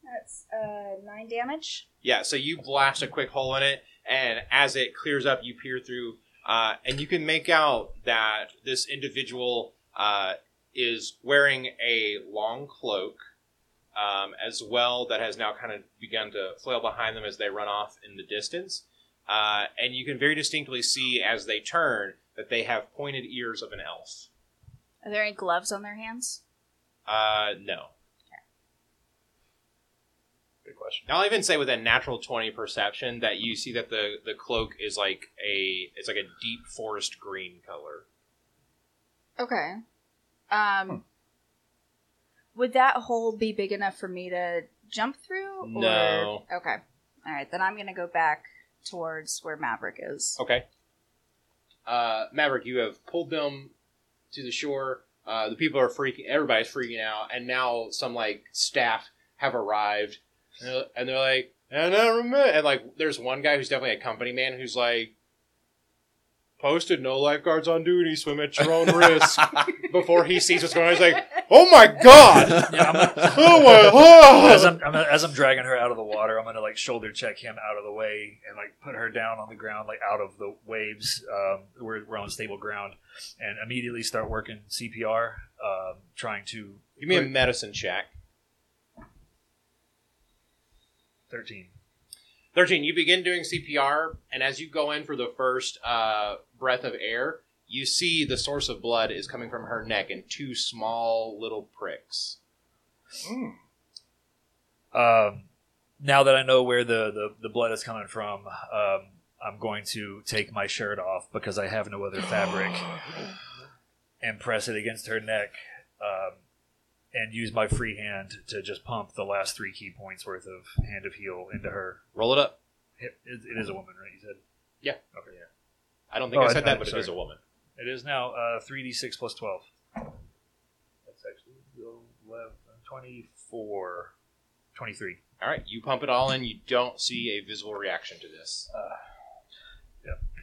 S6: That's uh, nine damage.
S1: Yeah, so you blast a quick hole in it, and as it clears up, you peer through, uh, and you can make out that this individual uh, is wearing a long cloak um, as well that has now kind of begun to flail behind them as they run off in the distance. Uh, and you can very distinctly see as they turn that they have pointed ears of an elf.
S6: Are there any gloves on their hands?
S1: Uh, no.
S4: Good question.
S1: I'll even say with a natural twenty perception that you see that the the cloak is like a it's like a deep forest green color.
S6: Okay. Um,
S3: Hmm.
S6: would that hole be big enough for me to jump through? Or...
S1: No.
S6: Okay. All right, then I'm gonna go back towards where Maverick is.
S1: Okay. Uh, Maverick, you have pulled them to the shore. Uh, the people are freaking. Everybody's freaking out, and now some like staff have arrived, and they're, and they're like, "And I remember." And like, there's one guy who's definitely a company man who's like, "Posted no lifeguards on duty. Swim at your own risk." Before he sees what's going on, he's like, "Oh my god!
S5: Yeah, I'm-
S1: Oh my god!"
S5: as I'm, I'm gonna- as I'm dragging her out of the water, I'm gonna like shoulder check him out of the way and like put her down on the ground, like out of the waves. Um, we're, we're on stable ground, and immediately start working CPR, um, trying to
S1: Give me a medicine check.
S5: thirteen.
S1: 13 you begin doing cpr and as you go in for the first uh, breath of air you see the source of blood is coming from her neck and two small little pricks
S4: Hmm.
S5: Um, now that I know where the, the, the blood is coming from, um, I'm going to take my shirt off because I have no other fabric and press it against her neck um, and use my free hand to just pump the last three key points worth of hand of heal into her.
S1: roll it up
S5: It, it is a woman, right? You said?
S1: Yeah.
S5: Okay.
S1: i don't think
S5: Oh,
S1: i
S5: I-
S1: said that
S5: I'm
S1: but
S5: sorry.
S1: it is a woman
S5: It is now uh, 3d6 plus 12. That's actually 11, 24, 23.
S1: all right you pump it all in you don't see a visible reaction to this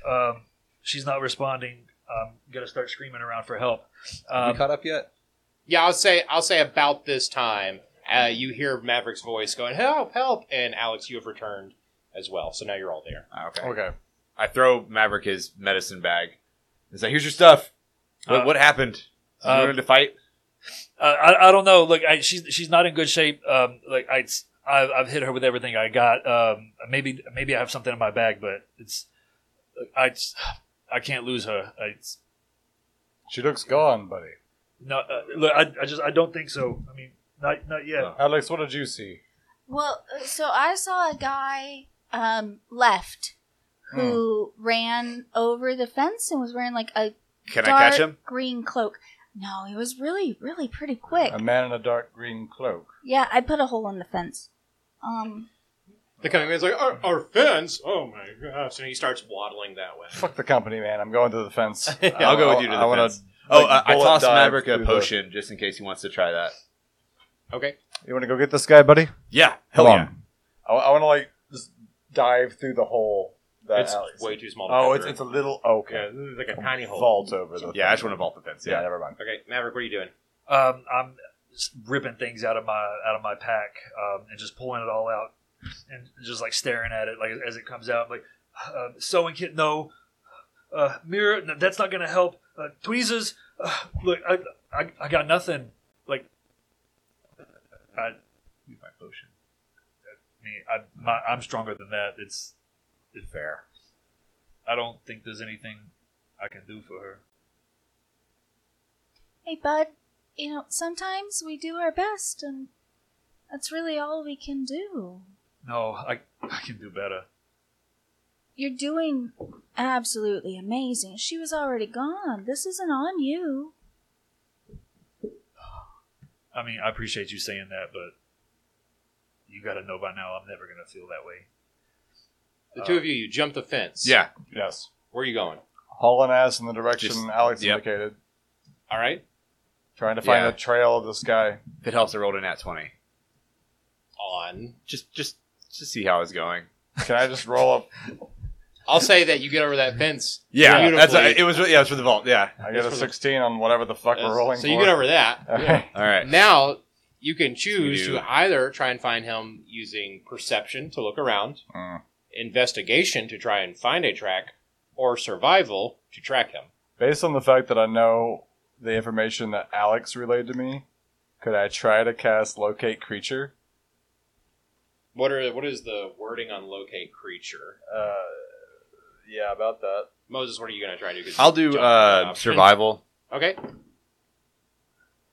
S5: Um, she's not responding. I'm gonna start screaming around for help.
S3: Have
S5: Um,
S3: we caught up yet?
S1: yeah i'll say i'll say about this time uh, you hear maverick's voice going help help and alex you have returned as well so now you're all there
S3: Ah, okay.
S4: Okay.
S3: I throw Maverick his medicine bag. It's like, here's your stuff. What,
S5: Uh,
S3: what happened? You
S5: uh,
S3: wanted to fight?
S5: uh, I, I don't know. Look, I, she's she's not in good shape. Um, like I, I've, I've hit her with everything I got. Um, maybe maybe I have something in my bag, but it's I I can't lose her. I, it's-
S4: She looks gone, buddy.
S5: no, uh, look, I, I just I don't think so. I mean, not not yet.
S3: Oh.
S4: Alex, what did you see?
S7: Well,
S6: uh,
S7: so I saw a guy um, left
S4: Hmm.
S6: Who
S3: Hmm.
S6: ran over the fence and was wearing like a
S3: Can I
S6: dark
S3: catch him?
S6: green cloak. No, he was really, really pretty quick.
S3: Um,
S4: A man in a dark green cloak.
S6: yeah, I put a hole in the fence. Um,
S1: the coming man's like our, our fence oh my gosh and he starts waddling that way
S4: Fuck the company, man. I'm going to the fence.
S3: I'll go with you to the
S4: I wanna,
S3: fence. Oh,
S4: like,
S3: I, I
S4: bullet
S3: tossed
S4: dive
S3: Maverick a
S4: through the-
S3: potion just in case he wants to try that.
S1: okay
S4: You want to go get this guy, buddy?
S3: Yeah,
S4: Come
S3: hell
S4: on.
S3: yeah.
S4: I, I want to like just dive through the hole. That
S1: it's
S4: Alex.
S1: way too small to
S4: oh,
S1: fit
S4: it's
S1: through.
S4: it's a little okay.
S1: Yeah, this is like a tiny hole.
S4: Vault over the.
S3: Yeah, I just
S4: thing.
S3: want to vault the fence.
S4: Yeah,
S3: Yeah.
S4: never mind.
S1: Okay, Maverick, what are you doing?
S5: Um, I'm s- ripping things out of my out of my pack um, and just pulling it all out and just like staring at it like as it comes out. like uh, sewing kit, no. Uh, mirror, no, that's not gonna help. Uh, tweezers, uh, look, I, I I got nothing. Like, I need my potion. I mean, I, my, I'm stronger than that. It's it's fair. I don't think there's anything I can do for her.
S7: Hey, bud, you know, sometimes we do our best, and that's really all we can do.
S5: No, I I can do better.
S6: You're doing absolutely amazing. She was already gone. This isn't on you.
S5: I mean, I appreciate you saying that, but you got to know by now I'm never going to feel that way.
S1: The two of you, you jump the fence.
S3: Yeah.
S2: Yes.
S1: Uh, Where are you going?
S2: Hauling ass in the direction
S3: Just-
S2: Alex
S3: yep.
S2: indicated,
S1: All right.
S2: trying to find
S3: Yeah.
S2: a trail of this guy.
S3: If it helps, I rolled a nat twenty.
S1: On.
S3: Just, just, just see how it's going.
S2: Can I just roll up?
S1: I'll say that you get over that fence.
S3: Yeah, that's uh,
S1: Beautifully.
S3: it. Was yeah, it's for the vault. Yeah.
S2: I get a 16 on whatever the fuck we're rolling
S1: so
S2: for.
S1: you get over that.
S2: Okay.
S3: All right.
S1: Now you can choose
S3: Scooby-Doo.
S1: to either try and find him using perception to look around,
S2: Mm.
S1: investigation to try and find a track, or survival to track him.
S2: Based on the fact that I know the information that Alex relayed to me, could I try to cast locate creature?
S1: What are what is the wording on locate creature?
S2: Uh, yeah, about that.
S1: Moses, what are you going to try to do? 'Cause
S3: I'll
S1: you
S3: do
S1: jumped
S3: uh,
S1: that
S3: survival.
S1: Okay.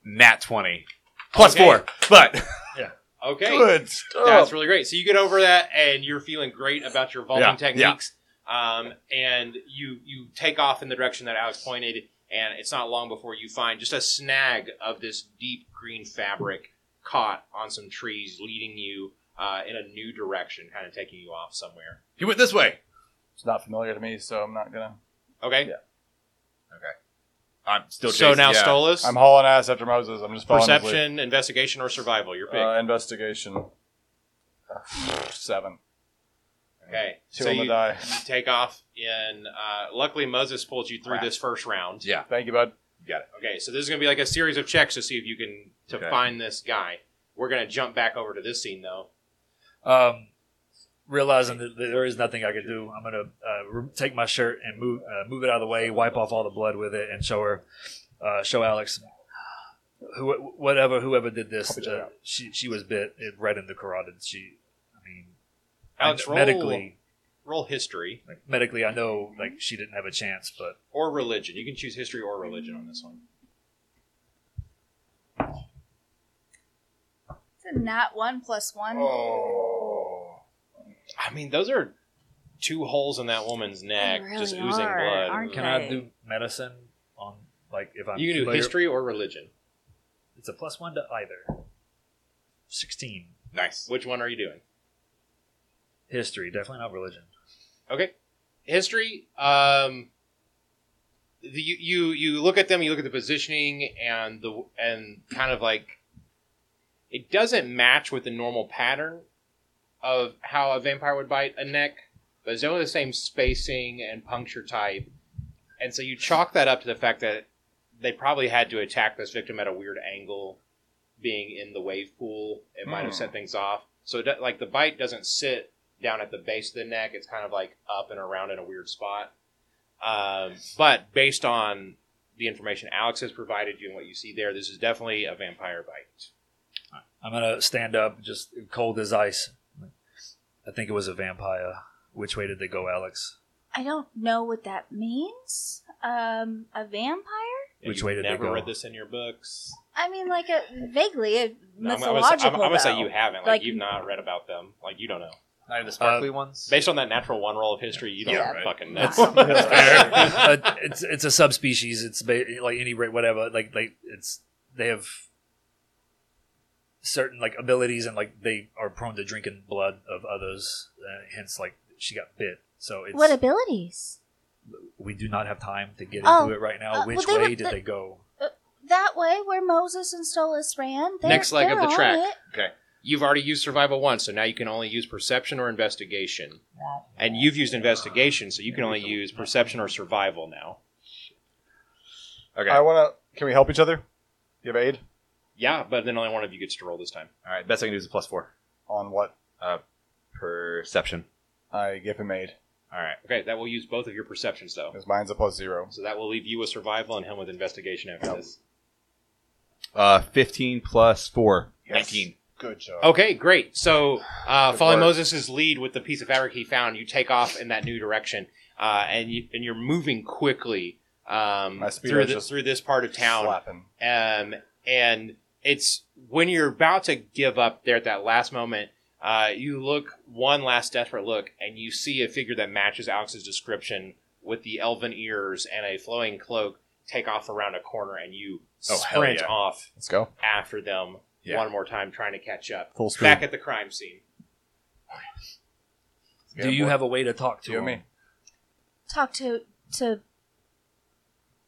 S3: Nat twenty. Plus
S1: Okay.
S3: four. But
S1: Okay.
S2: Good stuff.
S1: That's really great. So you get over that, and you're feeling great about your vaulting
S3: Yeah, yeah.
S1: techniques. Um, and you you take off in the direction that Alex pointed, and it's not long before you find just a snag of this deep green fabric caught on some trees, leading you uh, in a new direction, kind of taking you off somewhere.
S3: he went this way.
S2: it's not familiar to me, so I'm not gonna.
S1: Okay.
S2: Yeah.
S3: I'm still
S1: so
S3: chasing-
S1: now
S3: yeah.
S1: Stolas,
S2: I'm hauling ass after Moses. I'm just following his lead.
S1: perception, investigation, or survival. You're big.
S2: Uh, investigation. Seven.
S1: okay.
S2: Two
S1: so
S2: on the
S1: you,
S2: die.
S1: you take off, and uh, luckily Moses pulled you through this first round.
S3: Yeah.
S2: Thank you, bud.
S1: Okay, so this is gonna be like a series of checks to see if you can to
S3: Okay.
S1: find this guy. We're gonna jump back over to this scene though.
S5: Um, realizing that there is nothing I could do, I'm gonna uh, re- take my shirt and move uh, move it out of the way, wipe off all the blood with it, and show her, uh, show Alex, who, whatever whoever did this,
S2: Copy that
S5: uh, she she was bit it, right in the carotid. She, I mean,
S1: Alex,
S5: I-
S1: roll-
S5: medically,
S1: Roll history
S5: like, medically, I know like she didn't have a chance, but
S1: or religion. You can choose history or religion on this one.
S6: It's a nat one plus one.
S2: Oh.
S1: I mean, those are two holes in that woman's neck,
S6: They
S1: just
S6: really
S1: oozing
S6: are,
S1: blood.
S6: aren't
S5: can I
S6: Okay.
S5: do medicine on Mm-hmm. like if I'm
S1: You can do
S5: familiar-
S1: history or religion.
S5: It's a plus one to either. Sixteen
S3: Nice.
S1: Which one are you doing?
S5: history, definitely not religion.
S1: Okay. History. Um, the, you you you look at them. You look at the positioning and the and kind of like it doesn't match with the normal pattern of how a vampire would bite a neck, but it's only the same spacing and puncture type, and so you chalk that up to the fact that they probably had to attack this victim at a weird angle, being in the wave pool. It might
S2: Hmm.
S1: have set things off. So it do- like the bite doesn't sit down at the base of the neck. It's kind of like up and around in a weird spot. Um, but based on the information Alex has provided you and what you see there, this is definitely a vampire bite.
S5: I'm gonna stand up, just cold as ice. I think it was a vampire. Which way did they go, Alex?
S6: I don't know what that means. Um, a vampire?
S1: And
S5: Which
S1: you've
S5: way did they
S1: never
S5: go?
S1: read this in your books?
S6: I mean, like a vaguely
S1: No,
S6: a
S1: I'm- I'm, gonna say-
S6: mythological.
S1: I'm- I'm gonna say
S6: though.
S1: you haven't. Like,
S6: Like-
S1: you've not read about them. Like you don't know.
S3: Not even the sparkly ones.
S1: Based on that natural one roll of history, you don't
S6: Yeah,
S3: right.
S1: fucking know.
S5: That's- Uh, it's it's a subspecies. It's ba- like any rate, whatever. Like like it's they have certain like abilities, and like they are prone to drinking blood of others. Uh, hence, like she got bit. So it's
S6: What abilities?
S5: we do not have time to get
S6: Oh,
S5: into it right now.
S6: uh,
S5: Which
S6: well, they
S5: way
S6: were-
S5: did
S6: they-
S5: they go?
S6: That way, where Moses and Stolas ran. They're,
S1: Next leg of
S6: they're
S1: the
S6: on
S1: track.
S6: it.
S1: You've already used survival once, so now you can only use perception or investigation. And you've used investigation, so you can only use perception or survival now.
S3: Okay.
S2: I wanna. Can we help each other? You have aid
S1: Yeah, but then only one of you gets to roll this time.
S3: All right. Best I can do is a plus four
S2: on what?
S3: perception.
S2: I give him aid.
S3: All right.
S1: Okay, that will use both of your perceptions though.
S2: Because mine's a plus zero.
S1: So that will leave you with survival and him with investigation after
S2: Yep.
S1: this.
S3: Uh, fifteen plus four.
S2: Yes.
S3: Nineteen.
S2: Good job.
S3: Oh,
S1: Okay, great. So, uh,
S2: Good
S1: following
S2: work.
S1: Moses' lead with the piece of fabric he found, you take off in that new direction, uh, and you, and you're moving quickly um,
S2: My speed
S1: through
S2: is
S1: the,
S2: just
S1: through this part of town.
S2: Slapping.
S1: Um, and it's when you're about to give up there at that last moment, Uh, you look one last desperate look, and you see a figure that matches Alex's description with the elven ears and a flowing cloak take off around a corner, and you
S3: Oh, hell
S1: sprint
S3: yeah.
S1: off
S2: Let's go.
S1: after them
S3: Yeah.
S1: one more time, trying to catch up.
S2: Full speed.
S1: Back at the crime scene.
S5: Do you have a way to talk to
S2: You and
S5: him?
S2: me.
S6: Talk to to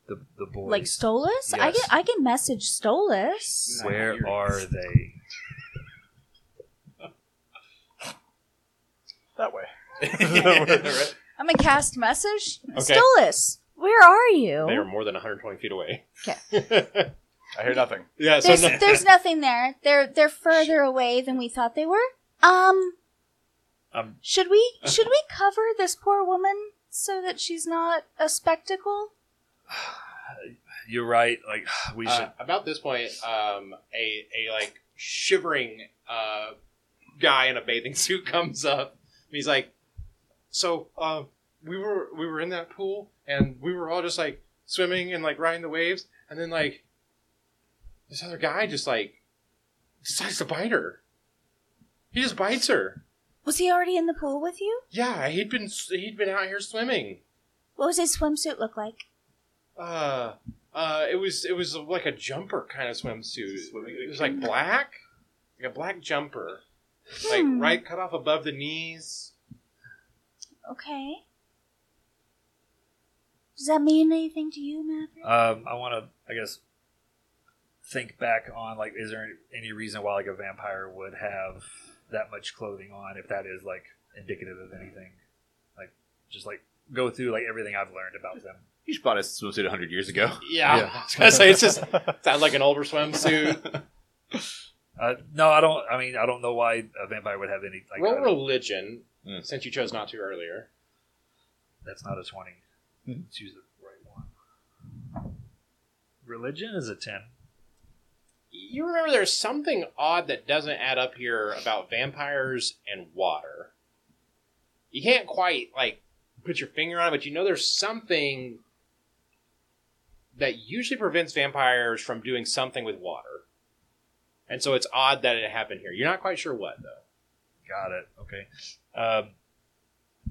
S5: The, the boys.
S6: like Stolas. I can
S5: Yes.
S6: I can message Stolas.
S5: Where are they?
S4: That way.
S3: Right?
S6: I'm gonna cast message.
S1: Okay.
S6: Stolas, where are
S1: They are
S6: you?
S1: more than 120 feet away.
S6: Okay.
S2: I hear nothing.
S1: yeah, so
S6: There's,
S1: no-
S6: there's nothing there. They're they're further away than we thought they were. Um,
S5: Um,
S6: should we should we cover this poor woman so that she's not a spectacle?
S5: You're right. Like we should.
S1: Uh, about this point, um, a a like shivering uh, guy in a bathing suit comes up. And he's like, "So uh, we were we were in that pool, and we were all just like swimming and like riding the waves, and then like this other guy just like decides to bite her. He just bites her.
S6: Was he already in the pool with you?
S1: Yeah, he'd been he'd been out here swimming.
S6: What was his swimsuit look like?
S1: Uh, uh, it was it was like a jumper kind of swimsuit. It was like black, like a black jumper, like
S6: Hmm.
S1: right cut off above the knees.
S6: Okay. Does that mean anything to you, Maverick?
S5: Um, I want to, I guess, think back on like, is there any, any reason why like a vampire would have that much clothing on? If that is like indicative of anything, like just like go through like everything I've learned about them.
S3: You just bought a swimsuit 100 years ago.
S1: Yeah, I was gonna say it's just sounds like an older swimsuit.
S5: Uh, no, I don't. I mean, I don't know why a vampire would have any. Like, I
S1: Roll
S5: don't-
S1: religion,
S3: Mm.
S1: since you chose not to earlier.
S5: that's not a 20 Choose the right one. Religion is a ten.
S1: You remember there's something odd that doesn't add up here about vampires and water. You can't quite like put your finger on it, but you know there's something that usually prevents vampires from doing something with water. And so it's odd that it happened here. You're not quite sure what though.
S5: Got it. Okay. Um,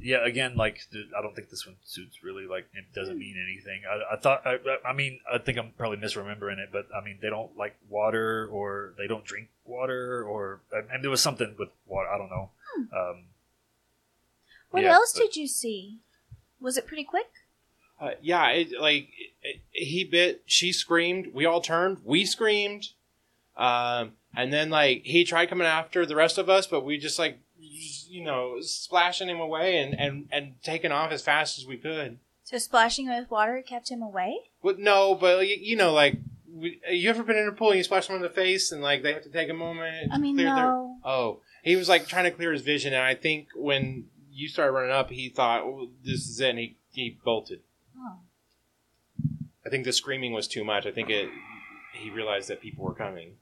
S5: yeah. Again, like the, I don't think this one suits really. Like it doesn't mean anything. I, I thought. I, I mean, I think I'm probably misremembering it, but I mean, they don't like water, or they don't drink water, or and there was something with water. I don't know. Um,
S6: What
S5: yeah,
S6: else
S5: but-
S6: did you see? Was it pretty quick?
S1: Uh, yeah, it, like it, it- he bit, she screamed, we all turned, we screamed, um, and then like he tried coming after the rest of us, but we just like you know splashing him away and and and taking off as fast as we could.
S6: So splashing with water kept him away?
S1: But no, but like, you know like. We, you ever been in a pool and you splash someone in the face and like they have to take a moment?
S6: I mean,
S1: clear their-
S6: no.
S1: Oh, he was like trying to clear his vision, and I think when you started running up, he thought "Oh, this is it, and he, he bolted.
S6: Oh.
S1: I think the screaming was too much. I think it he realized that people were coming.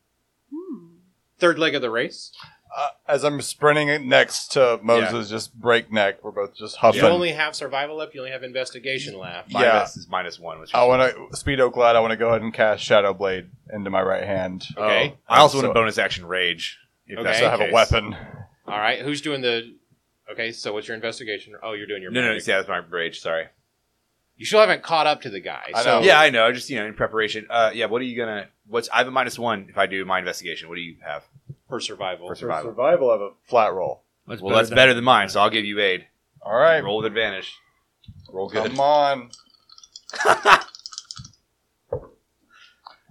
S6: Hmm.
S1: Third leg of the race.
S2: Uh, as I'm sprinting it next to Moses, just breakneck. We're both just huffing.
S1: You only have survival left. You only have investigation left.
S2: Yeah.
S3: Minus is minus one. Which is
S2: I want to speedo glad. I want to go ahead and cast Shadow Blade into my right hand.
S1: Oh, Okay.
S3: I also want
S2: So-
S3: a bonus action rage. If
S1: Okay.
S3: that's
S2: So
S3: the
S2: I have a
S3: case.
S2: weapon.
S1: All right. Who's doing the? Okay. So what's your investigation? Oh, you're doing your.
S3: No, no, no,
S1: magic.
S3: yeah, that's my rage. Sorry.
S1: You still haven't caught up to the guy.
S2: I
S1: so
S2: know.
S3: Yeah, I know. Just you know, in preparation. Uh, yeah. What are you gonna? What's? I have a minus one if I do my investigation. What do you have
S1: for survival.
S3: for survival?
S2: survival, I have a flat roll.
S3: well, that's better than mine, so I'll give you aid.
S2: All right.
S3: Roll with advantage. Roll good.
S2: Come on.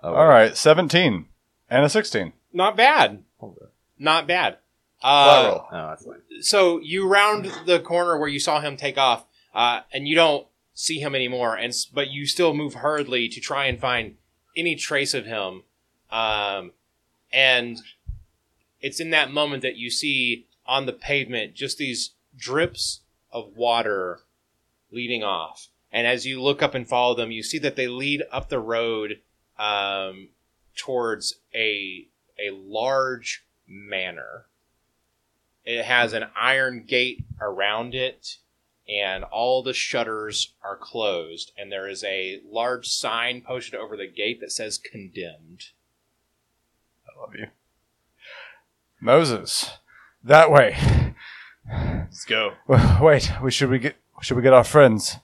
S3: Oh,
S2: All right. 17 and a 16.
S1: Not bad.
S3: Hold on.
S1: Not bad.
S2: Flat
S1: Uh,
S2: roll.
S3: Oh, that's fine.
S1: so you round the corner where you saw him take off, uh, and you don't see him anymore. And s- but you still move hurriedly to try and find any trace of him. Um, and it's in that moment that you see on the pavement just these drips of water leading off. And as you look up and follow them, you see that they lead up the road um, towards a a large manor. It has an iron gate around it, and all the shutters are closed. And there is a large sign posted over the gate that says "Condemned."
S2: Moses, That way.
S3: Let's go.
S2: W- Wait, we should we get should we get our friends?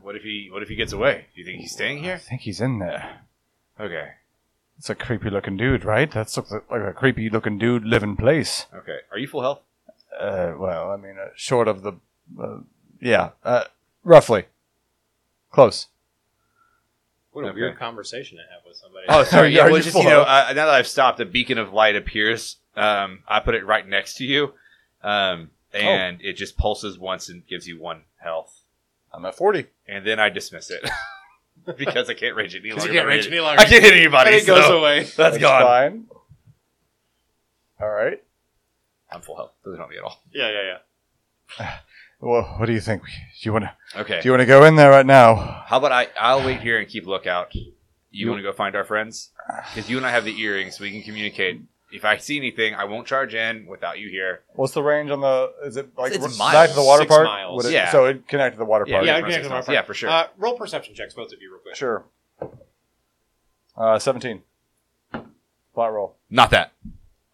S3: What if he What if he gets away? Do you think he's staying
S2: I
S3: here?
S2: think he's in there.
S3: Okay.
S2: It's a creepy looking dude, right? That's looks like a creepy looking dude living place.
S3: Okay. Are you full health?
S2: Uh, well, I mean, uh, short of the, uh, yeah, uh, roughly, close.
S1: What a
S3: Okay.
S1: weird conversation to have with somebody.
S3: Oh, sorry.
S2: Are
S3: Yeah, well,
S2: you
S3: just
S2: full
S3: you know,
S2: health?
S3: uh, now that I've stopped, a beacon of light appears. Um, I put it right next to you, um,
S1: Oh.
S3: and it just pulses once and gives you one health,
S2: I'm at forty.
S3: and then I dismiss it because I can't rage it any
S1: Because
S3: longer.
S1: you can't
S3: than I
S1: reach
S3: did.
S1: any longer.
S3: I can't hit anybody.
S1: And it goes
S3: so
S1: away.
S3: that's gone.
S2: Fine. All right.
S3: I'm full health. Doesn't help me at all.
S1: Yeah, yeah, yeah.
S2: Well, what do you think? Do you want to?
S3: Okay.
S2: Do you want to go in there right now?
S3: How about I? I'll wait here and keep lookout. You,
S2: You-
S3: want to go find our friends? Because you and I have the earrings, we can communicate. If I see anything, I won't charge in without you here.
S2: What's the range on the? Is it like
S3: It's
S2: r-
S3: miles.
S2: back to the water
S1: Six
S2: part?
S1: miles.
S2: Would it-
S3: Yeah.
S2: So it connected to the water
S3: Yeah,
S2: part.
S1: yeah,
S3: yeah,
S1: I'd connect to the
S3: yeah, for sure.
S1: Uh, roll perception checks, both of you, real quick.
S2: Sure. Uh, seventeen. Flat roll.
S3: Not that.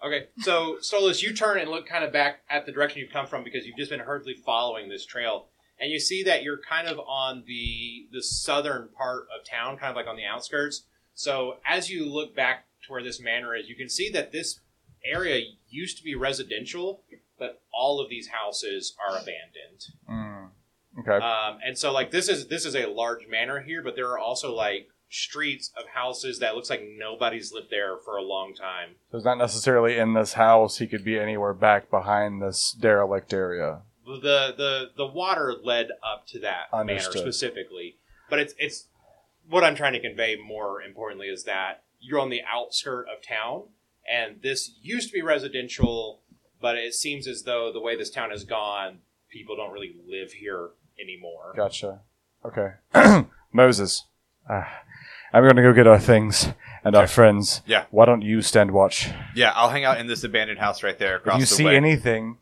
S1: Okay, so Stolas, you turn and look kind of back at the direction you've come from because you've just been hurriedly following this trail, and you see that you're kind of on the the southern part of town, kind of like on the outskirts. So as you look back to where this manor is, you can see that this area used to be residential, but all of these houses are abandoned.
S2: Mm.
S3: Uh,
S2: Okay.
S1: Um, and so like this is this is a large manor here, but there are also like streets of houses that looks like nobody's lived there for a long time.
S2: so it's not necessarily in this house. He could be anywhere back behind this derelict area.
S1: the the the water led up to that
S2: Understood.
S1: manor specifically but it's it's what i'm trying to convey more importantly is that you're on the outskirt of town and this used to be residential but it seems as though the way this town has gone people don't really live here anymore
S2: Gotcha. Okay. Moses, uh, I'm going to go get our things and our friends.
S3: Yeah.
S2: Why don't you stand watch?
S3: Yeah, I'll hang out in this abandoned house right there across
S2: if you
S3: the
S2: see
S3: way.
S2: anything,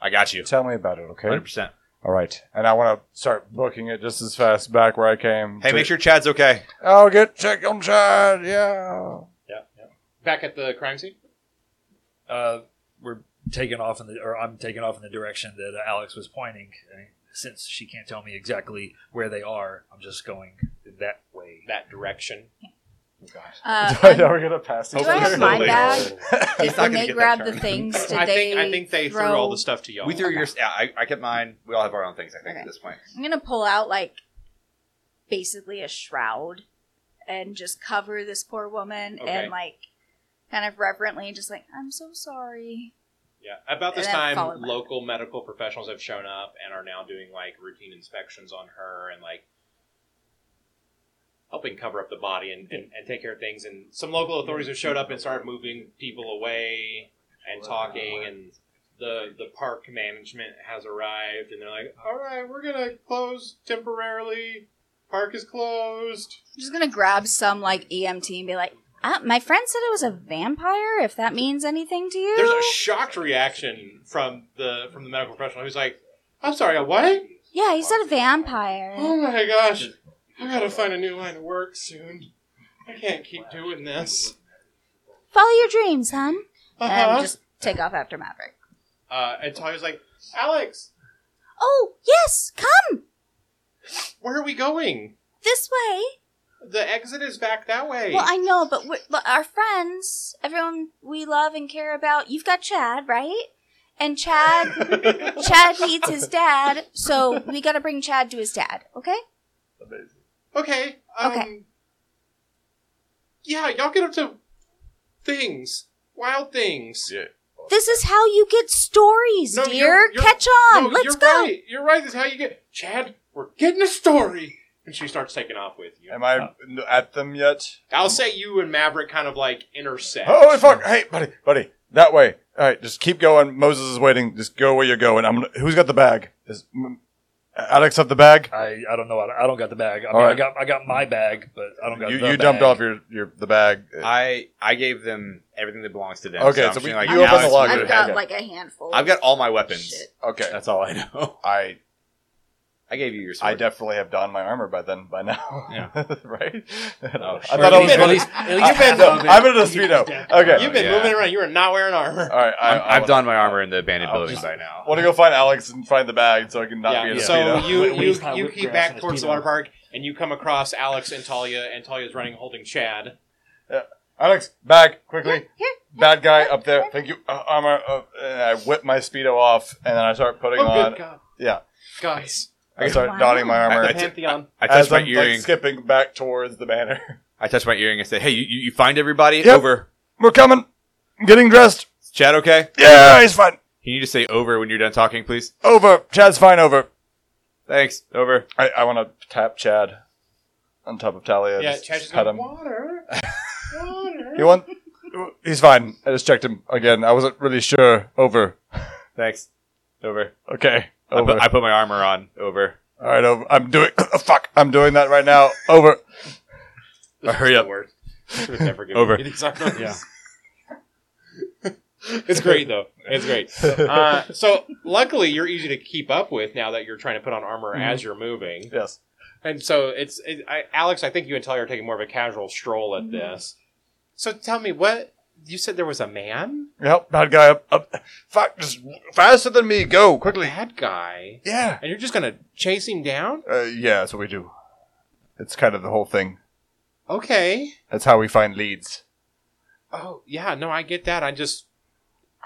S3: I got you.
S2: tell me about it, okay?
S3: Hundred percent.
S2: All right. And I want to start booking it just as fast back where I came.
S3: Hey,
S2: to-
S3: make sure Chad's okay.
S2: I'll get check on Chad. Yeah.
S1: yeah, yeah. back at the crime scene
S5: uh, we're taking off in the or I'm taking off in the direction that uh, Alex was pointing. And since she can't tell me exactly where they are, I'm just going that way.
S1: that direction
S6: Uh,
S2: Are we
S6: um,
S2: going to pass these?
S6: do I have my
S3: Hopefully.
S6: bag?
S3: He's
S6: When
S3: gonna get
S6: they
S3: that
S6: grabbed the
S3: turn.
S6: things, did
S1: i
S6: they?
S1: think i think they threw
S6: throw-
S1: all the stuff to y'all
S3: We threw yours. Yeah, I, I kept mine. We all have our own things. I think at
S6: Okay.
S3: this point.
S6: I'm gonna pull out like basically a shroud and just cover this poor woman
S1: Okay.
S6: and like kind of reverently just like I'm so sorry.
S1: Yeah, about this
S6: And then
S1: time,
S6: followed by-
S1: local medical professionals have shown up and are now doing like routine inspections on her and like helping cover up the body and, and, and take care of things. And some local authorities have showed up and started moving people away and talking. And the the park management has arrived and they're like, "All right, we're gonna close temporarily. Park is closed."
S6: I'm just gonna grab some like EMT and be like, ah, my friend said it was a vampire. If that means anything to you,
S1: There's a shocked reaction from the from the medical professional who's like, "I'm sorry, a what?"
S6: yeah, he said a vampire.
S1: Oh my gosh. I gotta find a new line of work soon. I can't keep doing this.
S6: Follow your dreams, hun.
S1: Uh-huh.
S6: And Um, just take off after Maverick.
S1: Uh, and Tanya's like, Alex,
S6: Oh yes, come
S1: where are we going?
S6: this way.
S1: The exit is back that way.
S6: Well, I know, but, we're, but our friends, everyone we love and care about, you've got Chad, right? And Chad, Chad needs his dad, so we got to bring Chad to his dad, okay?
S1: okay. Um,
S6: Okay.
S1: Yeah, y'all get up to things. Wild things.
S3: Yeah.
S6: This is how you get stories,
S1: No,
S6: dear.
S1: you're- you're-
S6: Catch on,
S1: No,
S6: let's
S1: you're
S6: go.
S1: right. You're right. This is how you get. Chad, we're getting a story. And she starts taking off with you.
S2: Am I at them yet?
S1: I'll say you and Maverick kind of like intersect.
S2: Holy fuck! Hey, buddy, buddy, that way. All right, just keep going. Moses is waiting. Just go where you're going. I'm. Gonna, who's got the bag? Is mm, Alex have the bag?
S5: I, I don't know. I don't, I don't got the bag. I mean,
S2: Alright.
S5: I got I got my bag, but I don't got.
S2: You,
S5: the
S2: you dumped
S5: bag.
S2: off your, your the bag.
S3: I I gave them everything that belongs to them.
S2: Okay,
S3: so, I'm
S2: so we-
S3: feeling like
S2: you open
S3: now
S2: the
S3: it's-
S2: locker.
S6: I've got
S2: Okay.
S6: like a handful.
S3: I've got all my weapons.
S6: Shit.
S2: okay,
S3: That's all I know.
S2: I
S3: I gave you your sword.
S2: I definitely have donned my armor by then. By now,
S1: Yeah.
S2: right? I don't know.
S3: Oh,
S2: I
S1: Or
S2: thought
S1: at
S2: I
S1: least-
S2: was.
S1: at
S2: gonna-
S1: least- at least
S2: I-
S1: you've been
S2: no,
S1: moving.
S2: I'm in a speedo. Okay.
S1: You've been
S3: Yeah.
S1: moving around. You are not wearing armor.
S2: All right. I,
S3: I'm,
S2: I
S3: I've done my armor in the abandoned
S2: I'll
S3: building
S2: just-
S3: by now.
S2: Want to go find Alex and find the bag so I can not be
S1: yeah.
S2: in a
S1: So
S2: speedo.
S1: you
S5: When
S1: you,
S5: he's kinda
S1: you
S5: whipped
S1: keep
S5: grass in
S1: back
S5: his
S1: towards the
S5: speedo.
S1: water park, and you come across Alex and Talia, and Talia's running, holding Chad.
S2: Alex, back quickly.
S6: Here, here.
S2: Bad guy up there. Thank you. Uh, armor. Uh, and I whip my speedo off, and then I start putting
S1: oh,
S2: on.
S1: good God,
S2: Yeah,
S1: guys!
S2: I start
S6: Wow.
S2: donning my armor
S3: I- I
S2: as
S3: did-
S1: Pantheon.
S3: I touched my
S2: I'm like,
S3: earring.
S2: skipping back towards the banner.
S3: I touched my earring and said, "Hey, you, you you find everybody
S2: Yep.
S3: over?
S2: We're coming. I'm getting dressed.
S3: Is Chad, okay?
S2: Yeah, he's fine.
S3: Can you just say over when you're done talking, please?
S2: Over. Chad's fine. Over.
S3: Thanks. Over.
S2: I, I want to tap Chad on top of Talia.
S1: yeah,
S2: just
S1: Chad's just
S2: pat
S1: going,
S2: him.
S1: water, water.
S2: You want? He's fine. I just checked him again. I wasn't really sure. Over.
S3: Thanks. Over.
S2: Okay.
S3: I
S2: Over.
S3: put, I put my armor on. Over.
S2: All right. Over. I'm doing. fuck. I'm doing that right now. Over.
S1: This
S3: Hurry
S1: is
S3: up.
S1: the worst. I should've never given
S3: Over.
S1: you these armors. it's great though. It's great. Uh, so luckily, you're easy to keep up with now that you're trying to put on armor as you're moving.
S2: Yes.
S1: And so it's it, I, Alex. I think you and Talia are taking more of a casual stroll at this. So tell me what you said. There was a man,
S2: Yep. Bad guy up. Up. Fuck. Just faster than me. Go quickly.
S1: bad guy,
S2: Yeah.
S1: and you're just gonna chase him down.
S2: Uh, yeah. That's what we do. It's kind of the whole thing.
S1: Okay.
S2: That's how we find leads.
S1: Oh yeah. No, I get that. I just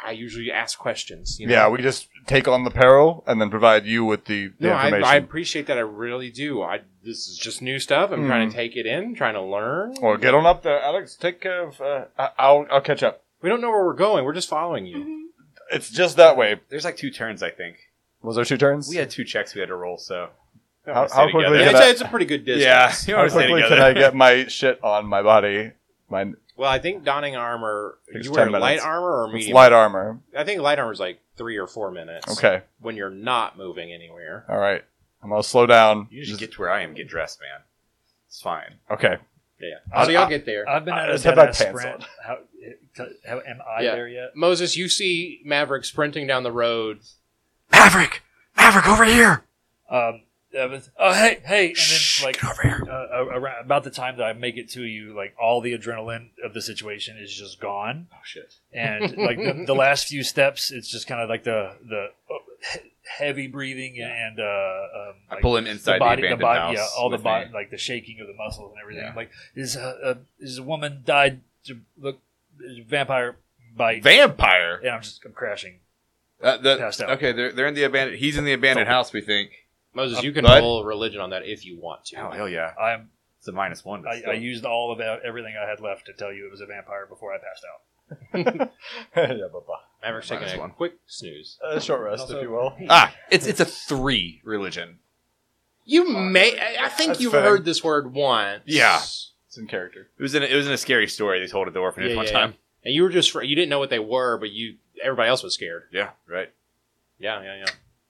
S1: I usually ask questions. You know?
S2: Yeah, we just take on the peril and then provide you with the, the
S1: No, I,
S2: information.
S1: I appreciate that. I really do. I this is just new stuff. I'm trying to take it in, trying to learn.
S2: Mm-hmm. Well, get on up there, Alex. Take care of. Uh, I- I'll I'll catch up.
S1: We don't know where we're going. We're just following
S2: Mm-hmm.
S1: you.
S6: Mm-hmm.
S2: It's just that way.
S3: There's like two turns, I think.
S2: Was there two turns?
S3: We had two checks we had to roll, so
S2: How-
S3: Stay
S2: how quickly
S3: together.
S2: Yeah,
S1: It's,
S2: that-
S1: a, it's a pretty good distance.
S3: Yeah, you
S2: How
S3: want to stay
S2: quickly can I
S3: together.
S2: get my shit on my body? My
S1: Well, I think donning armor.
S2: Takes
S1: you wear
S2: 10
S1: light
S2: minutes.
S1: armor or
S2: it's
S1: medium?
S2: light armor.
S1: I think light armor is like three or four minutes.
S2: Okay.
S1: When you're not moving anywhere.
S2: All right. I'm gonna slow down.
S3: You just get to where I am, get dressed, man. It's fine.
S2: Okay.
S1: Yeah.
S2: I-
S1: so y'all
S2: I-
S1: get there.
S5: I've been
S2: I
S5: at a
S2: just have
S5: dead
S2: my
S5: ass
S2: pants
S5: sprint. How, how, am I
S1: Yeah.
S5: there yet?
S1: Moses, you see Maverick sprinting down the road.
S8: Maverick! Maverick, over here!
S5: Um, I was- oh hey hey, and then
S8: Shh,
S5: like
S8: get over here.
S5: uh, around, about the time that I make it to you, like all the adrenaline of the situation is just gone.
S1: Oh shit.
S5: and like the, the last few steps, it's just kind of like the the uh, he- heavy breathing and uh, um,
S3: I
S5: like,
S3: pull him inside the,
S5: body,
S3: abandoned
S5: body,
S3: house.
S5: yeah, all the
S3: with
S5: body,
S3: me.
S5: like the shaking of the muscles and everything.
S3: Yeah.
S5: Like is a, a is a woman died to look is a vampire bite,
S3: Vampire.
S5: and I'm just I'm crashing.
S3: Uh, the-
S5: Passed out.
S3: okay, they're, they're in the abandoned. He's in the abandoned house. We think.
S1: Moses, you can
S3: Bud?
S1: roll religion on that if you want to.
S3: Oh hell yeah!
S5: I'm
S3: It's a minus one. but
S5: I,
S3: still.
S5: I used all of e- everything I had left to tell you it was a vampire before I passed out.
S2: yeah, bye-bye.
S1: Maverick's taking
S3: Minus
S1: a
S3: one.
S1: quick snooze.
S2: Uh, short rest, if you will.
S3: ah, it's it's a three religion.
S1: You may. I I think
S2: That's
S1: you've
S2: fair.
S1: heard this word once.
S3: Yeah.
S2: It's in character.
S3: It was in a, it was in a scary story they told at the orphanage
S1: Yeah,
S3: one
S1: yeah,
S3: time.
S1: And you were just fr- you didn't know what they were, but you everybody else was scared.
S3: Yeah, right.
S1: Yeah, yeah, yeah.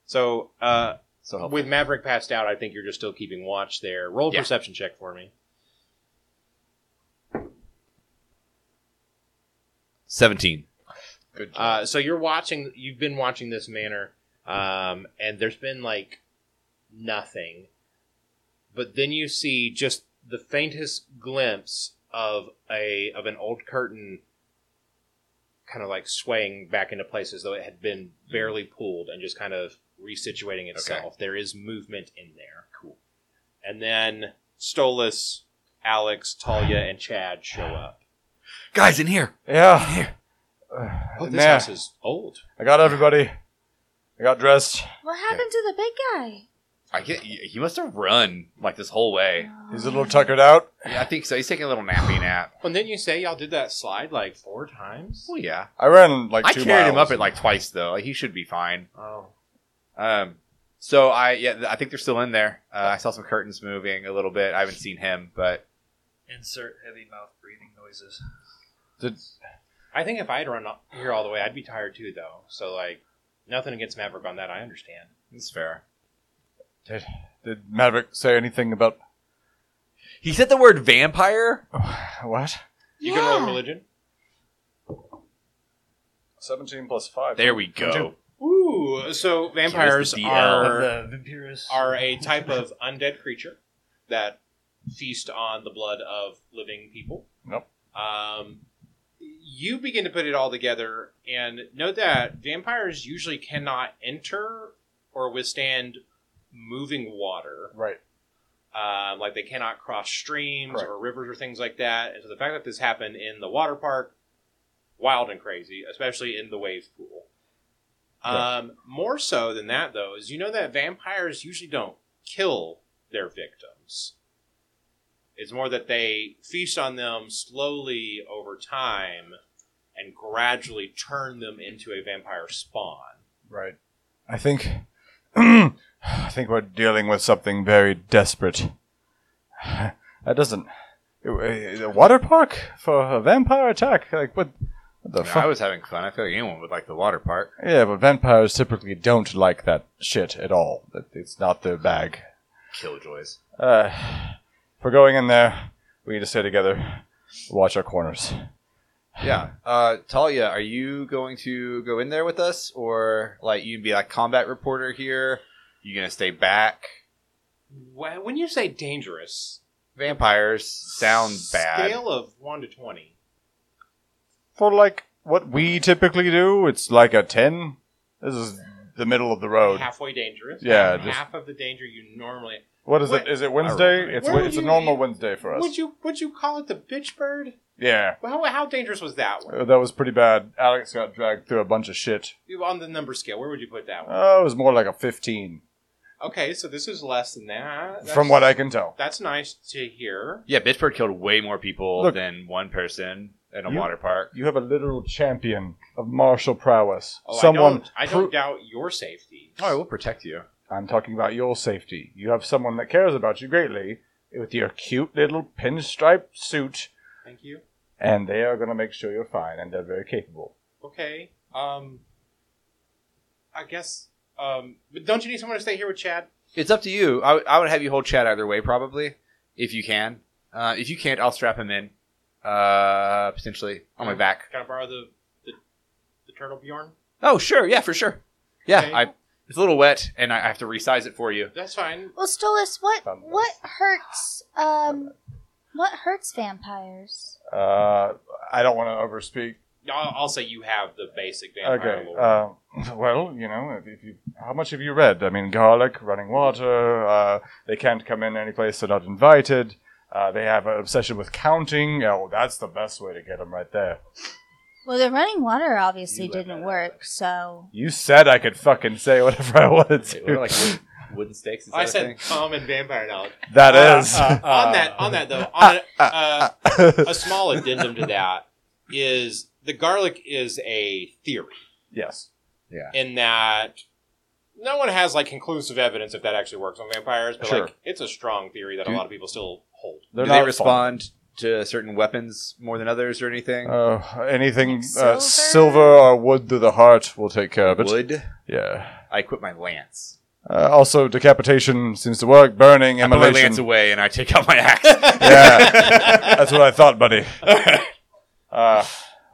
S1: So uh,
S3: So helpful.
S1: with Maverick passed out, I think you're just still keeping watch there. Roll a
S3: Yeah.
S1: perception check for me.
S3: seventeen.
S2: Good job.
S1: Uh, so you're watching. You've been watching this manor, um, and there's been like nothing, but then you see just the faintest glimpse of a of an old curtain, kind of like swaying back into place as though it had been barely pulled and just kind of resituating itself. There is movement in there. Cool. And then Stolas, Alex, Talia, and Chad show up.
S8: Guys, in here!
S2: yeah.
S1: Oh, this
S2: Nah.
S1: house is old.
S2: I got everybody. I got dressed.
S7: What happened to the big guy?
S3: I get he he must have run like this whole way.
S2: He's a
S6: Uh,
S2: little tuckered out.
S3: Yeah, I think so. He's taking a little nappy nap.
S1: Well, didn't you say y'all did that slide like four times?
S3: Well, Oh, yeah.
S2: I ran like
S3: I
S2: two
S3: carried
S2: miles.
S3: him up at like twice though. Like, he should be fine.
S1: Oh.
S3: Um, so I yeah, th- I think they're still in there. Uh, I saw some curtains moving a little bit. I haven't seen him, but
S5: Insert heavy mouth breathing noises.
S2: Did,
S1: I think if I had run up here all the way, I'd be tired too, though. So, like, nothing against Maverick on that. I understand.
S3: it's fair.
S2: did did Maverick say anything about
S3: He said the word vampire.
S2: what?
S1: You can roll religion.
S2: Seventeen plus five.
S3: There we go.
S1: Ooh. Ooh, so vampires
S3: DL.
S1: are
S5: of the Vampirus.
S1: are a type of undead creature that feast on the blood of living people.
S4: Yep.
S1: Um, you begin to put it all together and note that vampires usually cannot enter or withstand moving water.
S4: Right.
S1: Um, like they cannot cross streams
S4: Correct.
S1: or rivers or things like that. And so the fact that this happened in the water park, wild and crazy, especially in the wave pool. Um, More so than that, though, is you know that vampires usually don't kill their victims. It's more that they feast on them slowly over time and gradually turn them into a vampire spawn.
S4: Right.
S2: I think. I think we're dealing with something very desperate. That doesn't. A water park for a vampire attack? Like, what, what the
S3: I, mean, I
S2: fuck?
S3: was having fun. I feel like anyone would like the water park.
S2: Yeah, but vampires typically don't like that shit at all. That It's not their bag.
S3: Killjoys.
S2: Uh, if we're going in there, we need to stay together, watch our corners.
S3: Yeah. Uh, Talia, are you going to go in there with us, or like you be like combat reporter here? You gonna stay back?
S1: Wh- When you say dangerous,
S3: Vampires sound bad.
S1: Scale of 1 to 20.
S2: For like what we typically do, it's like a ten. This is the middle of the road.
S1: Halfway dangerous.
S2: Yeah,
S1: Half
S2: just-
S1: of the danger you normally.
S2: What is
S1: Wait,
S2: it? Is it Wednesday? It's
S1: Where
S2: it's a
S1: you-
S2: normal Wednesday for us.
S1: Would you would you call it the bitch bird?
S2: Yeah,
S1: How, how dangerous was that one?
S2: Uh, that was pretty bad. Alex got dragged through a bunch of shit.
S1: On the number scale, where would you put that one?
S2: Oh, it was more like a fifteen,
S1: Okay, so this is less than that. That's-
S2: from what I can tell.
S1: That's nice to hear.
S3: Yeah, Bitchbird killed way more people
S2: Look.
S3: than one person in a
S2: You-
S3: water park.
S2: You have a literal champion of martial prowess.
S1: Oh, I
S2: someone.
S1: don't, I
S2: pro- Oh,
S1: don't doubt your safety.
S3: All right, we'll protect you.
S2: I'm talking about your safety. You have someone that cares about you greatly with your cute little pinstripe suit,
S1: Thank you.
S2: and they are going to make sure you're fine, and they're very capable.
S1: Okay. Um, I guess. Um, but don't you need someone to stay here with Chad?
S3: It's up to you. I would- I would have you hold Chad either way, probably, if you can. Uh, if you can't, I'll strap him in, uh, potentially on my back.
S1: Can I borrow the the, the turtle Bjorn?
S3: Oh, sure, yeah, for sure. Yeah,
S1: Okay.
S3: I. It's a little wet, and I I have to resize it for you.
S1: That's fine.
S7: Well, Stolas, what
S2: Found this.
S7: what hurts? Um, what hurts vampires?
S2: Uh, I don't want to overspeak.
S1: I'll, I'll say you have the basic vampire
S2: Okay.
S1: lore.
S2: Uh, well, you know, if, if you, how much have you read? I mean, garlic, running water. Uh, they can't come in any place they're not invited. Uh, they have an obsession with counting. Oh, that's the best way to get them right there.
S7: Well, the running water obviously
S3: You let
S7: didn't
S3: that
S7: work, so
S2: You said I could fucking say whatever I wanted
S3: Wait,
S2: to.
S3: what are, like wood- wooden stakes? Is
S1: I
S3: that a
S1: said
S3: thing?
S1: common vampire knowledge.
S5: Ah,
S2: That
S1: Uh,
S2: is.
S1: uh, on that on that though. On a, uh, a small addendum to that is the garlic is a theory.
S2: yes.
S1: in that no one has like conclusive evidence if that actually works on vampires, but
S2: Sure.
S1: like it's a strong theory that
S3: Do-
S1: a lot of people still hold.
S2: They're
S3: Do they
S2: not fun.
S3: respond to certain weapons more than others or anything?
S2: Uh, anything
S6: Silver?
S2: Uh, silver or wood through the heart will take care of it.
S3: Wood.
S2: Yeah.
S3: I equip my lance.
S2: Uh, also, decapitation seems to work. Burning,
S3: I put my lance
S2: immolation.
S3: away, and I take out my axe.
S2: Yeah. That's what I thought, buddy. Uh,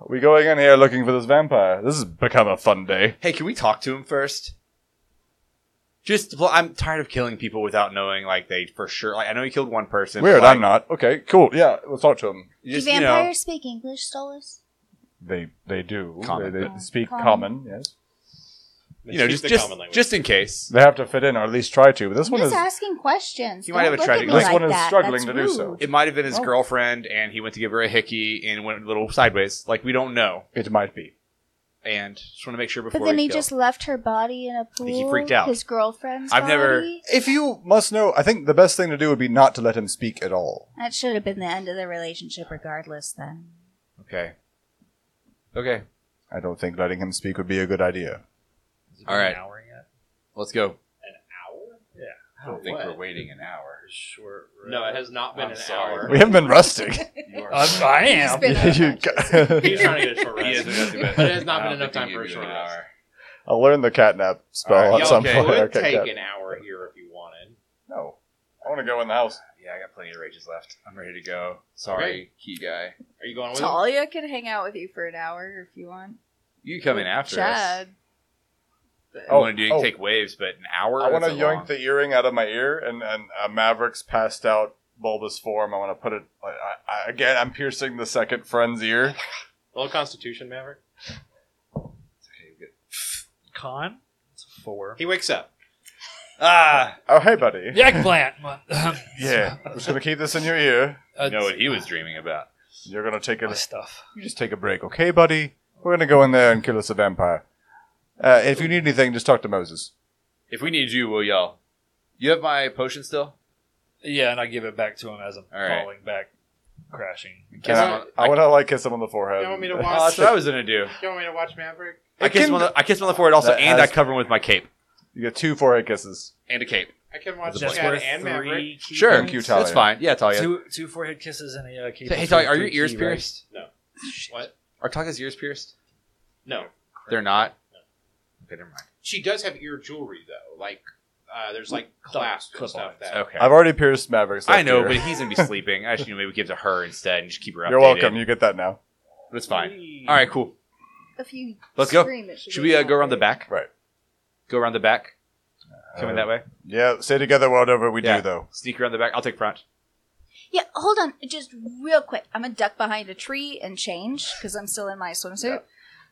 S2: we going in here looking for this vampire. This has become a fun day.
S3: hey, can we talk to him first? Just, well, I'm tired of killing people without knowing, like, they for sure. Like, I know he killed one person.
S2: Weird,
S3: but, like,
S2: I'm not. Okay, cool. Yeah, let's talk to him.
S3: you Just,
S7: do
S3: you
S7: vampires
S3: know,
S7: speak English, Stolas?
S2: They they do.
S3: Common.
S2: They, they speak
S7: Common.
S2: common. Yes.
S3: you know,
S1: Speak
S3: just
S1: the
S3: just,
S1: common language.
S3: just in case.
S2: They have to fit in, or at least try to. But this
S7: I'm
S2: one
S7: just
S2: is.
S7: asking questions.
S3: You might
S7: Don't
S3: have a
S7: look at
S3: tragic
S7: me
S2: This
S7: like
S2: one is
S7: that.
S2: struggling
S7: That's
S2: to do so.
S7: rude.
S3: It might have been his girlfriend, and he went to give her a hickey and went a little sideways. Like, we don't know.
S2: It might be.
S3: And just want to make sure before
S7: But then
S3: we
S7: he
S3: kill.
S7: just left her body in a pool.
S3: think he freaked out.
S7: His girlfriend's
S3: I've never-
S7: body?
S2: If you must know, I think the best thing to do would be not to let him speak at all.
S7: That should have been the end of the relationship, regardless. Then
S3: Okay. Okay.
S2: I don't think letting him speak would be a good idea.
S5: Has it
S3: All
S5: been
S3: right.
S5: An hour yet?
S3: Let's go.
S1: hour?
S3: I don't
S1: think we're
S3: waiting an hour.
S5: Sure.
S1: No, it has not been
S3: I'm
S1: an
S3: sorry.
S1: hour.
S2: We haven't been resting.
S5: I'm, I am.
S7: He's been-
S2: You ca-
S1: He's trying to get a short
S3: He
S1: rest.
S3: is about to bed.
S1: but it has not
S3: I
S1: been
S3: don't
S1: enough
S3: think
S1: time
S3: he
S1: for a
S3: gave you
S1: short
S3: an
S1: rest.
S3: hour.
S2: I'll learn the catnap spell
S3: Alright,
S2: at
S1: Y'all
S2: some
S3: okay.
S2: point.
S1: could
S2: Okay,
S1: take
S2: cat-
S1: an hour here if you wanted.
S2: No, I want to go in the house.
S3: Yeah, I got plenty of rages left. I'm ready to go. Sorry, key guy.
S1: Are you going with him?
S6: Talia can hang out with you for an hour if you want.
S3: You come in after us.
S6: Chad.
S3: Oh,
S2: Oh,
S3: want to do
S2: oh.
S3: take waves, but an hour.
S2: I want to
S3: That's a
S2: yank
S3: long-
S2: the earring out of my ear, and and uh, Maverick's passed out bulbous form. I want to put it I, I, I- again. I'm piercing the second friend's ear.
S1: Roll Constitution, Maverick.
S5: Con? It's a four.
S1: He wakes up.
S3: Ah,
S2: Oh hey, buddy.
S5: Eggplant. um,
S2: Yeah, I'm just gonna keep this in your ear.
S5: Uh,
S3: know what he was dreaming about.
S2: You're gonna take
S5: my
S2: a
S5: stuff.
S2: you just take a break, okay, buddy? We're gonna go in there and kill us a vampire. Uh, if you need anything, just talk to Moses.
S3: If we need you, we'll yell. You have my potion still?
S5: Yeah, and I give it back to him as I'm
S3: All right.
S5: falling back, crashing.
S3: Kiss
S2: And
S3: him on-
S2: I, Uh, want to like kiss him on the forehead.
S1: You want me to
S3: Oh,
S1: watch?
S3: that's what I was gonna do.
S1: you want me to watch Maverick?
S3: I
S2: It
S3: kiss,
S2: can-
S3: him on the, I kiss him on the forehead also,
S2: That
S3: and I
S2: has-
S3: cover him with my cape
S2: you get two forehead kisses.
S3: and a cape.
S1: I can watch
S5: That's
S1: Chad
S5: worth
S1: and Maverick.
S5: three key
S3: Sure,
S5: points.
S2: you, Talia.
S3: that's fine. Oh, Yeah, Talia.
S5: Two, two forehead kisses and a uh, key.
S3: hey,
S5: points
S3: Talia,
S5: for
S3: are your
S5: three key,
S3: ears
S5: right?
S3: pierced?
S1: What?
S3: Are Talia's ears pierced?
S1: No,
S3: They're not. Okay, never mind.
S1: she does have ear jewelry though. Like uh, there's like clasps and
S5: clip-ons.
S1: stuff. That
S3: Okay.
S2: I've already pierced Maverick's.
S3: I
S2: left
S3: know,
S2: ear.
S3: but he's gonna be sleeping. I should maybe give it to her instead and just keep her updated.
S2: you're welcome. You get that now.
S3: That's fine. All right, cool.
S6: If you
S3: Let's go.
S6: scream, it
S3: Should we uh, go around the back?
S2: Right. Uh,
S3: Go around the back. Coming that way.
S2: Yeah, stay together, whatever we
S3: Yeah.
S2: do, though.
S3: Sneak around the back. I'll take front.
S6: Yeah, hold on, just real quick. I'm gonna duck behind a tree and change because I'm still in my swimsuit.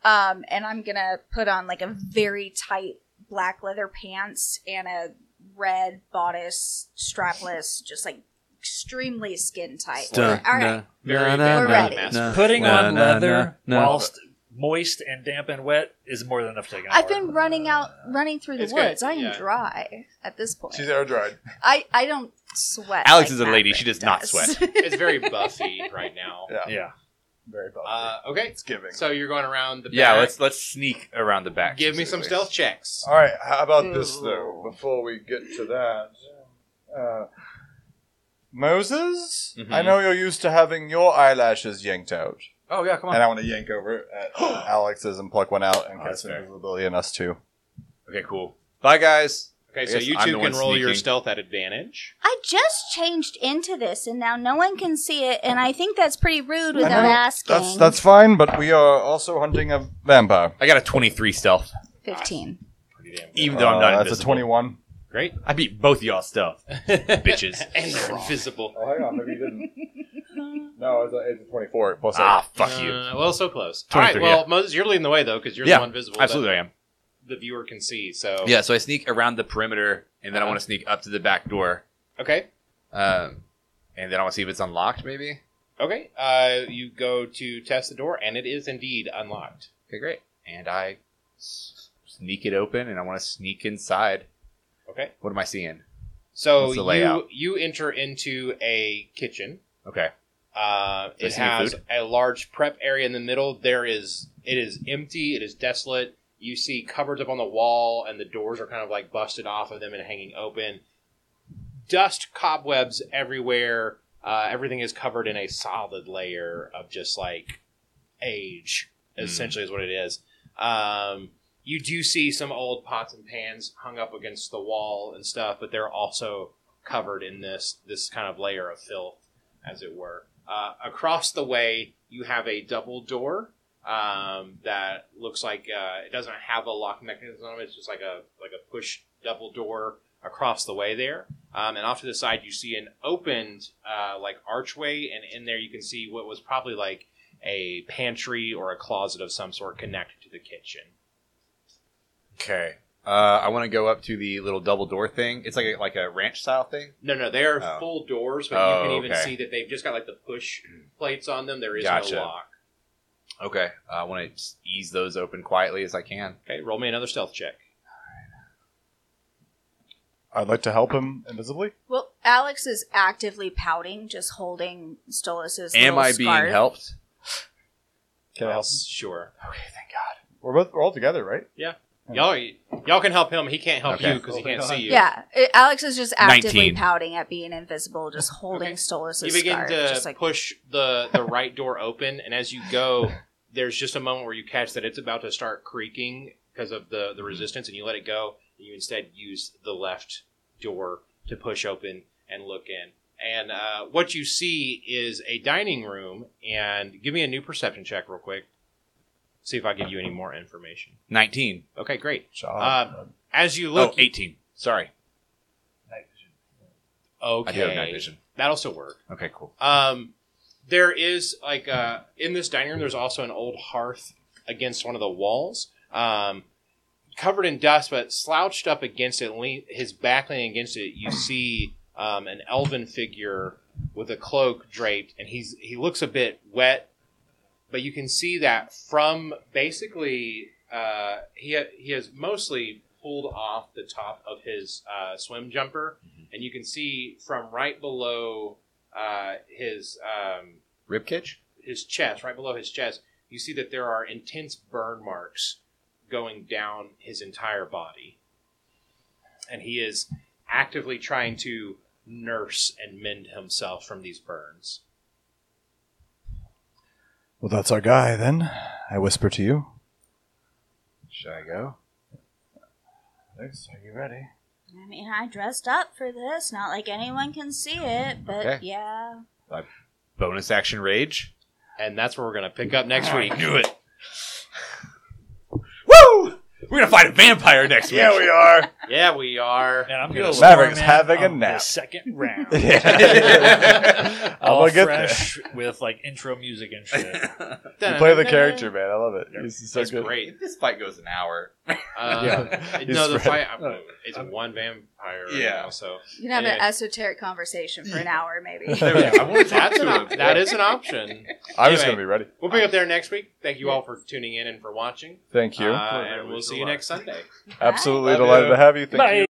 S6: Um, and I'm gonna put on like a very tight black leather pants and a red bodice, strapless, just like extremely skin tight.
S8: Dun,
S6: All right,
S8: dun,
S1: Very
S8: dun,
S1: big
S8: dun,
S6: ready.
S8: dun,
S1: Master.
S5: Putting
S8: dun, dun,
S5: on leather
S8: dun, dun.
S5: whilst moist and damp and wet is more than enough to take an
S6: I've
S5: hour.
S6: been running out, running through the
S1: It's good,
S6: woods. I am
S1: yeah.
S6: dry at this point.
S2: She's air dried.
S6: I I don't sweat.
S3: Alex
S6: like
S3: is a lady.
S6: Maverick
S3: She does not sweat.
S1: it's very Buffy right now.
S2: Yeah.
S5: Yeah.
S2: Very buff.
S1: Uh, okay,
S2: it's giving.
S1: so you're going around the.
S3: Yeah,
S1: back.
S3: let's let's sneak around the back.
S1: give me some stealth
S3: specifically.
S1: checks.
S2: All right, how about this though? Before we get to that, uh, Moses,
S3: Mhm.
S2: I know you're used to having your eyelashes yanked out,
S3: Oh yeah, come on.
S2: and I want to yank over at Alex's and pluck one out and
S3: Oh, that's
S2: cast
S3: fair.
S2: invisibility on us too.
S3: Okay, cool. Bye guys.
S1: Okay,
S3: I
S1: so
S3: guess
S1: you
S3: I'm
S1: two
S3: the
S1: can roll
S3: one
S1: your
S3: sneaking.
S1: stealth at advantage.
S7: I just changed into this, and now no one can see it, and I think that's pretty rude without
S2: know.
S7: asking.
S2: That's that's fine, but we are also hunting a vampire.
S3: I got a 23 stealth,
S6: Fifteen.
S1: Pretty damn good.
S3: even though I'm not
S2: Uh, that's a
S3: invisible.
S2: twenty-one.
S1: Great.
S3: I beat both y'all stealth, bitches.
S1: And they're invisible.
S2: Oh, hang on, maybe you didn't. no, it's a, it's a twenty-four plus
S3: ah, fuck you.
S1: Uh, well, so close. All right.
S3: 23,
S1: Well, Moses, you're leading the way though, because you're
S3: Yeah,
S1: the one visible. that
S3: Absolutely, I am.
S1: The viewer can see. So.
S3: Yeah, so I sneak around the perimeter, and then I want to sneak up to the back door,
S1: Okay.
S3: um, and then I want to see if it's unlocked. Maybe.
S1: Okay. Uh, you go to test the door, and it is indeed unlocked.
S3: Okay, great. And I s- sneak it open, and I want to sneak inside.
S1: Okay.
S3: What am I seeing?
S1: So
S3: What's
S1: you
S3: the layout?
S1: you enter into a kitchen.
S3: Okay.
S1: Uh,
S3: Do I
S1: it
S3: see any
S1: has
S3: food?
S1: a large prep area in the middle. There is it is empty. It is desolate. You see cupboards up on the wall, and the doors are kind of like busted off of them and hanging open. Dust cobwebs everywhere. Uh, everything is covered in a solid layer of just like age,
S3: Mm.
S1: essentially, is what it is. Um, you do see some old pots and pans hung up against the wall and stuff, but they're also covered in this this kind of layer of filth, as it were. Uh, across the way, you have a double door um, that looks like uh, it doesn't have a lock mechanism. It's just like a like a push double door across the way there. Um, and off to the side, you see an opened uh, like archway, and in there you can see what was probably like a pantry or a closet of some sort connected to the kitchen.
S3: Okay. Uh, I want to go up to the little double door thing. It's like a, like a ranch style thing.
S1: No, no, they are
S3: Oh.
S1: full doors, but
S3: Oh,
S1: you can even
S3: okay. Mm.
S1: see that they've just got like the push plates on them. There is
S3: Gotcha.
S1: no lock.
S3: Okay. Uh, I want to ease those open quietly as I can.
S1: Okay, roll me another stealth check.
S2: I'd like to help him invisibly.
S6: Well, Alex is actively pouting, just holding Stolas's.
S3: Am
S6: little
S3: I being
S6: scarf.
S3: helped?
S2: Can I
S1: Well,
S2: help?
S1: Sure.
S3: Okay, thank God.
S2: We're both we're all together, right?
S1: Y'all, y'all can help him. He can't help
S3: Okay.
S1: you because he can't see you.
S6: Yeah, it- Alex is just actively
S3: 19.
S6: pouting at being invisible, just holding
S1: Okay.
S6: Stolas's
S1: You begin
S6: scarf,
S1: to
S6: just like
S1: push the the right door open, and as you go, there's just a moment where you catch that it's about to start creaking because of the the resistance, and you let it go. And you instead use the left door to push open and look in. And uh, what you see is a dining room. And give me a new perception check, real quick. see if I give you any more information.
S3: 19.
S1: Okay, great.
S2: Job.
S1: Um, as you
S3: Oh,
S1: look,
S3: 18. Sorry.
S1: okay,
S3: Oh, I do have night vision.
S1: that'll still work.
S3: Okay, cool.
S1: Um, there is like uh, in this dining room. There's also an old hearth against one of the walls, um, covered in dust, but slouched up against it, lean, his back leaning against it. You see um, an elven figure with a cloak draped, and he's he looks a bit wet, but you can see that from basically uh, he ha- he has mostly pulled off the top of his uh, swim jumper, and you can see from right below uh, his um,
S3: Ribcage?
S1: his chest, right below his chest, you see that there are intense burn marks going down his entire body, and he is actively trying to nurse and mend himself from these burns.
S2: Well, that's our guy then. I whisper to you.
S3: Should I go?
S2: Thanks. Are you ready?
S7: I mean, I dressed up for this. Not like anyone can see it, but
S3: Okay.
S7: yeah.
S3: Bonus action rage?
S1: And that's where we're going to pick up next week.
S3: knew it. Woo! We're gonna fight a vampire next week. Yeah, we are.
S1: Yeah, we are.
S5: And I'm gonna
S2: Maverick's
S5: Starman
S2: having a
S5: on the
S2: nap.
S5: second round.
S2: Yeah. I'm
S5: All
S2: gonna get
S5: fresh with like intro music and shit.
S2: there. You play the character, man. I love it. This is so
S1: That's
S2: good.
S1: great.
S3: If this fight goes an hour,
S1: Uh,
S2: He's
S1: No, the
S2: spread-
S1: fight. It's one vampire. Right
S3: Yeah.
S1: Now, so
S6: You can have an
S1: Yeah.
S6: esoteric conversation for an hour, maybe.
S1: There we go. I want
S3: That's
S1: that's an
S3: an
S1: op-
S3: op-
S1: that is an option.
S2: I'm
S1: Anyway.
S2: just gonna be ready.
S1: We'll pick up there next week. Thank you all for tuning in and for watching.
S2: Thank you.
S1: Uh, and we'll see you next Sunday.
S2: Absolutely
S3: Love
S2: delighted
S3: you.
S2: to have you. Thank
S5: Bye.
S2: you.